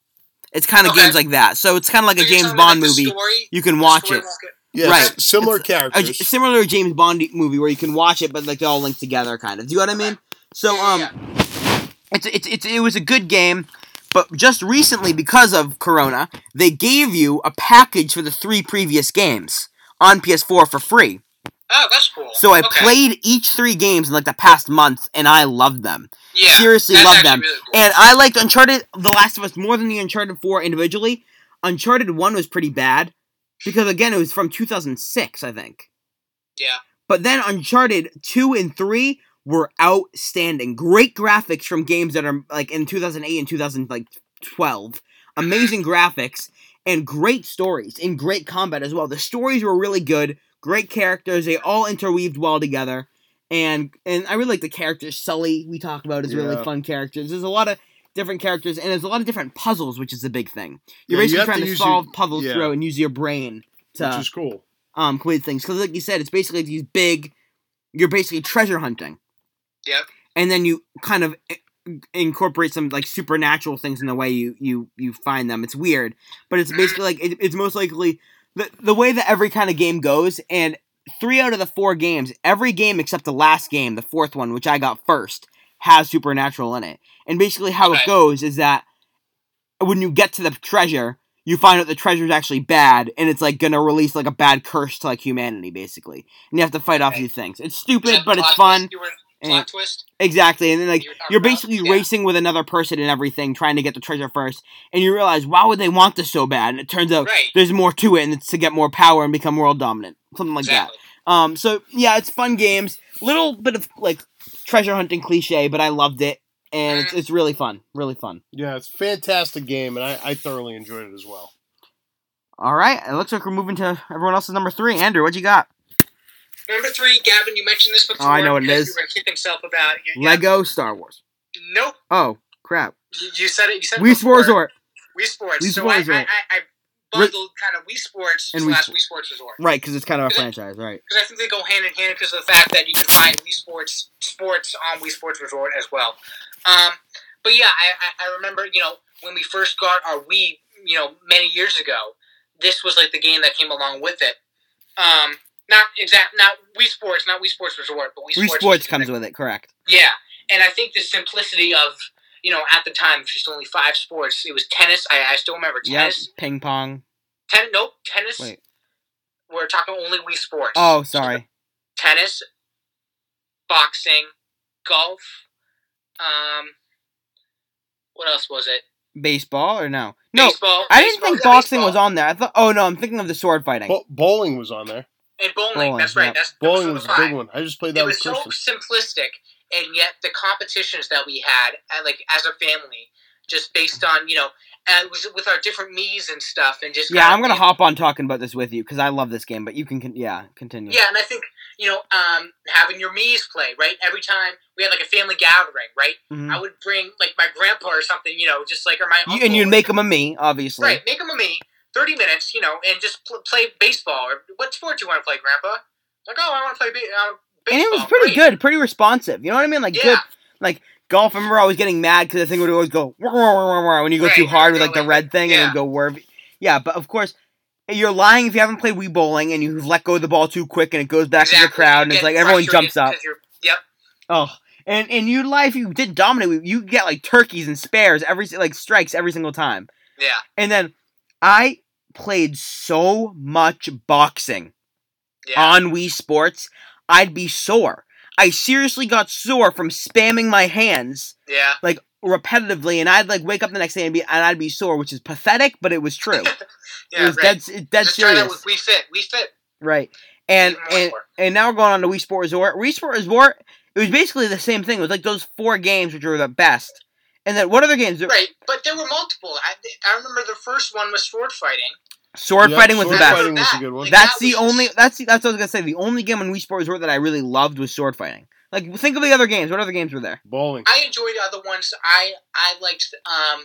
Speaker 1: It's kind of
Speaker 3: Okay.
Speaker 1: games like that, so it's kind of like
Speaker 3: So
Speaker 1: a
Speaker 3: you're
Speaker 1: James
Speaker 3: telling
Speaker 1: Bond
Speaker 3: me, like, the
Speaker 1: movie
Speaker 3: story-
Speaker 1: you can
Speaker 3: the
Speaker 1: watch
Speaker 3: story
Speaker 1: it.
Speaker 3: won't get-
Speaker 2: yes,
Speaker 1: right. uh,
Speaker 2: Similar
Speaker 1: A,
Speaker 2: characters.
Speaker 1: similar James Bond movie where you can watch it, but like they're all linked together, kind of. Do you know what I mean? So um,
Speaker 3: Yeah.
Speaker 1: it's, it's it's it was a good game, but just recently because of Corona, they gave you a package for the three previous games on PS4 for free.
Speaker 3: Oh, that's cool.
Speaker 1: So I
Speaker 3: Okay.
Speaker 1: played each three games in like the past month, and I loved them.
Speaker 3: Yeah,
Speaker 1: seriously
Speaker 3: that's
Speaker 1: loved
Speaker 3: actually
Speaker 1: them.
Speaker 3: really cool.
Speaker 1: And I liked Uncharted, The Last of Us more than the Uncharted Four individually. Uncharted One was pretty bad because again it was from 2006, I think.
Speaker 3: yeah.
Speaker 1: But then Uncharted 2 and 3 were outstanding. Great graphics from games that are like in 2008 and 2012. Amazing graphics and great stories and great combat as well. The stories were really good. Great characters. They all interweaved well together. And and I really like the characters. Sully, we talked about, is a really
Speaker 2: Yeah.
Speaker 1: fun characters. There's a lot of different characters and there's a lot of different puzzles, which is the big thing. You're
Speaker 2: Yeah, you
Speaker 1: basically
Speaker 2: have to
Speaker 1: trying to,
Speaker 2: use your-
Speaker 1: solve uh, puzzles
Speaker 2: yeah.
Speaker 1: through and use your brain to
Speaker 2: which is cool.
Speaker 1: um complete things because like you said it's basically these big you're basically treasure hunting
Speaker 3: Yep.
Speaker 1: and then you kind of i- incorporate some like supernatural things in the way you you you find them it's weird but it's basically like it, it's most likely the, the way that every kind of game goes and three out of the four games every game except the last game the fourth one which i got first has supernatural in it and basically how
Speaker 3: Right.
Speaker 1: it goes is that when you get to the treasure you find out the treasure's actually bad and it's like gonna release like a bad curse to like humanity basically and you have to fight off
Speaker 3: Okay.
Speaker 1: these things it's
Speaker 3: Is
Speaker 1: stupid
Speaker 3: that
Speaker 1: but it's
Speaker 3: plot
Speaker 1: fun
Speaker 3: Twist you were,
Speaker 1: and-
Speaker 3: plot twist.
Speaker 1: Exactly, and then like
Speaker 3: You were talking
Speaker 1: you're
Speaker 3: about-
Speaker 1: basically
Speaker 3: yeah.
Speaker 1: racing with another person and everything, trying to get the treasure first, and you realize why would they want this so bad? And it turns out
Speaker 3: Right.
Speaker 1: there's more to it, and it's to get more power and become world dominant, something like
Speaker 3: exactly.
Speaker 1: that. Um, so yeah, it's fun games, little bit of like treasure hunting cliche, but I loved it, and
Speaker 3: Mm-hmm.
Speaker 1: it's, it's really fun, really fun.
Speaker 2: Yeah, it's a fantastic game, and I, I thoroughly enjoyed it as well.
Speaker 1: All right, it looks like we're moving to everyone else's number three. Andrew, what you got?
Speaker 3: Number three, Gavin, you mentioned this before.
Speaker 1: Oh, I know what it is.
Speaker 3: because You were kicking yourself about it. You- yeah.
Speaker 1: Lego Star Wars.
Speaker 3: Nope.
Speaker 1: Oh crap,
Speaker 3: You, you said it. You said it
Speaker 1: we
Speaker 3: before.
Speaker 1: swore resort.
Speaker 3: Wii Sports.
Speaker 1: Wii
Speaker 3: so
Speaker 1: Sports
Speaker 3: I, I,
Speaker 1: Resort.
Speaker 3: I, I bundled kind of Wii Sports
Speaker 1: And Wii
Speaker 3: slash
Speaker 1: Sp-
Speaker 3: Wii Sports Resort.
Speaker 1: Right, because it's kind of a
Speaker 3: Is it-
Speaker 1: franchise, right?
Speaker 3: Because I think they go hand in hand because of the fact that you can find Wii Sports sports on Wii Sports Resort as well. Um, but yeah, I, I, I remember, you know, when we first got our Wii, you know, many years ago, this was like the game that came along with it. Um, not exact, not Wii Sports, not Wii Sports Resort, but Wii,
Speaker 1: Wii
Speaker 3: Sports.
Speaker 1: Sports comes with it, correct?
Speaker 3: Yeah, and I think the simplicity of you know at the time it's just only five sports. It was tennis. I, I still remember
Speaker 1: Yep,
Speaker 3: tennis.
Speaker 1: ping pong.
Speaker 3: Ten, nope, tennis.
Speaker 1: Wait.
Speaker 3: We're talking only Wii Sports.
Speaker 1: Oh, sorry.
Speaker 3: tennis, boxing, golf. Um, what else was it?
Speaker 1: baseball or no? No,
Speaker 3: baseball.
Speaker 1: I didn't
Speaker 3: baseball,
Speaker 1: think
Speaker 3: yeah,
Speaker 1: boxing
Speaker 3: baseball.
Speaker 1: was on there. I thought. Oh no, I'm thinking of the sword fighting.
Speaker 2: Bo- bowling was on there.
Speaker 3: And bowling.
Speaker 1: Bowling,
Speaker 3: That's right.
Speaker 1: yep.
Speaker 3: That's those were
Speaker 2: Bowling
Speaker 3: the
Speaker 2: was a
Speaker 3: five.
Speaker 2: big one. I just played that
Speaker 3: it
Speaker 2: with
Speaker 3: was so
Speaker 2: Christian.
Speaker 3: simplistic, and yet the competitions that we had, uh, like as a family, just based on you know, uh, it was with our different me's and stuff, and just
Speaker 1: yeah,
Speaker 3: kinda-
Speaker 1: I'm gonna hop on talking about this with you because I love this game. But you can, con- yeah, continue.
Speaker 3: Yeah, and I think you know, um, having your me's play right every time we had like a family gathering, right?
Speaker 2: Mm-hmm.
Speaker 1: Mhm.
Speaker 3: I would bring like my grandpa or something, you know, just like or my
Speaker 1: You,
Speaker 3: uncle
Speaker 1: and you'd
Speaker 3: or
Speaker 1: make them a me, obviously.
Speaker 3: Right, make him a me. Thirty minutes, you know, and just pl- play baseball. Or what sport do you want to play, Grandpa? Like, oh, I want to play ba- uh,
Speaker 1: And
Speaker 3: baseball.
Speaker 1: it was pretty
Speaker 3: Great.
Speaker 1: good, pretty responsive. You know what I mean? Like
Speaker 3: Yeah.
Speaker 1: good golf. I remember always getting mad because the thing would always go "Wah, wah, wah, wah," when you go
Speaker 3: Right,
Speaker 1: too hard with
Speaker 3: go
Speaker 1: like the
Speaker 3: like-
Speaker 1: red thing and
Speaker 3: yeah.
Speaker 1: then go wherever. Yeah, but of course. eh, You're lying if you haven't played Wii Bowling and you've let go of the ball too quick and it goes back to the crowd and it's like everyone jumps up.
Speaker 3: Yep.
Speaker 1: Oh, and in your life, you did dominate. You- You get like turkeys and spares every si- like strikes every single time.
Speaker 3: Yeah.
Speaker 1: And then I played so much boxing
Speaker 3: Yeah.
Speaker 1: on Wii Sports, I'd be sore. I seriously got sore from spamming my hands
Speaker 3: Yeah.
Speaker 1: repetitively, and I'd like wake up the next day and be and I'd be sore, which is pathetic, but it was true.
Speaker 3: Yeah.
Speaker 1: it was
Speaker 3: right.
Speaker 1: dead dead, it- dead
Speaker 3: Let's try that
Speaker 1: serious,
Speaker 3: with We Fit. We Fit.
Speaker 1: right? And
Speaker 3: Even
Speaker 1: and
Speaker 3: more.
Speaker 1: and now we're going on to Wii Sport Resort. Wii Sport Resort, it was basically the same thing. It was like those four games which were the best, and then what other games?
Speaker 3: Right, but there were multiple. I, I remember the first one was sword fighting.
Speaker 1: Sword
Speaker 2: Yeah,
Speaker 1: fighting was
Speaker 2: sword
Speaker 1: the best.
Speaker 2: fighting was a good one.
Speaker 3: Like,
Speaker 1: That's
Speaker 3: that
Speaker 1: the
Speaker 3: was-
Speaker 1: only. That's the, that's what I was gonna say. The only game on Wii Sport Resort that I really loved was sword fighting. Like, think of the other games. What other games were there?
Speaker 2: Bowling.
Speaker 3: I enjoyed other ones. I I liked um,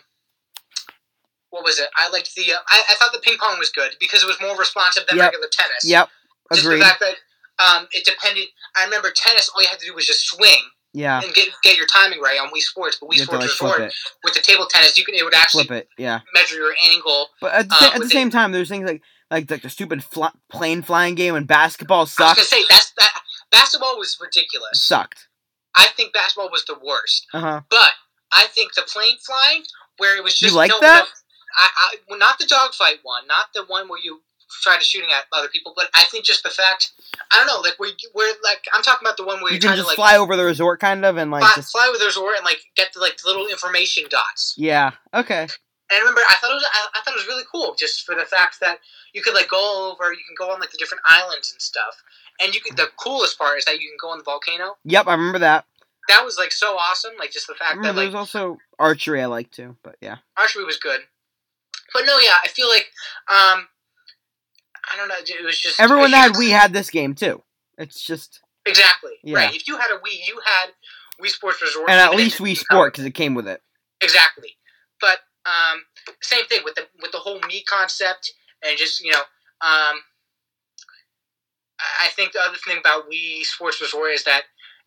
Speaker 3: what was it? I liked the. Uh, I, I thought the ping pong was good because it was more responsive than
Speaker 1: Yep.
Speaker 3: regular tennis.
Speaker 1: Yep,
Speaker 3: Just
Speaker 1: agreed.
Speaker 3: the fact that um, it depended. I remember tennis. All you had to do was just swing
Speaker 1: Yeah,
Speaker 3: and get get your timing right on Wii Sports. But Wii
Speaker 1: you have to
Speaker 3: Sports
Speaker 1: like
Speaker 3: Resort
Speaker 1: flip it,
Speaker 3: with the table tennis, you can it would actually
Speaker 1: flip it. Yeah.
Speaker 3: measure your angle.
Speaker 1: But at the,
Speaker 3: Uh,
Speaker 1: sa- at
Speaker 3: with
Speaker 1: the
Speaker 3: the-
Speaker 1: same time, there's things like like like the stupid fl- plane flying game and basketball
Speaker 3: I was
Speaker 1: sucked.
Speaker 3: gonna say that's that basketball was ridiculous.
Speaker 1: Sucked.
Speaker 3: I think basketball was the worst.
Speaker 1: Uh huh.
Speaker 3: But I think the plane flying, where it was
Speaker 1: You
Speaker 3: just
Speaker 1: like
Speaker 3: no,
Speaker 1: that?
Speaker 3: No, I, I well, not the dogfight one, not the one where you try to shooting at other people, but I think just the fact, I don't know, like where you- where like I'm talking about the one where
Speaker 1: You
Speaker 3: you're
Speaker 1: can
Speaker 3: trying to
Speaker 1: just
Speaker 3: like
Speaker 1: fly over the resort, kind of, and like
Speaker 3: fly,
Speaker 1: just
Speaker 3: fly with those or and like get the like the little information dots.
Speaker 1: yeah. Okay.
Speaker 3: And I remember I thought it was I, I thought it was really cool just for the fact that you could like go all over, you can go on like the different islands and stuff. And you could the coolest part is that you can go on the volcano.
Speaker 1: Yep, I remember that.
Speaker 3: That was like so awesome, like just the
Speaker 1: I
Speaker 3: fact
Speaker 1: remember
Speaker 3: that
Speaker 1: there
Speaker 3: like
Speaker 1: was Mm, also archery I like too, but yeah.
Speaker 3: archery was good. But no, yeah, I feel like um, I don't know. It was just
Speaker 1: Everyone that had Wii had this game too. It's just
Speaker 3: exactly
Speaker 1: Yeah.
Speaker 3: right. If you had a Wii, you had Wii Sports Resort,
Speaker 1: and at
Speaker 3: even
Speaker 1: least
Speaker 3: if-
Speaker 1: Wii Sport because it came with it.
Speaker 3: Exactly, but um, same thing with the with the whole me concept and just you know um, I I think the other thing about Wii Sports Resort is that.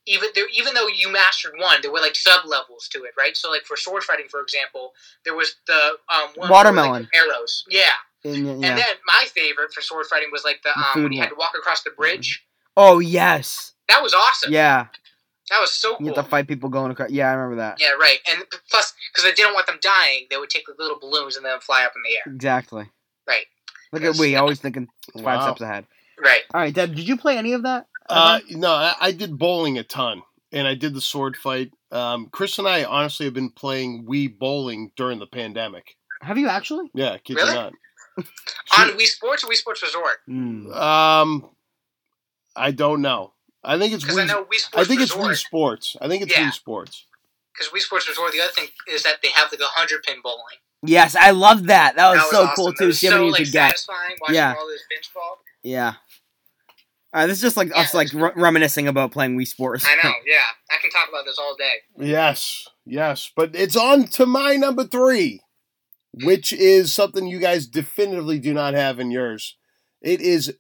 Speaker 3: Even there, even though you mastered one, there were like sub levels to it, right? So, like for sword fighting, for example, there was the um, one where, like,
Speaker 1: Watermelon.
Speaker 3: arrows. Yeah,
Speaker 1: And, y-
Speaker 3: And
Speaker 1: yeah.
Speaker 3: then my favorite for sword fighting was like the
Speaker 1: The
Speaker 3: um,
Speaker 1: food
Speaker 3: when you had
Speaker 1: one.
Speaker 3: to walk across the bridge.
Speaker 1: Oh yes.
Speaker 3: That was awesome.
Speaker 1: Yeah.
Speaker 3: That was so
Speaker 1: You
Speaker 3: cool.
Speaker 1: have to fight people going across. Yeah, I remember that.
Speaker 3: Yeah, right. And plus, because they didn't want them dying, they would take the little balloons and then fly up in the air.
Speaker 1: Exactly.
Speaker 3: Right.
Speaker 1: Look at Wii, always thinking five
Speaker 2: Wow.
Speaker 1: steps ahead.
Speaker 3: Right.
Speaker 1: All right, Deb, did you play any of that?
Speaker 2: Uh, no, I, I did bowling a ton, and I did the sword fight. Um, Chris and I honestly have been playing Wii bowling during the pandemic.
Speaker 1: Have you actually?
Speaker 2: Yeah, kids
Speaker 3: Really?
Speaker 2: not.
Speaker 3: On Wii Sports or Wii Sports Resort?
Speaker 1: Mm.
Speaker 2: Um, I don't know. I think it's
Speaker 3: Because I
Speaker 2: Wii.
Speaker 3: know Wii
Speaker 2: I,
Speaker 3: Sports
Speaker 2: think it's Wii
Speaker 3: Resort.
Speaker 2: Sports. I think it's
Speaker 3: Yeah.
Speaker 2: Wii Sports.
Speaker 3: Because Wii Sports Resort, the other thing is that they have like a hundred pin bowling.
Speaker 1: Yes, I love that. That was, Oh, so
Speaker 3: awesome.
Speaker 1: cool
Speaker 3: That
Speaker 1: too.
Speaker 3: was
Speaker 1: See how many
Speaker 3: so
Speaker 1: you
Speaker 3: like
Speaker 1: could get.
Speaker 3: satisfying watching
Speaker 1: Yeah.
Speaker 3: all those pins fall.
Speaker 1: Yeah. All right, this is just like us
Speaker 3: Yeah.
Speaker 1: like r- reminiscing about playing Wii Sports.
Speaker 3: I know. Yeah, I can talk about this all day.
Speaker 2: Yes, yes, but it's on to my number three, which is something you guys definitively do not have in yours. It is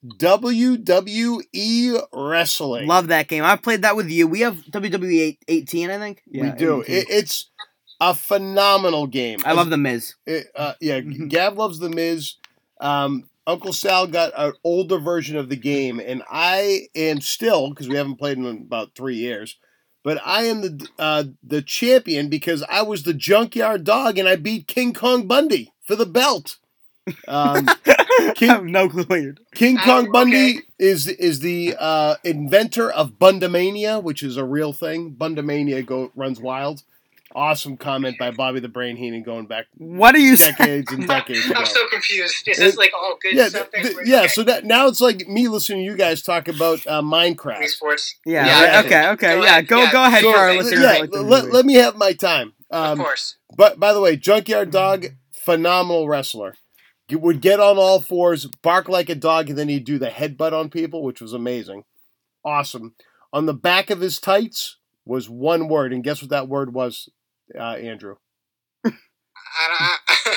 Speaker 2: WWE wrestling.
Speaker 1: Love that game. I played that with you. We have WWE eight- 18, I think.
Speaker 2: we do.
Speaker 1: 18.
Speaker 2: It, it's a phenomenal game.
Speaker 1: I love the Miz.
Speaker 2: It, uh, yeah, Gav loves the Miz. Um, Uncle Sal got an older version of the game, and I am still because we haven't played in about three years. But I am the uh, the champion because I was the junkyard dog and I beat King Kong Bundy for the belt. Um,
Speaker 1: I
Speaker 2: King-
Speaker 1: have no clue. what you're-
Speaker 2: King
Speaker 3: Uh,
Speaker 2: Kong Bundy
Speaker 3: okay.
Speaker 2: is is the uh, inventor of Bundamania, which is a real thing. Bundamania go runs wild. Awesome comment by Bobby the Brain Heenan going back
Speaker 1: What are you saying?
Speaker 2: decades and decades ago.
Speaker 3: I'm so confused. Is this
Speaker 2: It-
Speaker 3: like all good
Speaker 2: yeah, th-
Speaker 3: stuff? that
Speaker 2: th-
Speaker 3: we're-
Speaker 2: yeah.
Speaker 3: okay.
Speaker 2: So that now it's like me listening to you guys talk about uh,
Speaker 3: Wii
Speaker 2: Minecraft.
Speaker 3: Sports.
Speaker 1: Yeah.
Speaker 2: Yeah,
Speaker 1: right,
Speaker 2: I
Speaker 1: okay. Okay.
Speaker 3: Go
Speaker 1: yeah.
Speaker 3: ahead,
Speaker 1: Go.
Speaker 3: yeah.
Speaker 1: Go ahead
Speaker 2: So,
Speaker 1: for our
Speaker 3: Yeah,
Speaker 1: listeners.
Speaker 2: yeah,
Speaker 1: like the
Speaker 2: let,
Speaker 1: movie.
Speaker 2: let me have my time.
Speaker 3: Of
Speaker 2: Um,
Speaker 3: course.
Speaker 2: but by the way, Junkyard Dog, phenomenal wrestler. He would get on all fours, bark like a dog, and then he'd do the headbutt on people, which was amazing. Awesome. On the back of his tights was one word, and guess what that word was, uh, Andrew?
Speaker 3: I don't,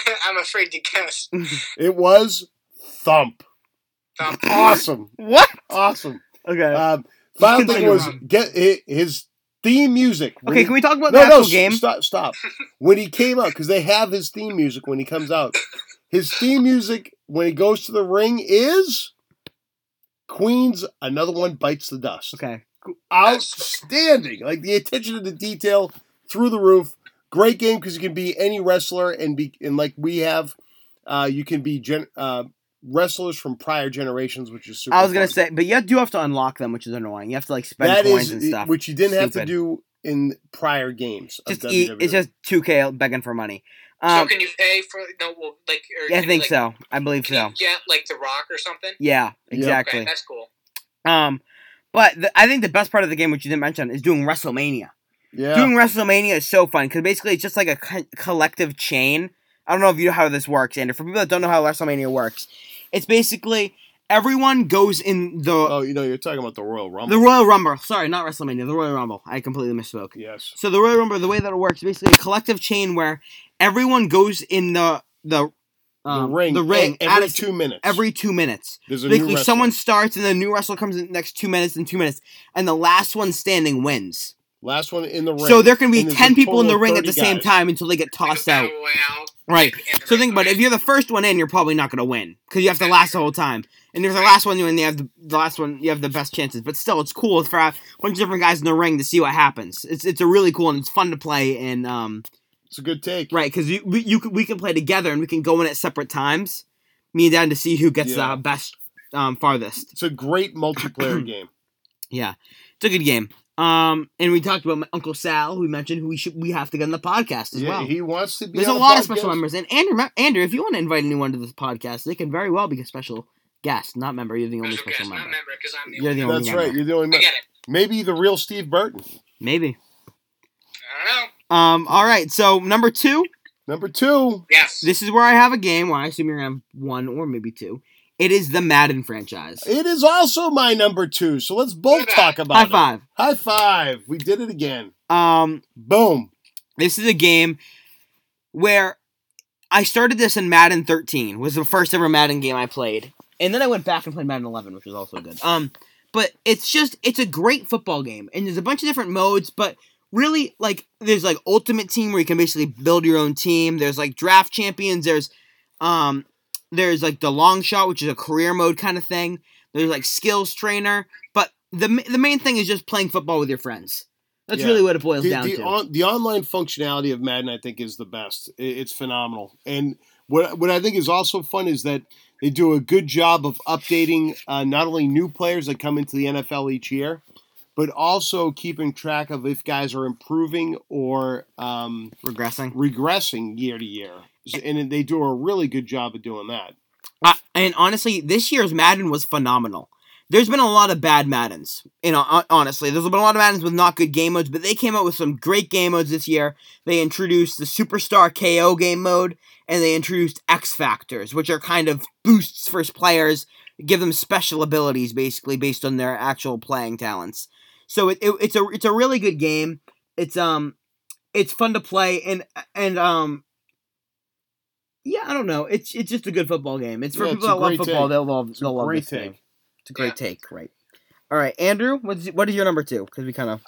Speaker 3: I, I'm afraid to guess.
Speaker 2: It was thump.
Speaker 3: Thump.
Speaker 2: Awesome.
Speaker 1: what?
Speaker 2: Awesome.
Speaker 1: Okay.
Speaker 2: Um, final
Speaker 1: Continue.
Speaker 2: thing was get hi- his theme music. when
Speaker 1: okay.
Speaker 2: he-
Speaker 1: Can we talk about the
Speaker 2: no,
Speaker 1: actual
Speaker 2: no, s-
Speaker 1: game?
Speaker 2: stop, stop. When he came out, because they have his theme music when he comes out. His theme music when he goes to the ring is Queen's "Another One Bites the Dust."
Speaker 1: Okay.
Speaker 2: Outstanding, like the attention to the detail through the roof. Great game because you can be any wrestler and be and like we have, uh, you can be gen- uh, wrestlers from prior generations, which is super.
Speaker 1: I was gonna
Speaker 2: fun.
Speaker 1: say, but you do have to unlock them, which is annoying. You have to like spend
Speaker 2: that
Speaker 1: coins
Speaker 2: is
Speaker 1: and
Speaker 2: it-
Speaker 1: stuff.
Speaker 2: which you didn't have to
Speaker 1: Stupid.
Speaker 2: do in prior games. Of E.
Speaker 1: just eat,
Speaker 2: WWE.
Speaker 1: it's just two K begging for money.
Speaker 3: So
Speaker 1: Um,
Speaker 3: can you pay for no? Well, like or
Speaker 1: yeah, I
Speaker 3: can you,
Speaker 1: think
Speaker 3: like,
Speaker 1: so. I believe
Speaker 3: Can
Speaker 1: so.
Speaker 3: you get like The Rock or something?
Speaker 1: Yeah,
Speaker 2: Yeah.
Speaker 1: exactly.
Speaker 3: Okay, that's cool.
Speaker 1: Um, but the, I think the best part of the game, which you didn't mention, is doing WrestleMania.
Speaker 2: yeah.
Speaker 1: Doing WrestleMania is so fun because basically it's just like a co- collective chain. I don't know if you know how this works, Andrew. For people that don't know how WrestleMania works, it's basically everyone goes in the
Speaker 2: oh, you know, you're talking about the Royal Rumble.
Speaker 1: the Royal Rumble. Sorry, not WrestleMania. The Royal Rumble. I completely misspoke.
Speaker 2: yes.
Speaker 1: So the Royal Rumble, the way that it works, is basically a collective chain where everyone goes in the the um,
Speaker 2: the ring.
Speaker 1: the ring
Speaker 2: e-
Speaker 1: at
Speaker 2: every
Speaker 1: a-
Speaker 2: two minutes.
Speaker 1: every two minutes.
Speaker 2: There's a new
Speaker 1: Basically,
Speaker 2: wrestler.
Speaker 1: someone starts and the new wrestler comes in the next two minutes and two minutes, and the last one standing wins.
Speaker 2: last one in the ring.
Speaker 1: So there can be
Speaker 2: And there's a
Speaker 1: ten people in
Speaker 2: total
Speaker 1: the
Speaker 2: of
Speaker 1: ring at
Speaker 2: 30
Speaker 1: the same
Speaker 2: guys.
Speaker 1: time until they get
Speaker 3: Like a
Speaker 1: tossed out.
Speaker 3: battle royale.
Speaker 1: Right.
Speaker 3: in Oh, the
Speaker 1: So
Speaker 3: ring,
Speaker 1: think about it.
Speaker 3: okay.
Speaker 1: If you're the first one in, you're probably not going to win because you have to last the whole time. And if you're the last one, you and you have the, the last one, you have the best chances. But still, it's cool for a bunch of different guys in the ring to see what happens. It's it's a really cool and it's fun to play. And um,
Speaker 2: It's a good take.
Speaker 1: right because you we, you c- we can play together and we can go in at separate times, me and Dan, to see who gets
Speaker 2: Yeah.
Speaker 1: the best um farthest.
Speaker 2: It's a great multiplayer game.
Speaker 1: Yeah, it's a good game. Um, and we talked about my Uncle Sal, who we mentioned, who we should we have to get on the podcast as
Speaker 2: Yeah,
Speaker 1: well.
Speaker 2: he wants to be.
Speaker 1: There's a
Speaker 2: on the
Speaker 1: lot of
Speaker 2: podcast.
Speaker 1: special members, and Andrew, me- Andrew, if you want to invite anyone to this podcast, they can very well be a special guest, not member. You're the only
Speaker 3: There's a guest,
Speaker 1: special
Speaker 3: not
Speaker 1: member.
Speaker 3: member, 'cause I'm the
Speaker 1: You're
Speaker 3: only
Speaker 1: the only
Speaker 2: That's
Speaker 1: member.
Speaker 2: right. You're the only
Speaker 3: I
Speaker 2: member.
Speaker 3: get it.
Speaker 2: Maybe the real Steve Burton.
Speaker 1: Maybe.
Speaker 3: I don't know.
Speaker 1: Um. All right. So number two,
Speaker 2: Number two.
Speaker 3: Yes.
Speaker 1: this is where I have a game where I assume you're gonna have one or maybe two. It is the Madden franchise.
Speaker 2: It is also my number two. So let's both
Speaker 3: Look at
Speaker 2: talk about
Speaker 1: High
Speaker 2: it.
Speaker 1: five.
Speaker 2: High five. We did it again.
Speaker 1: Um.
Speaker 2: Boom.
Speaker 1: This is a game where I started this in Madden 13 was the first ever Madden game I played, and then I went back and played Madden 11, which was also good. Um, but it's just it's a great football game, and there's a bunch of different modes, but really like there's like Ultimate Team where you can basically build your own team. There's like Draft Champions. There's um there's like the long shot, which is a career mode kind of thing. There's like skills trainer, but the ma- the main thing is just playing football with your friends. That's
Speaker 2: Yeah.
Speaker 1: really what it boils
Speaker 2: the,
Speaker 1: down
Speaker 2: the
Speaker 1: to.
Speaker 2: On, the online functionality of Madden, I think, is the best. I- it's phenomenal. And what what I think is also fun is that they do a good job of updating uh, not only new players that come into the NFL each year, but also keeping track of if guys are improving or um,
Speaker 1: Regressing.
Speaker 2: regressing year to year. So- And they do a really good job of doing that.
Speaker 1: Uh, and honestly, this year's Madden was phenomenal. There's been a lot of bad Maddens. You know, hon- honestly, there's been a lot of Maddens with not good game modes, but they came out with some great game modes this year. They introduced the Superstar KO game mode, and they introduced X Factors, which are kind of boosts for players, give them special abilities basically based on their actual playing talents. So it, it, it's a it's a really good game. It's um it's fun to play and and um yeah, I don't know. It's it's just a good football game. It's for
Speaker 2: Yeah, it's
Speaker 1: people
Speaker 2: a
Speaker 1: that love
Speaker 2: great
Speaker 1: football.
Speaker 2: take.
Speaker 1: They'll love
Speaker 2: a
Speaker 1: they'll love
Speaker 2: great
Speaker 1: this game.
Speaker 2: take.
Speaker 1: It's a great take, right? All right, Andrew, what's what is your number two? Because we kind of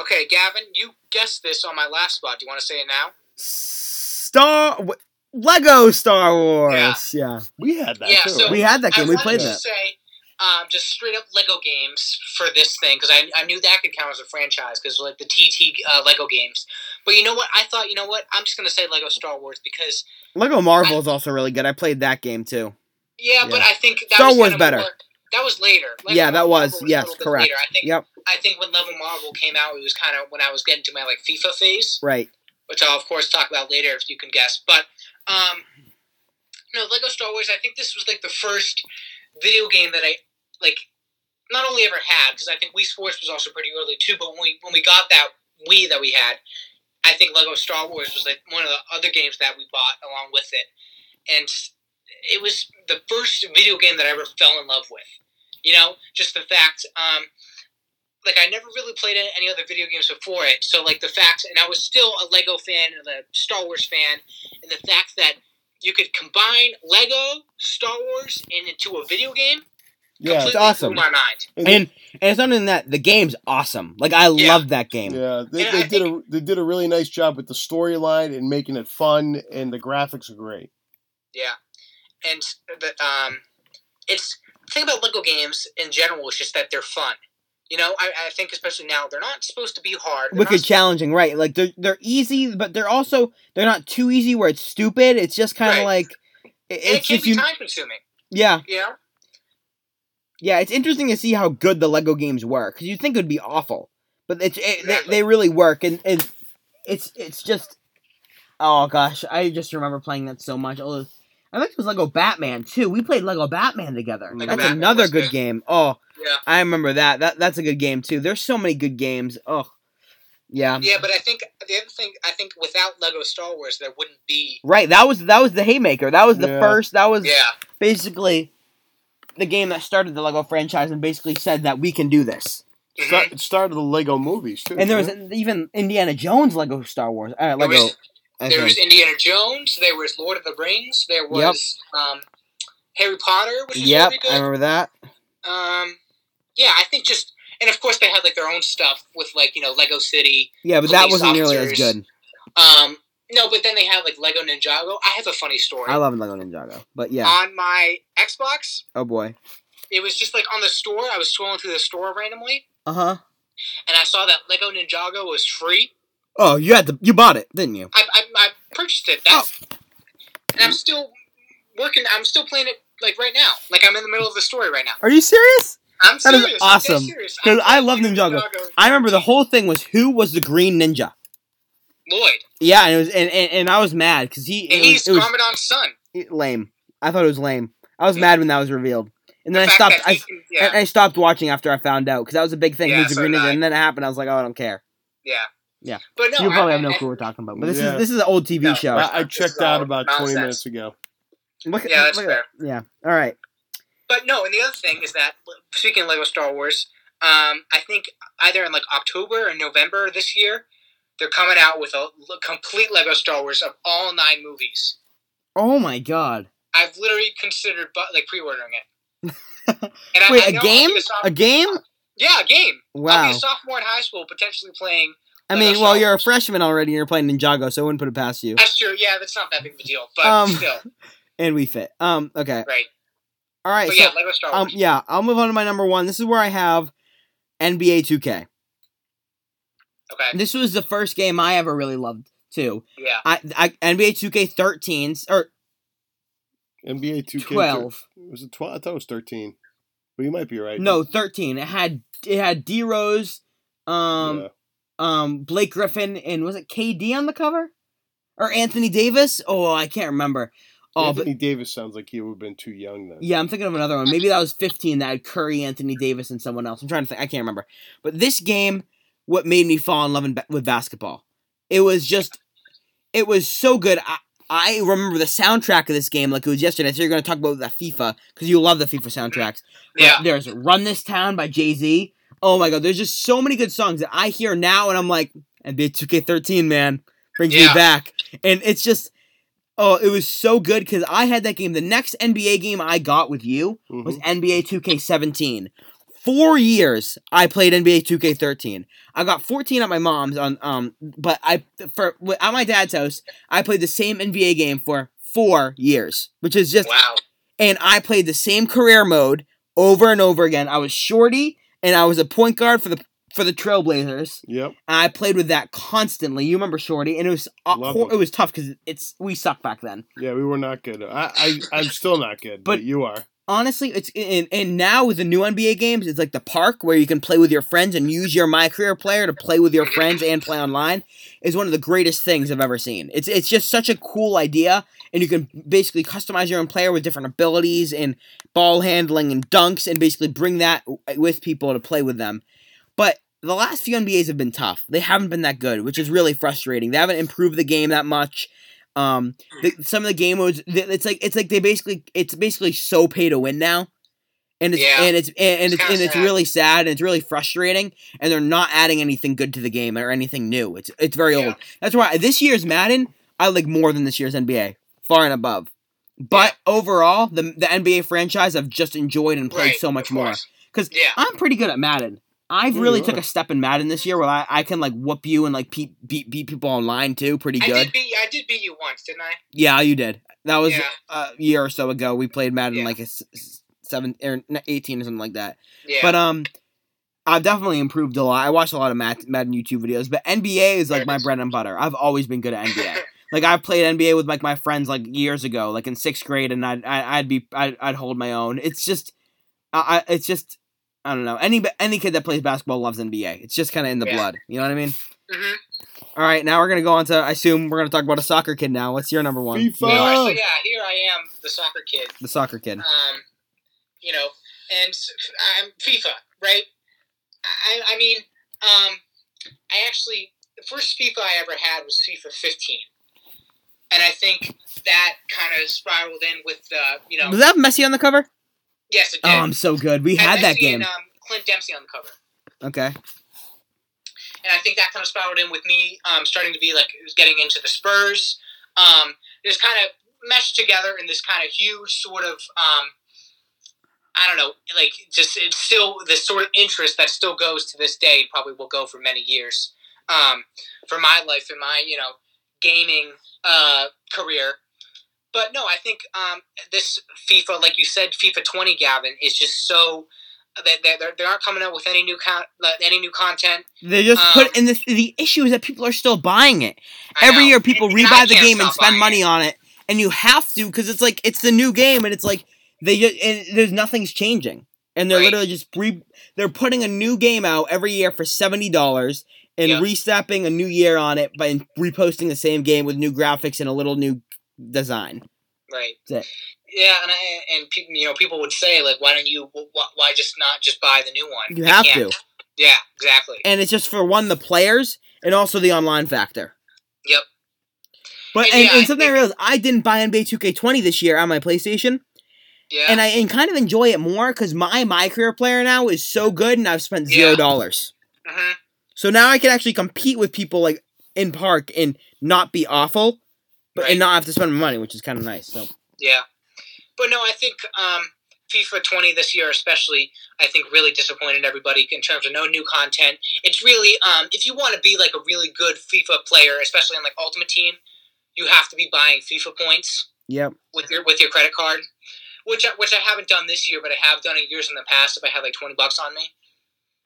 Speaker 3: Okay, Gavin, you guessed this on my last spot. Do you want to say it now?
Speaker 1: Star w- Lego Star Wars. Yeah,
Speaker 2: We had that
Speaker 3: Yeah,
Speaker 2: too.
Speaker 3: so-
Speaker 1: we had that game.
Speaker 3: I
Speaker 1: We
Speaker 3: wanted
Speaker 1: played
Speaker 3: to
Speaker 1: that.
Speaker 3: say um, just straight up Lego games for this thing because I, I knew that could count as a franchise because like the TT uh, Lego games. But you know what? I thought you know what? I'm just gonna say Lego Star Wars because
Speaker 1: Lego Marvel is also really good. I played that game too.
Speaker 3: yeah, but
Speaker 1: Yeah.
Speaker 3: I think that
Speaker 1: Star
Speaker 3: was
Speaker 1: Wars
Speaker 3: kind of
Speaker 1: better.
Speaker 3: more- that was later. Lego
Speaker 1: Yeah, that
Speaker 3: Marvel
Speaker 1: was-
Speaker 3: a
Speaker 1: yes,
Speaker 3: little bit
Speaker 1: correct.
Speaker 3: Later. I think
Speaker 1: Yep.
Speaker 3: I think when Level Marvel came out, it was kind of when I was getting to my like FIFA phase.
Speaker 1: Right.
Speaker 3: which I'll of course talk about later if you can guess. But um, no, Lego Star Wars. I think this was like the first video game that I like, not only ever had because I think Wii Sports was also pretty early too. But when we when we got that Wii that we had, I think Lego Star Wars was like one of the other games that we bought along with it, and it was the first video game that I ever fell in love with. You know, just the fact. Um, like I never really played any- any other video games before it, so like the fact, and I was still a Lego fan and a Star Wars fan, and the fact that you could combine Lego, Star Wars, and into a video game
Speaker 2: yeah.
Speaker 3: completely
Speaker 1: awesome.
Speaker 3: blew my mind.
Speaker 2: And-
Speaker 1: And and it's not even that the game's awesome. Like I
Speaker 3: Yeah.
Speaker 1: love that game.
Speaker 2: Yeah, they,
Speaker 3: And
Speaker 2: they
Speaker 3: I
Speaker 2: did a they did a really nice job with the storyline and making it fun, and the graphics are great.
Speaker 3: Yeah, and the, um, it's the thing about Lego games in general is just that they're fun. You know, I, I think especially now they're not supposed to be hard. They're not
Speaker 1: Wicked challenging, right? Like they're they're easy, but they're also they're not too easy where it's stupid. It's just kind of
Speaker 3: Right.
Speaker 1: like it-
Speaker 3: and it
Speaker 1: it's
Speaker 3: can
Speaker 1: just
Speaker 3: be
Speaker 1: you.
Speaker 3: time consuming.
Speaker 1: Yeah,
Speaker 3: You know?
Speaker 1: yeah. It's interesting to see how good the Lego games were because you'd think it would be awful, but it's it, they,
Speaker 3: Exactly.
Speaker 1: they really work, and, and it's it's just oh gosh, I just remember playing that so much. Although I think it was Lego Batman too. We played Lego Batman together.
Speaker 2: Lego
Speaker 1: that's
Speaker 3: Batman
Speaker 1: another
Speaker 3: was
Speaker 1: good
Speaker 3: good.
Speaker 1: game. Oh,
Speaker 3: Yeah.
Speaker 1: I remember that. That that's a good game too. There's so many good games. Oh, yeah.
Speaker 3: Yeah, but I think the other thing I think without Lego Star Wars there wouldn't be
Speaker 1: Right, that was that was the haymaker. That was the
Speaker 2: Yeah.
Speaker 1: first. That was
Speaker 3: Yeah.
Speaker 1: basically the game that started the Lego franchise and basically said that we can do this.
Speaker 3: Mm-hmm.
Speaker 2: Sta- It started the Lego movies too.
Speaker 1: And there was
Speaker 2: didn't
Speaker 1: even Indiana Jones Lego Star Wars. Uh,
Speaker 3: There
Speaker 1: Lego.
Speaker 3: was-
Speaker 1: I
Speaker 3: There was
Speaker 1: think.
Speaker 3: Indiana Jones, there was Lord of the Rings, there
Speaker 1: Yep.
Speaker 3: was um, Harry Potter, which was
Speaker 1: Yep,
Speaker 3: pretty
Speaker 1: I
Speaker 3: good.
Speaker 1: remember that.
Speaker 3: Um, yeah, I think just and of course they had like their own stuff with like you know Lego City.
Speaker 1: Yeah, but that
Speaker 3: Police
Speaker 1: wasn't nearly as
Speaker 3: officers.
Speaker 1: good.
Speaker 3: Um, no, but then they had like Lego Ninjago. I have a funny story.
Speaker 1: I love Lego Ninjago, but yeah.
Speaker 3: On my Xbox,
Speaker 1: Oh boy.
Speaker 3: it was just like on the store. I was scrolling through the store randomly,
Speaker 1: Uh huh.
Speaker 3: and I saw that Lego Ninjago was free.
Speaker 1: Oh, you had to. You bought it, didn't you?
Speaker 3: I, I, I purchased it. That's,
Speaker 1: Oh.
Speaker 3: and I'm still working. I'm still playing it like right now. Like I'm in the middle of the story right now.
Speaker 1: Are you serious?
Speaker 3: I'm
Speaker 1: That is
Speaker 3: serious. I'm dead
Speaker 1: awesome.
Speaker 3: serious.
Speaker 1: Dude,
Speaker 3: I'm
Speaker 1: I love
Speaker 3: playing
Speaker 1: Ninjago. I remember the whole thing was who was the Green Ninja.
Speaker 3: Lloyd,
Speaker 1: Yeah, and it was and, and, and I was mad because he
Speaker 3: and
Speaker 1: it was,
Speaker 3: he's
Speaker 1: it was
Speaker 3: Commandant's son.
Speaker 1: it- lame. I thought it was lame. I was mad when that was revealed, and then I
Speaker 3: The fact
Speaker 1: stopped.
Speaker 3: that he
Speaker 1: I,
Speaker 3: can-
Speaker 1: and
Speaker 3: yeah,
Speaker 1: I stopped watching after I found out because that was a big thing.
Speaker 3: Yeah,
Speaker 1: Who's the
Speaker 3: so
Speaker 1: Green
Speaker 3: did
Speaker 1: Ninja?
Speaker 3: I.
Speaker 1: And then it happened. I was like, oh, I don't care.
Speaker 3: yeah,
Speaker 1: Yeah.
Speaker 3: But no,
Speaker 1: you probably
Speaker 3: I-
Speaker 1: have no
Speaker 3: I-
Speaker 1: clue what we're talking about. But this
Speaker 2: Yeah.
Speaker 1: is this is an old TV
Speaker 3: No.
Speaker 1: show.
Speaker 2: I, I checked out
Speaker 3: So,
Speaker 2: about twenty
Speaker 3: nonsense.
Speaker 2: minutes ago.
Speaker 1: Look,
Speaker 3: Yeah, that's
Speaker 1: look at that. Yeah. All right.
Speaker 3: But no, and the other thing is that speaking of Lego Star Wars, um, I think either in like October or November this year, they're coming out with a l- complete Lego Star Wars of all nine movies.
Speaker 1: Oh my god.
Speaker 3: I've literally considered but like pre-ordering it. And
Speaker 1: Wait,
Speaker 3: a
Speaker 1: a game? A game?
Speaker 3: yeah, a game. I'll
Speaker 1: Wow.
Speaker 3: be a sophomore in high school, potentially playing.
Speaker 1: I mean,
Speaker 3: Lego
Speaker 1: well,
Speaker 3: Star
Speaker 1: you're a
Speaker 3: Wars.
Speaker 1: freshman already. and You're playing Ninjago, so I wouldn't put it past you.
Speaker 3: That's true. Yeah, that's not that big of a deal, but
Speaker 1: Um,
Speaker 3: still,
Speaker 1: And we fit. Um. Okay.
Speaker 3: right?
Speaker 1: All right.
Speaker 3: But
Speaker 1: so,
Speaker 3: yeah, Lego Star
Speaker 1: um.
Speaker 3: Wars.
Speaker 1: Yeah. I'll move on to my number one. This is where I have NBA 2K.
Speaker 3: okay.
Speaker 1: This was the first game I ever really loved too.
Speaker 3: Yeah.
Speaker 1: I, I NBA 2K13s or
Speaker 2: NBA two K
Speaker 1: 12.
Speaker 2: Was it twelve? I thought it was thirteen. Well, you might be right.
Speaker 1: No, thirteen. It had it had D Rose, um,
Speaker 2: Yeah.
Speaker 1: um, Blake Griffin, and was it KD on the cover, or Anthony Davis? Oh, I can't remember. Oh,
Speaker 2: Anthony Davis sounds like he would have been too young then.
Speaker 1: but yeah, I'm thinking of another one. Maybe that was fifteen. That had Curry, Anthony Davis, and someone else. I'm trying to think. I can't remember. But this game, what made me fall in love in ba- with basketball? It was just, it was so good. I I remember the soundtrack of this game like it was yesterday. So you're going to talk about the FIFA because you love the FIFA soundtracks.
Speaker 3: Yeah.
Speaker 1: There's Run This Town by Jay Z. Oh my God. There's just so many good songs that I hear now and I'm like, NBA 2K13, man. Brings me
Speaker 3: Yeah.
Speaker 1: back. And it's just, oh, it was so good because I had that game. The next NBA game I got with you was
Speaker 2: Mhm.
Speaker 3: Mm-hmm.
Speaker 1: NBA 2K17. Four years I played NBA 2K13. I got 14 at my mom's on um, but I for at my dad's house I played the same NBA game for four years, which is just
Speaker 3: Wow.
Speaker 1: and I played the same career mode over and over again. I was shorty and I was a point guard for the for the Trailblazers.
Speaker 2: Yep.
Speaker 1: And I played with that constantly. You remember shorty, and it was uh,
Speaker 2: Love
Speaker 1: hor-
Speaker 2: him.
Speaker 1: it was tough because it's we sucked back then.
Speaker 2: Yeah, we were not good. I, I I'm still not good,
Speaker 1: But-
Speaker 2: but,
Speaker 1: Oh,
Speaker 2: you are.
Speaker 1: Honestly, it's and, and now with the new NBA games, it's like the park where you can play with your friends and use your My Career player to play with your friends and play online is one of the greatest things I've ever seen. It's it's just such a cool idea, and you can basically customize your own player with different abilities and ball handling and dunks, and basically bring that w- with people to play with them. But the last few NBAs have been tough. They haven't been that good, which is really frustrating. They haven't improved the game that much. Um, the, some of the game modes, th- it's like it's like they basically it's basically so pay to win now, and it's
Speaker 3: Yeah.
Speaker 1: and it's and, and
Speaker 3: It's
Speaker 1: it's
Speaker 3: kinda
Speaker 1: and it's
Speaker 3: sad.
Speaker 1: really sad and it's really frustrating. And they're not adding anything good to the game or anything new. It's it's very
Speaker 3: Yeah.
Speaker 1: old. That's why this year's Madden I like more than this year's NBA, far and above. But overall, the the NBA franchise I've just enjoyed and played
Speaker 3: Right,
Speaker 1: so much
Speaker 3: of
Speaker 1: more.
Speaker 3: course.
Speaker 1: 'Cause
Speaker 3: yeah.
Speaker 1: I'm pretty good at Madden. I've
Speaker 2: Yeah,
Speaker 1: really
Speaker 2: you
Speaker 1: took
Speaker 2: are.
Speaker 1: a step in Madden this year where I, I can like whoop you and like beat beat, beat people online too pretty
Speaker 3: I
Speaker 1: good.
Speaker 3: did beat I did beat you once, didn't I?
Speaker 1: Yeah, you did. That was
Speaker 3: Yeah.
Speaker 1: a year or so ago. We played Madden
Speaker 3: Yeah.
Speaker 1: like a s- s- seven or n- eighteen or something like that.
Speaker 3: Yeah.
Speaker 1: But um, I've definitely improved a lot. I watched a lot of Mad- Madden YouTube videos, but NBA is like
Speaker 3: Right.
Speaker 1: my bread and butter. I've always been good at NBA. Like I played NBA with like my friends like years ago, like in sixth grade, and I'd I- I'd be I'd, I'd hold my own. It's just, I, I it's just I don't know any any kid that plays basketball loves NBA. It's just kind of in the
Speaker 3: Yeah.
Speaker 1: blood. You know what I mean?
Speaker 3: hmm
Speaker 1: All right, now we're gonna go on to. I assume we're gonna talk about a soccer kid now. What's your number one?
Speaker 2: FIFA.
Speaker 3: No,
Speaker 2: Oh.
Speaker 3: actually, yeah, here I am, the soccer kid.
Speaker 1: The soccer kid.
Speaker 3: Um, you know, and s- I'm FIFA, right? I, I mean, um, I actually the first FIFA I ever had was FIFA 15, and I think that kind of spiraled in with the, you know,
Speaker 1: Was that Messi on the cover?
Speaker 3: yes, it
Speaker 1: Oh,
Speaker 3: did.
Speaker 1: I'm so good. We
Speaker 3: And
Speaker 1: had that
Speaker 3: Messi
Speaker 1: game.
Speaker 3: And, um, Clint Dempsey on the cover.
Speaker 1: Okay.
Speaker 3: and I think that kind of spiraled in with me um, starting to be like it was getting into the Spurs. Um, it was kind of meshed together in this kind of huge sort of um, I don't know, like just it's still this sort of interest that still goes to this day, probably will go for many years um, for my life and my you know gaming uh, career. But no, I think um, this FIFA, like you said, FIFA 20, Gavin, is just so. They, they, they're- they aren't coming out with any new con- any new content.
Speaker 1: They just
Speaker 3: Um,
Speaker 1: put in this. The issue is that people are still buying it.
Speaker 3: I
Speaker 1: Every
Speaker 3: know.
Speaker 1: year, people
Speaker 3: And- and I
Speaker 1: rebuy the
Speaker 3: can't
Speaker 1: game and
Speaker 3: stop
Speaker 1: spend
Speaker 3: buying
Speaker 1: money
Speaker 3: it.
Speaker 1: on it, and you have to because it's like it's the new game, and it's like they just, and there's nothing's changing, and they're
Speaker 3: Right.
Speaker 1: literally just re, they're putting a new game out every year for seventy dollars and
Speaker 3: Yeah.
Speaker 1: restapping a new year on it by reposting the same game with new graphics and a little new design.
Speaker 3: Right.
Speaker 1: That's it.
Speaker 3: Yeah, and I, and pe- you know people would say like, why don't you? Why, why just not just buy the new one?
Speaker 1: You
Speaker 3: I
Speaker 1: have
Speaker 3: can't.
Speaker 1: to,
Speaker 3: Yeah, exactly.
Speaker 1: and it's just for one the players and also the online factor.
Speaker 3: Yep.
Speaker 1: But
Speaker 3: And
Speaker 1: and,
Speaker 3: yeah,
Speaker 1: and
Speaker 3: I
Speaker 1: something I realized I didn't buy NBA 2K20 this year on my PlayStation,
Speaker 3: Yeah.
Speaker 1: and I and kind of enjoy it more because my my career player now is so good, and I've spent
Speaker 3: Yeah.
Speaker 1: zero dollars.
Speaker 3: hmm
Speaker 1: So now I can actually compete with people like in park and not be awful, but
Speaker 3: Right.
Speaker 1: and not have to spend my money, which is kind of nice. So
Speaker 3: Yeah. But no, I think um, FIFA 20 this year, especially, I think really disappointed everybody in terms of no new content. It's really, um, if you want to be like a really good FIFA player, especially on like Ultimate Team, you have to be buying FIFA points
Speaker 1: yep,
Speaker 3: with your with your credit card, which I, which I haven't done this year, but I have done in years in the past. If I had like 20 bucks on me.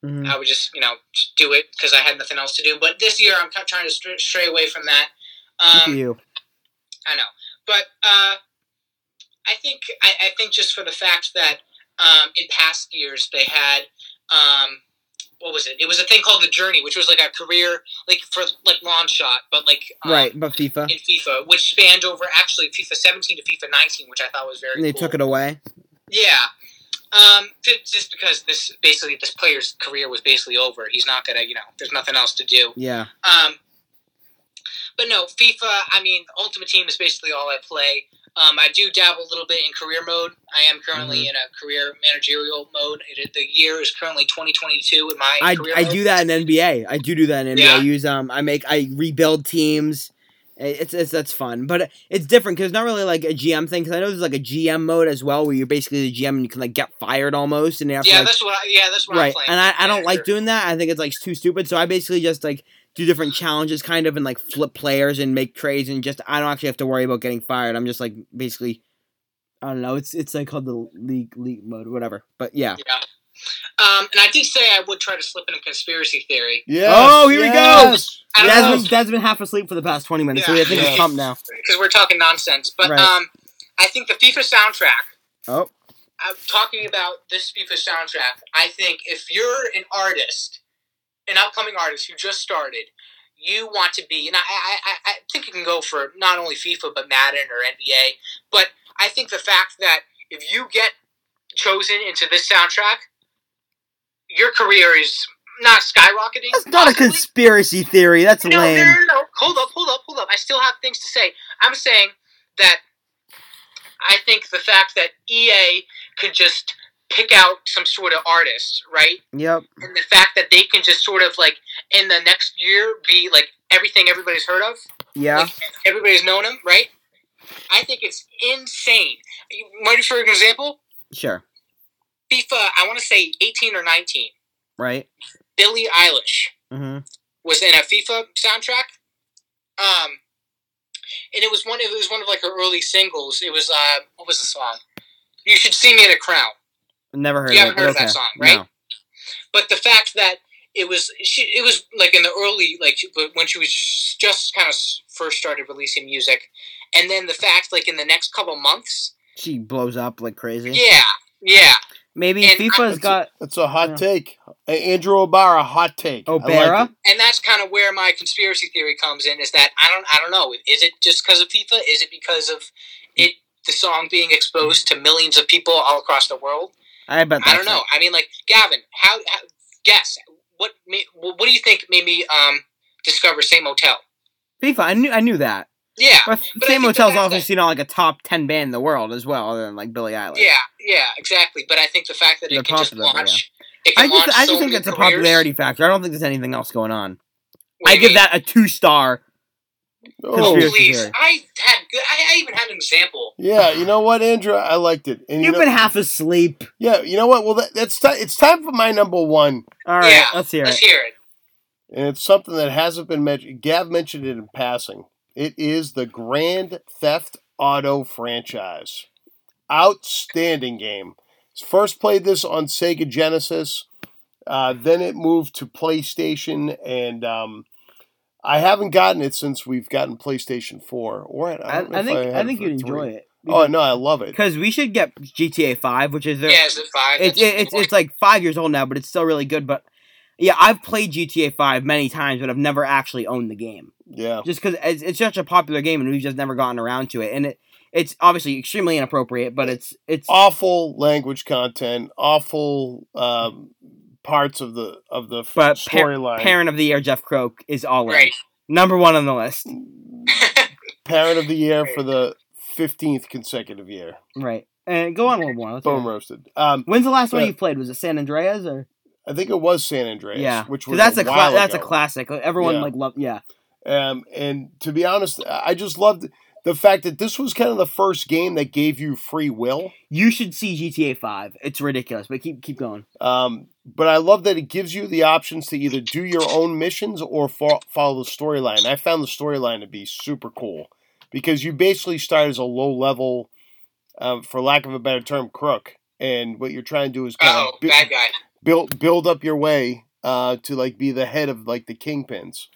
Speaker 1: Mhm.
Speaker 3: I would just, you know, just do it because I had nothing else to do. But this year, I'm kind of trying to stray, stray away from that.
Speaker 1: Look at
Speaker 3: Um,
Speaker 1: you.
Speaker 3: I know, but uh, I think I, I think just for the fact that um, in past years they had um, what was it? It was a thing called the Journey, which was like a career, like for like long shot, but like um,
Speaker 1: right, but FIFA
Speaker 3: in FIFA, which spanned over actually FIFA 17 to FIFA 19, which I thought was very.
Speaker 1: and they
Speaker 3: cool.
Speaker 1: took it away.
Speaker 3: Yeah. Um, fi- just because this basically this player's career was basically over. He's not gonna, you know, there's nothing else to do.
Speaker 1: Yeah,
Speaker 3: Um, but no, FIFA. I mean, Ultimate Team is basically all I play. Um, I do dabble a little bit in career mode. I am currently
Speaker 1: Mm-hmm.
Speaker 3: in a career managerial mode. It, it- the year is currently 2022 in my
Speaker 1: I,
Speaker 3: career
Speaker 1: I
Speaker 3: mode.
Speaker 1: do that in NBA. I do do that in NBA. I
Speaker 3: Yeah.
Speaker 1: use um I make I rebuild teams. It's, it's that's fun, but it's different because it's not really like a GM thing. Because I know there's like a GM mode as well, where you're basically the GM and you can like get fired almost, and you have to
Speaker 3: Yeah,
Speaker 1: like
Speaker 3: that's what. I, yeah, that's what I'm
Speaker 1: right.
Speaker 3: playing.
Speaker 1: And I, I don't
Speaker 3: Manager.
Speaker 1: like doing that. I think it's like too stupid. So I basically just like do different challenges, kind of, and like flip players and make trades, and just I don't actually have to worry about getting fired. I'm just like basically, I don't know. It's it's like called the league league mode, whatever. But yeah.
Speaker 3: Yeah. Um, and I did say I would try to slip in a conspiracy theory.
Speaker 2: Yes,
Speaker 1: Oh, here we go.
Speaker 2: yes.
Speaker 3: I don't know.
Speaker 1: Dad's been, Dad's been half asleep for the past twenty minutes, so
Speaker 3: Yeah.
Speaker 1: I think
Speaker 2: Yeah.
Speaker 1: it's pumped now.
Speaker 3: because we're talking nonsense. But
Speaker 1: Right.
Speaker 3: um, I think the FIFA soundtrack.
Speaker 1: Oh.
Speaker 3: I'm talking about this FIFA soundtrack. I think if you're an artist, an upcoming artist who just started, you want to be, and I, I, I- I think it can go for not only FIFA but Madden or NBA. But I think the fact that if you get chosen into this soundtrack, your career is not skyrocketing.
Speaker 1: That's not a
Speaker 3: possibly.
Speaker 1: conspiracy theory. That's
Speaker 3: No, no,
Speaker 1: lame.
Speaker 3: no, no. Hold up, hold up, hold up. I still have things to say. I'm saying that I think the fact that EA could just pick out some sort of artist, right?
Speaker 1: Yep.
Speaker 3: And the fact that they can just sort of like in the next year be like everything everybody's heard of,
Speaker 1: Yeah.
Speaker 3: everybody's known him, right? I think it's insane. Ready for an example?
Speaker 1: Sure.
Speaker 3: FIFA, I want to say 18 or 19.
Speaker 1: Right.
Speaker 3: Billie Eilish.
Speaker 1: hmm
Speaker 3: was in a FIFA soundtrack. Um, and it was one. It was one of like her early singles. It was uh, what was the song? You should see me in a crown.
Speaker 1: Never heard of
Speaker 3: You
Speaker 1: it.
Speaker 3: haven't heard of
Speaker 1: but
Speaker 3: that
Speaker 1: okay.
Speaker 3: song, right? But the fact that it was she it was like in the early like she- but when she was just kind of first started releasing music and then the fact like in the next couple months
Speaker 1: She blows up like crazy.
Speaker 3: yeah yeah
Speaker 1: Maybe
Speaker 3: And
Speaker 1: FIFA's
Speaker 2: I-
Speaker 1: got
Speaker 2: That's a hot
Speaker 1: Yeah.
Speaker 2: take. A- Andrew O'Bara, hot take. I like
Speaker 1: O'Bara.
Speaker 2: it.
Speaker 3: and that's kind of where my conspiracy theory comes in is that I don't I don't know is it just because of FIFA is it because of it the song being exposed to millions of people all across the world
Speaker 1: I bet. That's
Speaker 3: I don't know I mean like Gavin how, how guess what ma- what do you think made me um discover same hotel
Speaker 1: it. FIFA. I knew. I knew that.
Speaker 3: yeah
Speaker 1: But,
Speaker 3: Uh, But I
Speaker 1: Same
Speaker 3: think
Speaker 1: Hotel's
Speaker 3: that that's
Speaker 1: obviously not like a top ten band in the world as well, other than like Billie Eilish.
Speaker 3: yeah yeah exactly but I think the fact that
Speaker 1: They're
Speaker 3: it can just
Speaker 1: popular, yeah.
Speaker 3: launch it can
Speaker 1: I
Speaker 3: launch
Speaker 1: just, I
Speaker 3: so
Speaker 1: just think
Speaker 3: many
Speaker 1: it's a
Speaker 3: careers.
Speaker 1: popularity factor. I don't think there's anything else going on.
Speaker 3: What do
Speaker 1: I
Speaker 3: you
Speaker 1: give
Speaker 3: mean?
Speaker 1: that a two star.
Speaker 2: Oh,
Speaker 1: Conspiracy.
Speaker 3: please
Speaker 1: theory.
Speaker 3: I had good I, I even had an example
Speaker 2: yeah. You know what, Andrew? I liked it. And you
Speaker 1: You've
Speaker 2: know-
Speaker 1: been half asleep.
Speaker 2: Yeah, you know what? Well, that, that's ti it's time for my number one,
Speaker 1: All right,
Speaker 3: Yeah,
Speaker 1: let's hear
Speaker 3: let's
Speaker 1: it.
Speaker 3: hear it
Speaker 2: and it's something that hasn't been mentioned. Gav mentioned it in passing. It is the Grand Theft Auto franchise. Outstanding game. First played this on Sega Genesis, uh, then it moved to PlayStation, and um, I haven't gotten it since we've gotten PlayStation Four. Or I,
Speaker 1: I,
Speaker 2: don't know
Speaker 1: I
Speaker 2: if
Speaker 1: think
Speaker 2: had
Speaker 1: I think
Speaker 2: for
Speaker 1: you'd enjoy
Speaker 2: three.
Speaker 1: it.
Speaker 2: Oh no, I love it.
Speaker 1: because we should get GTA Five, which is their,
Speaker 3: yeah is it five
Speaker 1: it's
Speaker 3: That's a good
Speaker 1: it's
Speaker 3: point.
Speaker 1: it's like five years old now, but it's still really good. But yeah, I've played GTA Five many times, but I've never actually owned the game,
Speaker 2: Yeah,
Speaker 1: just because it's, it's such a popular game, and we've just never gotten around to it. And it it's obviously extremely inappropriate, but it's it's
Speaker 2: awful language content, awful um, parts of the of the f-
Speaker 1: But par-
Speaker 2: storyline.
Speaker 1: Parent of the Year Jeff Croak is all in.
Speaker 3: Right.
Speaker 1: number one on the list.
Speaker 2: Parent of the year for the fifteenth consecutive year.
Speaker 1: Right, and go on a little more. Let's hear
Speaker 2: Boom
Speaker 1: it.
Speaker 2: roasted. Um,
Speaker 1: When's the last one
Speaker 2: Yeah.
Speaker 1: you played? Was it San Andreas or
Speaker 2: I think it was San Andreas,
Speaker 1: yeah?
Speaker 2: which
Speaker 1: 'Cause
Speaker 2: was
Speaker 1: that's
Speaker 2: a,
Speaker 1: a, cla-
Speaker 2: while
Speaker 1: that's a
Speaker 2: ago.
Speaker 1: classic. Everyone
Speaker 2: Yeah.
Speaker 1: like loved yeah.
Speaker 2: Um, and to be honest, I just loved the fact that this was kind of the first game that gave you free will.
Speaker 1: You should see GTA Five. It's ridiculous, but keep keep going.
Speaker 2: Um, but I love that it gives you the options to either do your own missions or fo- follow the storyline. I found the storyline to be super cool because you basically start as a low level, um, for lack of a better term, crook, and what you're trying to do is kind
Speaker 3: oh
Speaker 2: of bu-
Speaker 3: bad guy
Speaker 2: build build up your way uh, to like be the head of like the kingpins.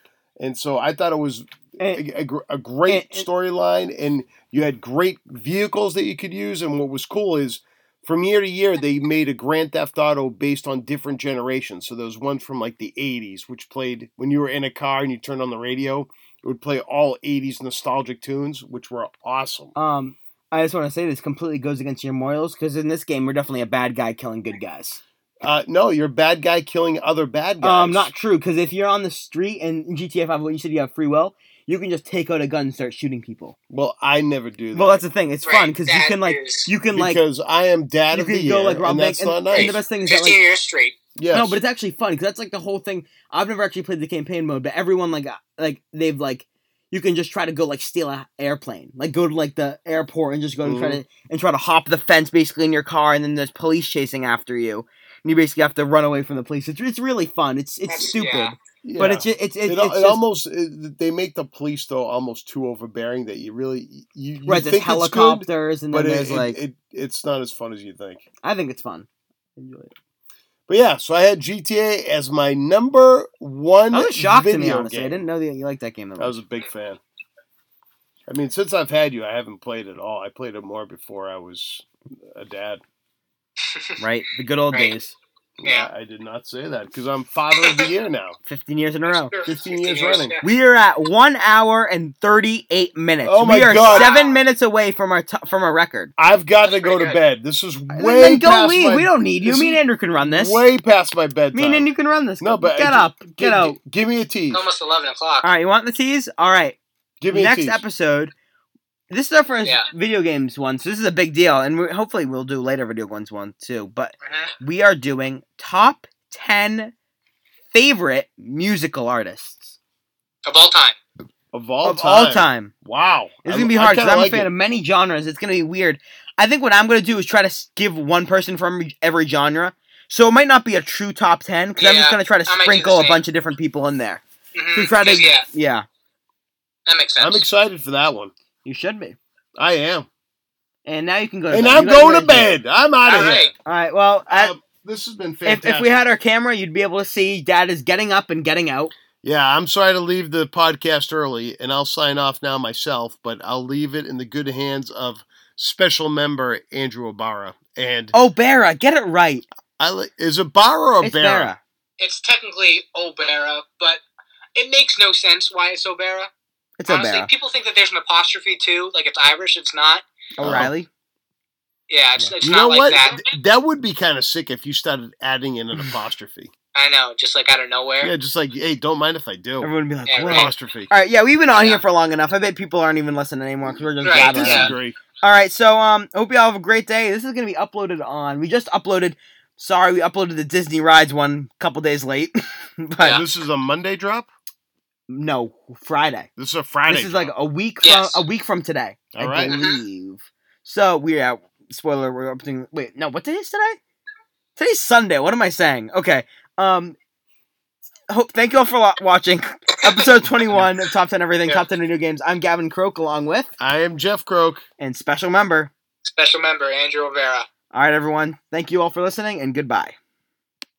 Speaker 2: And so I thought it was
Speaker 1: And-
Speaker 2: a, a gr- a great
Speaker 1: and- and-
Speaker 2: storyline, and you had great vehicles that you could use. And what was cool is from year to year they made a Grand Theft Auto based on different generations. So there was one from like the '80s, which played when you were in a car and you turned on the radio, it would play all '80s nostalgic tunes, which were awesome.
Speaker 1: Um, I just want to say this completely goes against your morals because in this game we're definitely a bad guy killing good guys.
Speaker 2: Uh, no, you're a bad guy killing other bad guys.
Speaker 1: Um, not true because if you're on the street and in GTA Five, what you said you have free will, you can just take out a gun and start shooting people.
Speaker 2: well, I never do that.
Speaker 1: Well, that's the thing. It's fun
Speaker 3: Right,
Speaker 1: because you
Speaker 3: that
Speaker 1: can like
Speaker 3: is-
Speaker 1: you can like
Speaker 2: because I am dad
Speaker 1: you
Speaker 2: of the
Speaker 1: can
Speaker 2: year,
Speaker 1: go like rob
Speaker 2: and
Speaker 1: banks
Speaker 2: that's
Speaker 1: and,
Speaker 2: not
Speaker 1: and
Speaker 2: nice.
Speaker 1: the best thing is that
Speaker 3: 15
Speaker 1: like
Speaker 3: years straight
Speaker 2: yes.
Speaker 1: No, but it's actually fun because that's like the whole thing. I've never actually played the campaign mode, but everyone like uh, like they've like you can just try to go like steal a airplane, like go to like the airport and just go and
Speaker 2: Mm-hmm.
Speaker 1: try to and try to hop the fence basically in your car, and then there's police chasing after you, and you basically have to run away from the police. It's, it's really fun. It's it's
Speaker 3: That's-
Speaker 1: stupid,
Speaker 3: yeah.
Speaker 2: Yeah.
Speaker 1: but it's ju- it's
Speaker 2: it,
Speaker 1: it's,
Speaker 2: it,
Speaker 1: it's just,
Speaker 2: almost it, they make the police though almost too overbearing that you really you, you
Speaker 1: right. There's
Speaker 2: think it's
Speaker 1: helicopters,
Speaker 2: good,
Speaker 1: and
Speaker 2: but
Speaker 1: then
Speaker 2: it,
Speaker 1: there's
Speaker 2: it-
Speaker 1: like
Speaker 2: it- it's not as fun as you think.
Speaker 1: I think it's fun. Enjoy it.
Speaker 2: But yeah, so I had GTA as my number one.
Speaker 1: That was a shock to
Speaker 2: video
Speaker 1: me, honestly.
Speaker 2: game.
Speaker 1: I didn't know that you liked that game that
Speaker 2: I
Speaker 1: much.
Speaker 2: was a big fan. I mean, since I've had you, I haven't played at all. I played it more before I was a dad.
Speaker 1: right, the good old
Speaker 3: Right.
Speaker 1: days,
Speaker 3: Yeah.
Speaker 2: I, I did not say that because I'm father of the year now.
Speaker 1: fifteen years in a row.
Speaker 2: 15 years running.
Speaker 3: yeah.
Speaker 1: We are at one hour and thirty eight minutes.
Speaker 2: Oh my
Speaker 1: we are
Speaker 2: God.
Speaker 1: seven minutes away from our t- from our record.
Speaker 2: I've got
Speaker 3: That's
Speaker 2: to go
Speaker 3: pretty
Speaker 2: to
Speaker 3: good.
Speaker 2: bed. This is way
Speaker 1: then go
Speaker 2: past
Speaker 1: leave.
Speaker 2: my
Speaker 1: we don't need you.
Speaker 2: this
Speaker 1: Me and
Speaker 2: is
Speaker 1: Andrew can run this.
Speaker 2: way past my bedtime.
Speaker 1: Me and Andrew can run this.
Speaker 2: No, but
Speaker 1: get
Speaker 2: I-
Speaker 1: up,
Speaker 2: Gi-
Speaker 1: get
Speaker 2: gi-
Speaker 1: out.
Speaker 2: Give me a tease.
Speaker 3: It's almost 11 o'clock.
Speaker 1: All right, you want the tease? All right.
Speaker 2: Give me a
Speaker 1: Next
Speaker 2: tease.
Speaker 1: episode. This is our first
Speaker 3: Yeah.
Speaker 1: video games one, so this is a big deal, and we, hopefully we'll do later video ones one too. But
Speaker 3: Uh-huh.
Speaker 1: we are doing top ten favorite musical artists
Speaker 3: Of all time.
Speaker 2: of all
Speaker 1: of
Speaker 2: time.
Speaker 1: all time.
Speaker 2: Wow.
Speaker 1: It's
Speaker 2: I-
Speaker 1: gonna be
Speaker 2: I
Speaker 1: hard because
Speaker 2: kinda
Speaker 1: I'm
Speaker 2: like
Speaker 1: a fan
Speaker 2: it.
Speaker 1: of many genres. It's gonna be weird. I think what I'm gonna do is try to s- give one person from each- every genre. So it might not be a true top ten because I'm just
Speaker 3: Yeah,
Speaker 1: gonna try to
Speaker 3: I might do the
Speaker 1: sprinkle a
Speaker 3: same.
Speaker 1: bunch of different people in there.
Speaker 3: Mhm.
Speaker 1: To try to
Speaker 3: 'Cause, Yeah,
Speaker 1: yeah,
Speaker 3: that makes sense.
Speaker 2: I'm excited for that one.
Speaker 1: you should be.
Speaker 2: I am.
Speaker 1: And now you can go. To
Speaker 2: And
Speaker 1: bed.
Speaker 2: I'm
Speaker 1: You gotta
Speaker 2: going
Speaker 1: go
Speaker 2: to bed. I'm out
Speaker 3: All
Speaker 2: of here.
Speaker 3: right. Oh,
Speaker 1: All right. Well, I,
Speaker 2: Um, this has been
Speaker 1: If,
Speaker 2: fantastic.
Speaker 1: if we had our camera, you'd be able to see Dad is getting up and getting out.
Speaker 2: yeah, I'm sorry to leave the podcast early, and I'll sign off now myself, but I'll leave it in the good hands of special member Andrew Obara. And
Speaker 1: Oh, Barra, get it right.
Speaker 2: I li- is Obara
Speaker 3: Oh,
Speaker 2: or
Speaker 1: It's
Speaker 2: Barra?
Speaker 1: Barra.
Speaker 3: It's technically Obera, but it makes no sense why it's Obera.
Speaker 1: It's
Speaker 3: Honestly,
Speaker 1: O'Barra.
Speaker 3: people think that there's an apostrophe too. Like it's Irish, it's not.
Speaker 1: O'Reilly.
Speaker 3: Yeah, it's,
Speaker 1: Yeah.
Speaker 3: it's
Speaker 2: You
Speaker 3: not
Speaker 2: know
Speaker 3: like
Speaker 2: what?
Speaker 3: that.
Speaker 2: Th- That would be kind of sick if you started adding in an apostrophe.
Speaker 3: I know, just like out of nowhere.
Speaker 2: Yeah, just like, hey, don't mind if I do.
Speaker 1: Everyone would be like,
Speaker 3: Oh. Yeah,
Speaker 1: "Whoa."
Speaker 3: right.
Speaker 2: Apostrophe.
Speaker 1: All right, yeah, we've been on
Speaker 3: Yeah.
Speaker 1: here for long enough. I bet people aren't even listening anymore because we're just
Speaker 3: Right,
Speaker 1: blabbering.
Speaker 3: yeah.
Speaker 1: on.
Speaker 2: Disagree.
Speaker 1: All right, so um, hope you all have a great day. This is gonna be uploaded on. We just uploaded. Sorry, we uploaded the Disney rides one a couple days late, but
Speaker 3: Yeah.
Speaker 2: This is a Monday drop.
Speaker 1: no, Friday.
Speaker 2: This is a Friday.
Speaker 1: This is like
Speaker 2: drop.
Speaker 1: a week from
Speaker 3: Yes.
Speaker 1: a week from today, I
Speaker 2: All right.
Speaker 3: Mhm.
Speaker 1: believe. So we're out. Spoiler: We're uploading. Wait, no, what day is today? Today's Sunday. What am I saying? Okay. Um. Hope. Thank you all for lo- watching episode twenty-one of Top Ten Everything,
Speaker 3: Yeah.
Speaker 1: Top Ten of New Games. I'm Gavin Croak, along with
Speaker 2: I am Jeff Croak.
Speaker 1: and special member.
Speaker 3: Special member Andrew Rivera.
Speaker 1: All right, everyone. Thank you all for listening, and goodbye.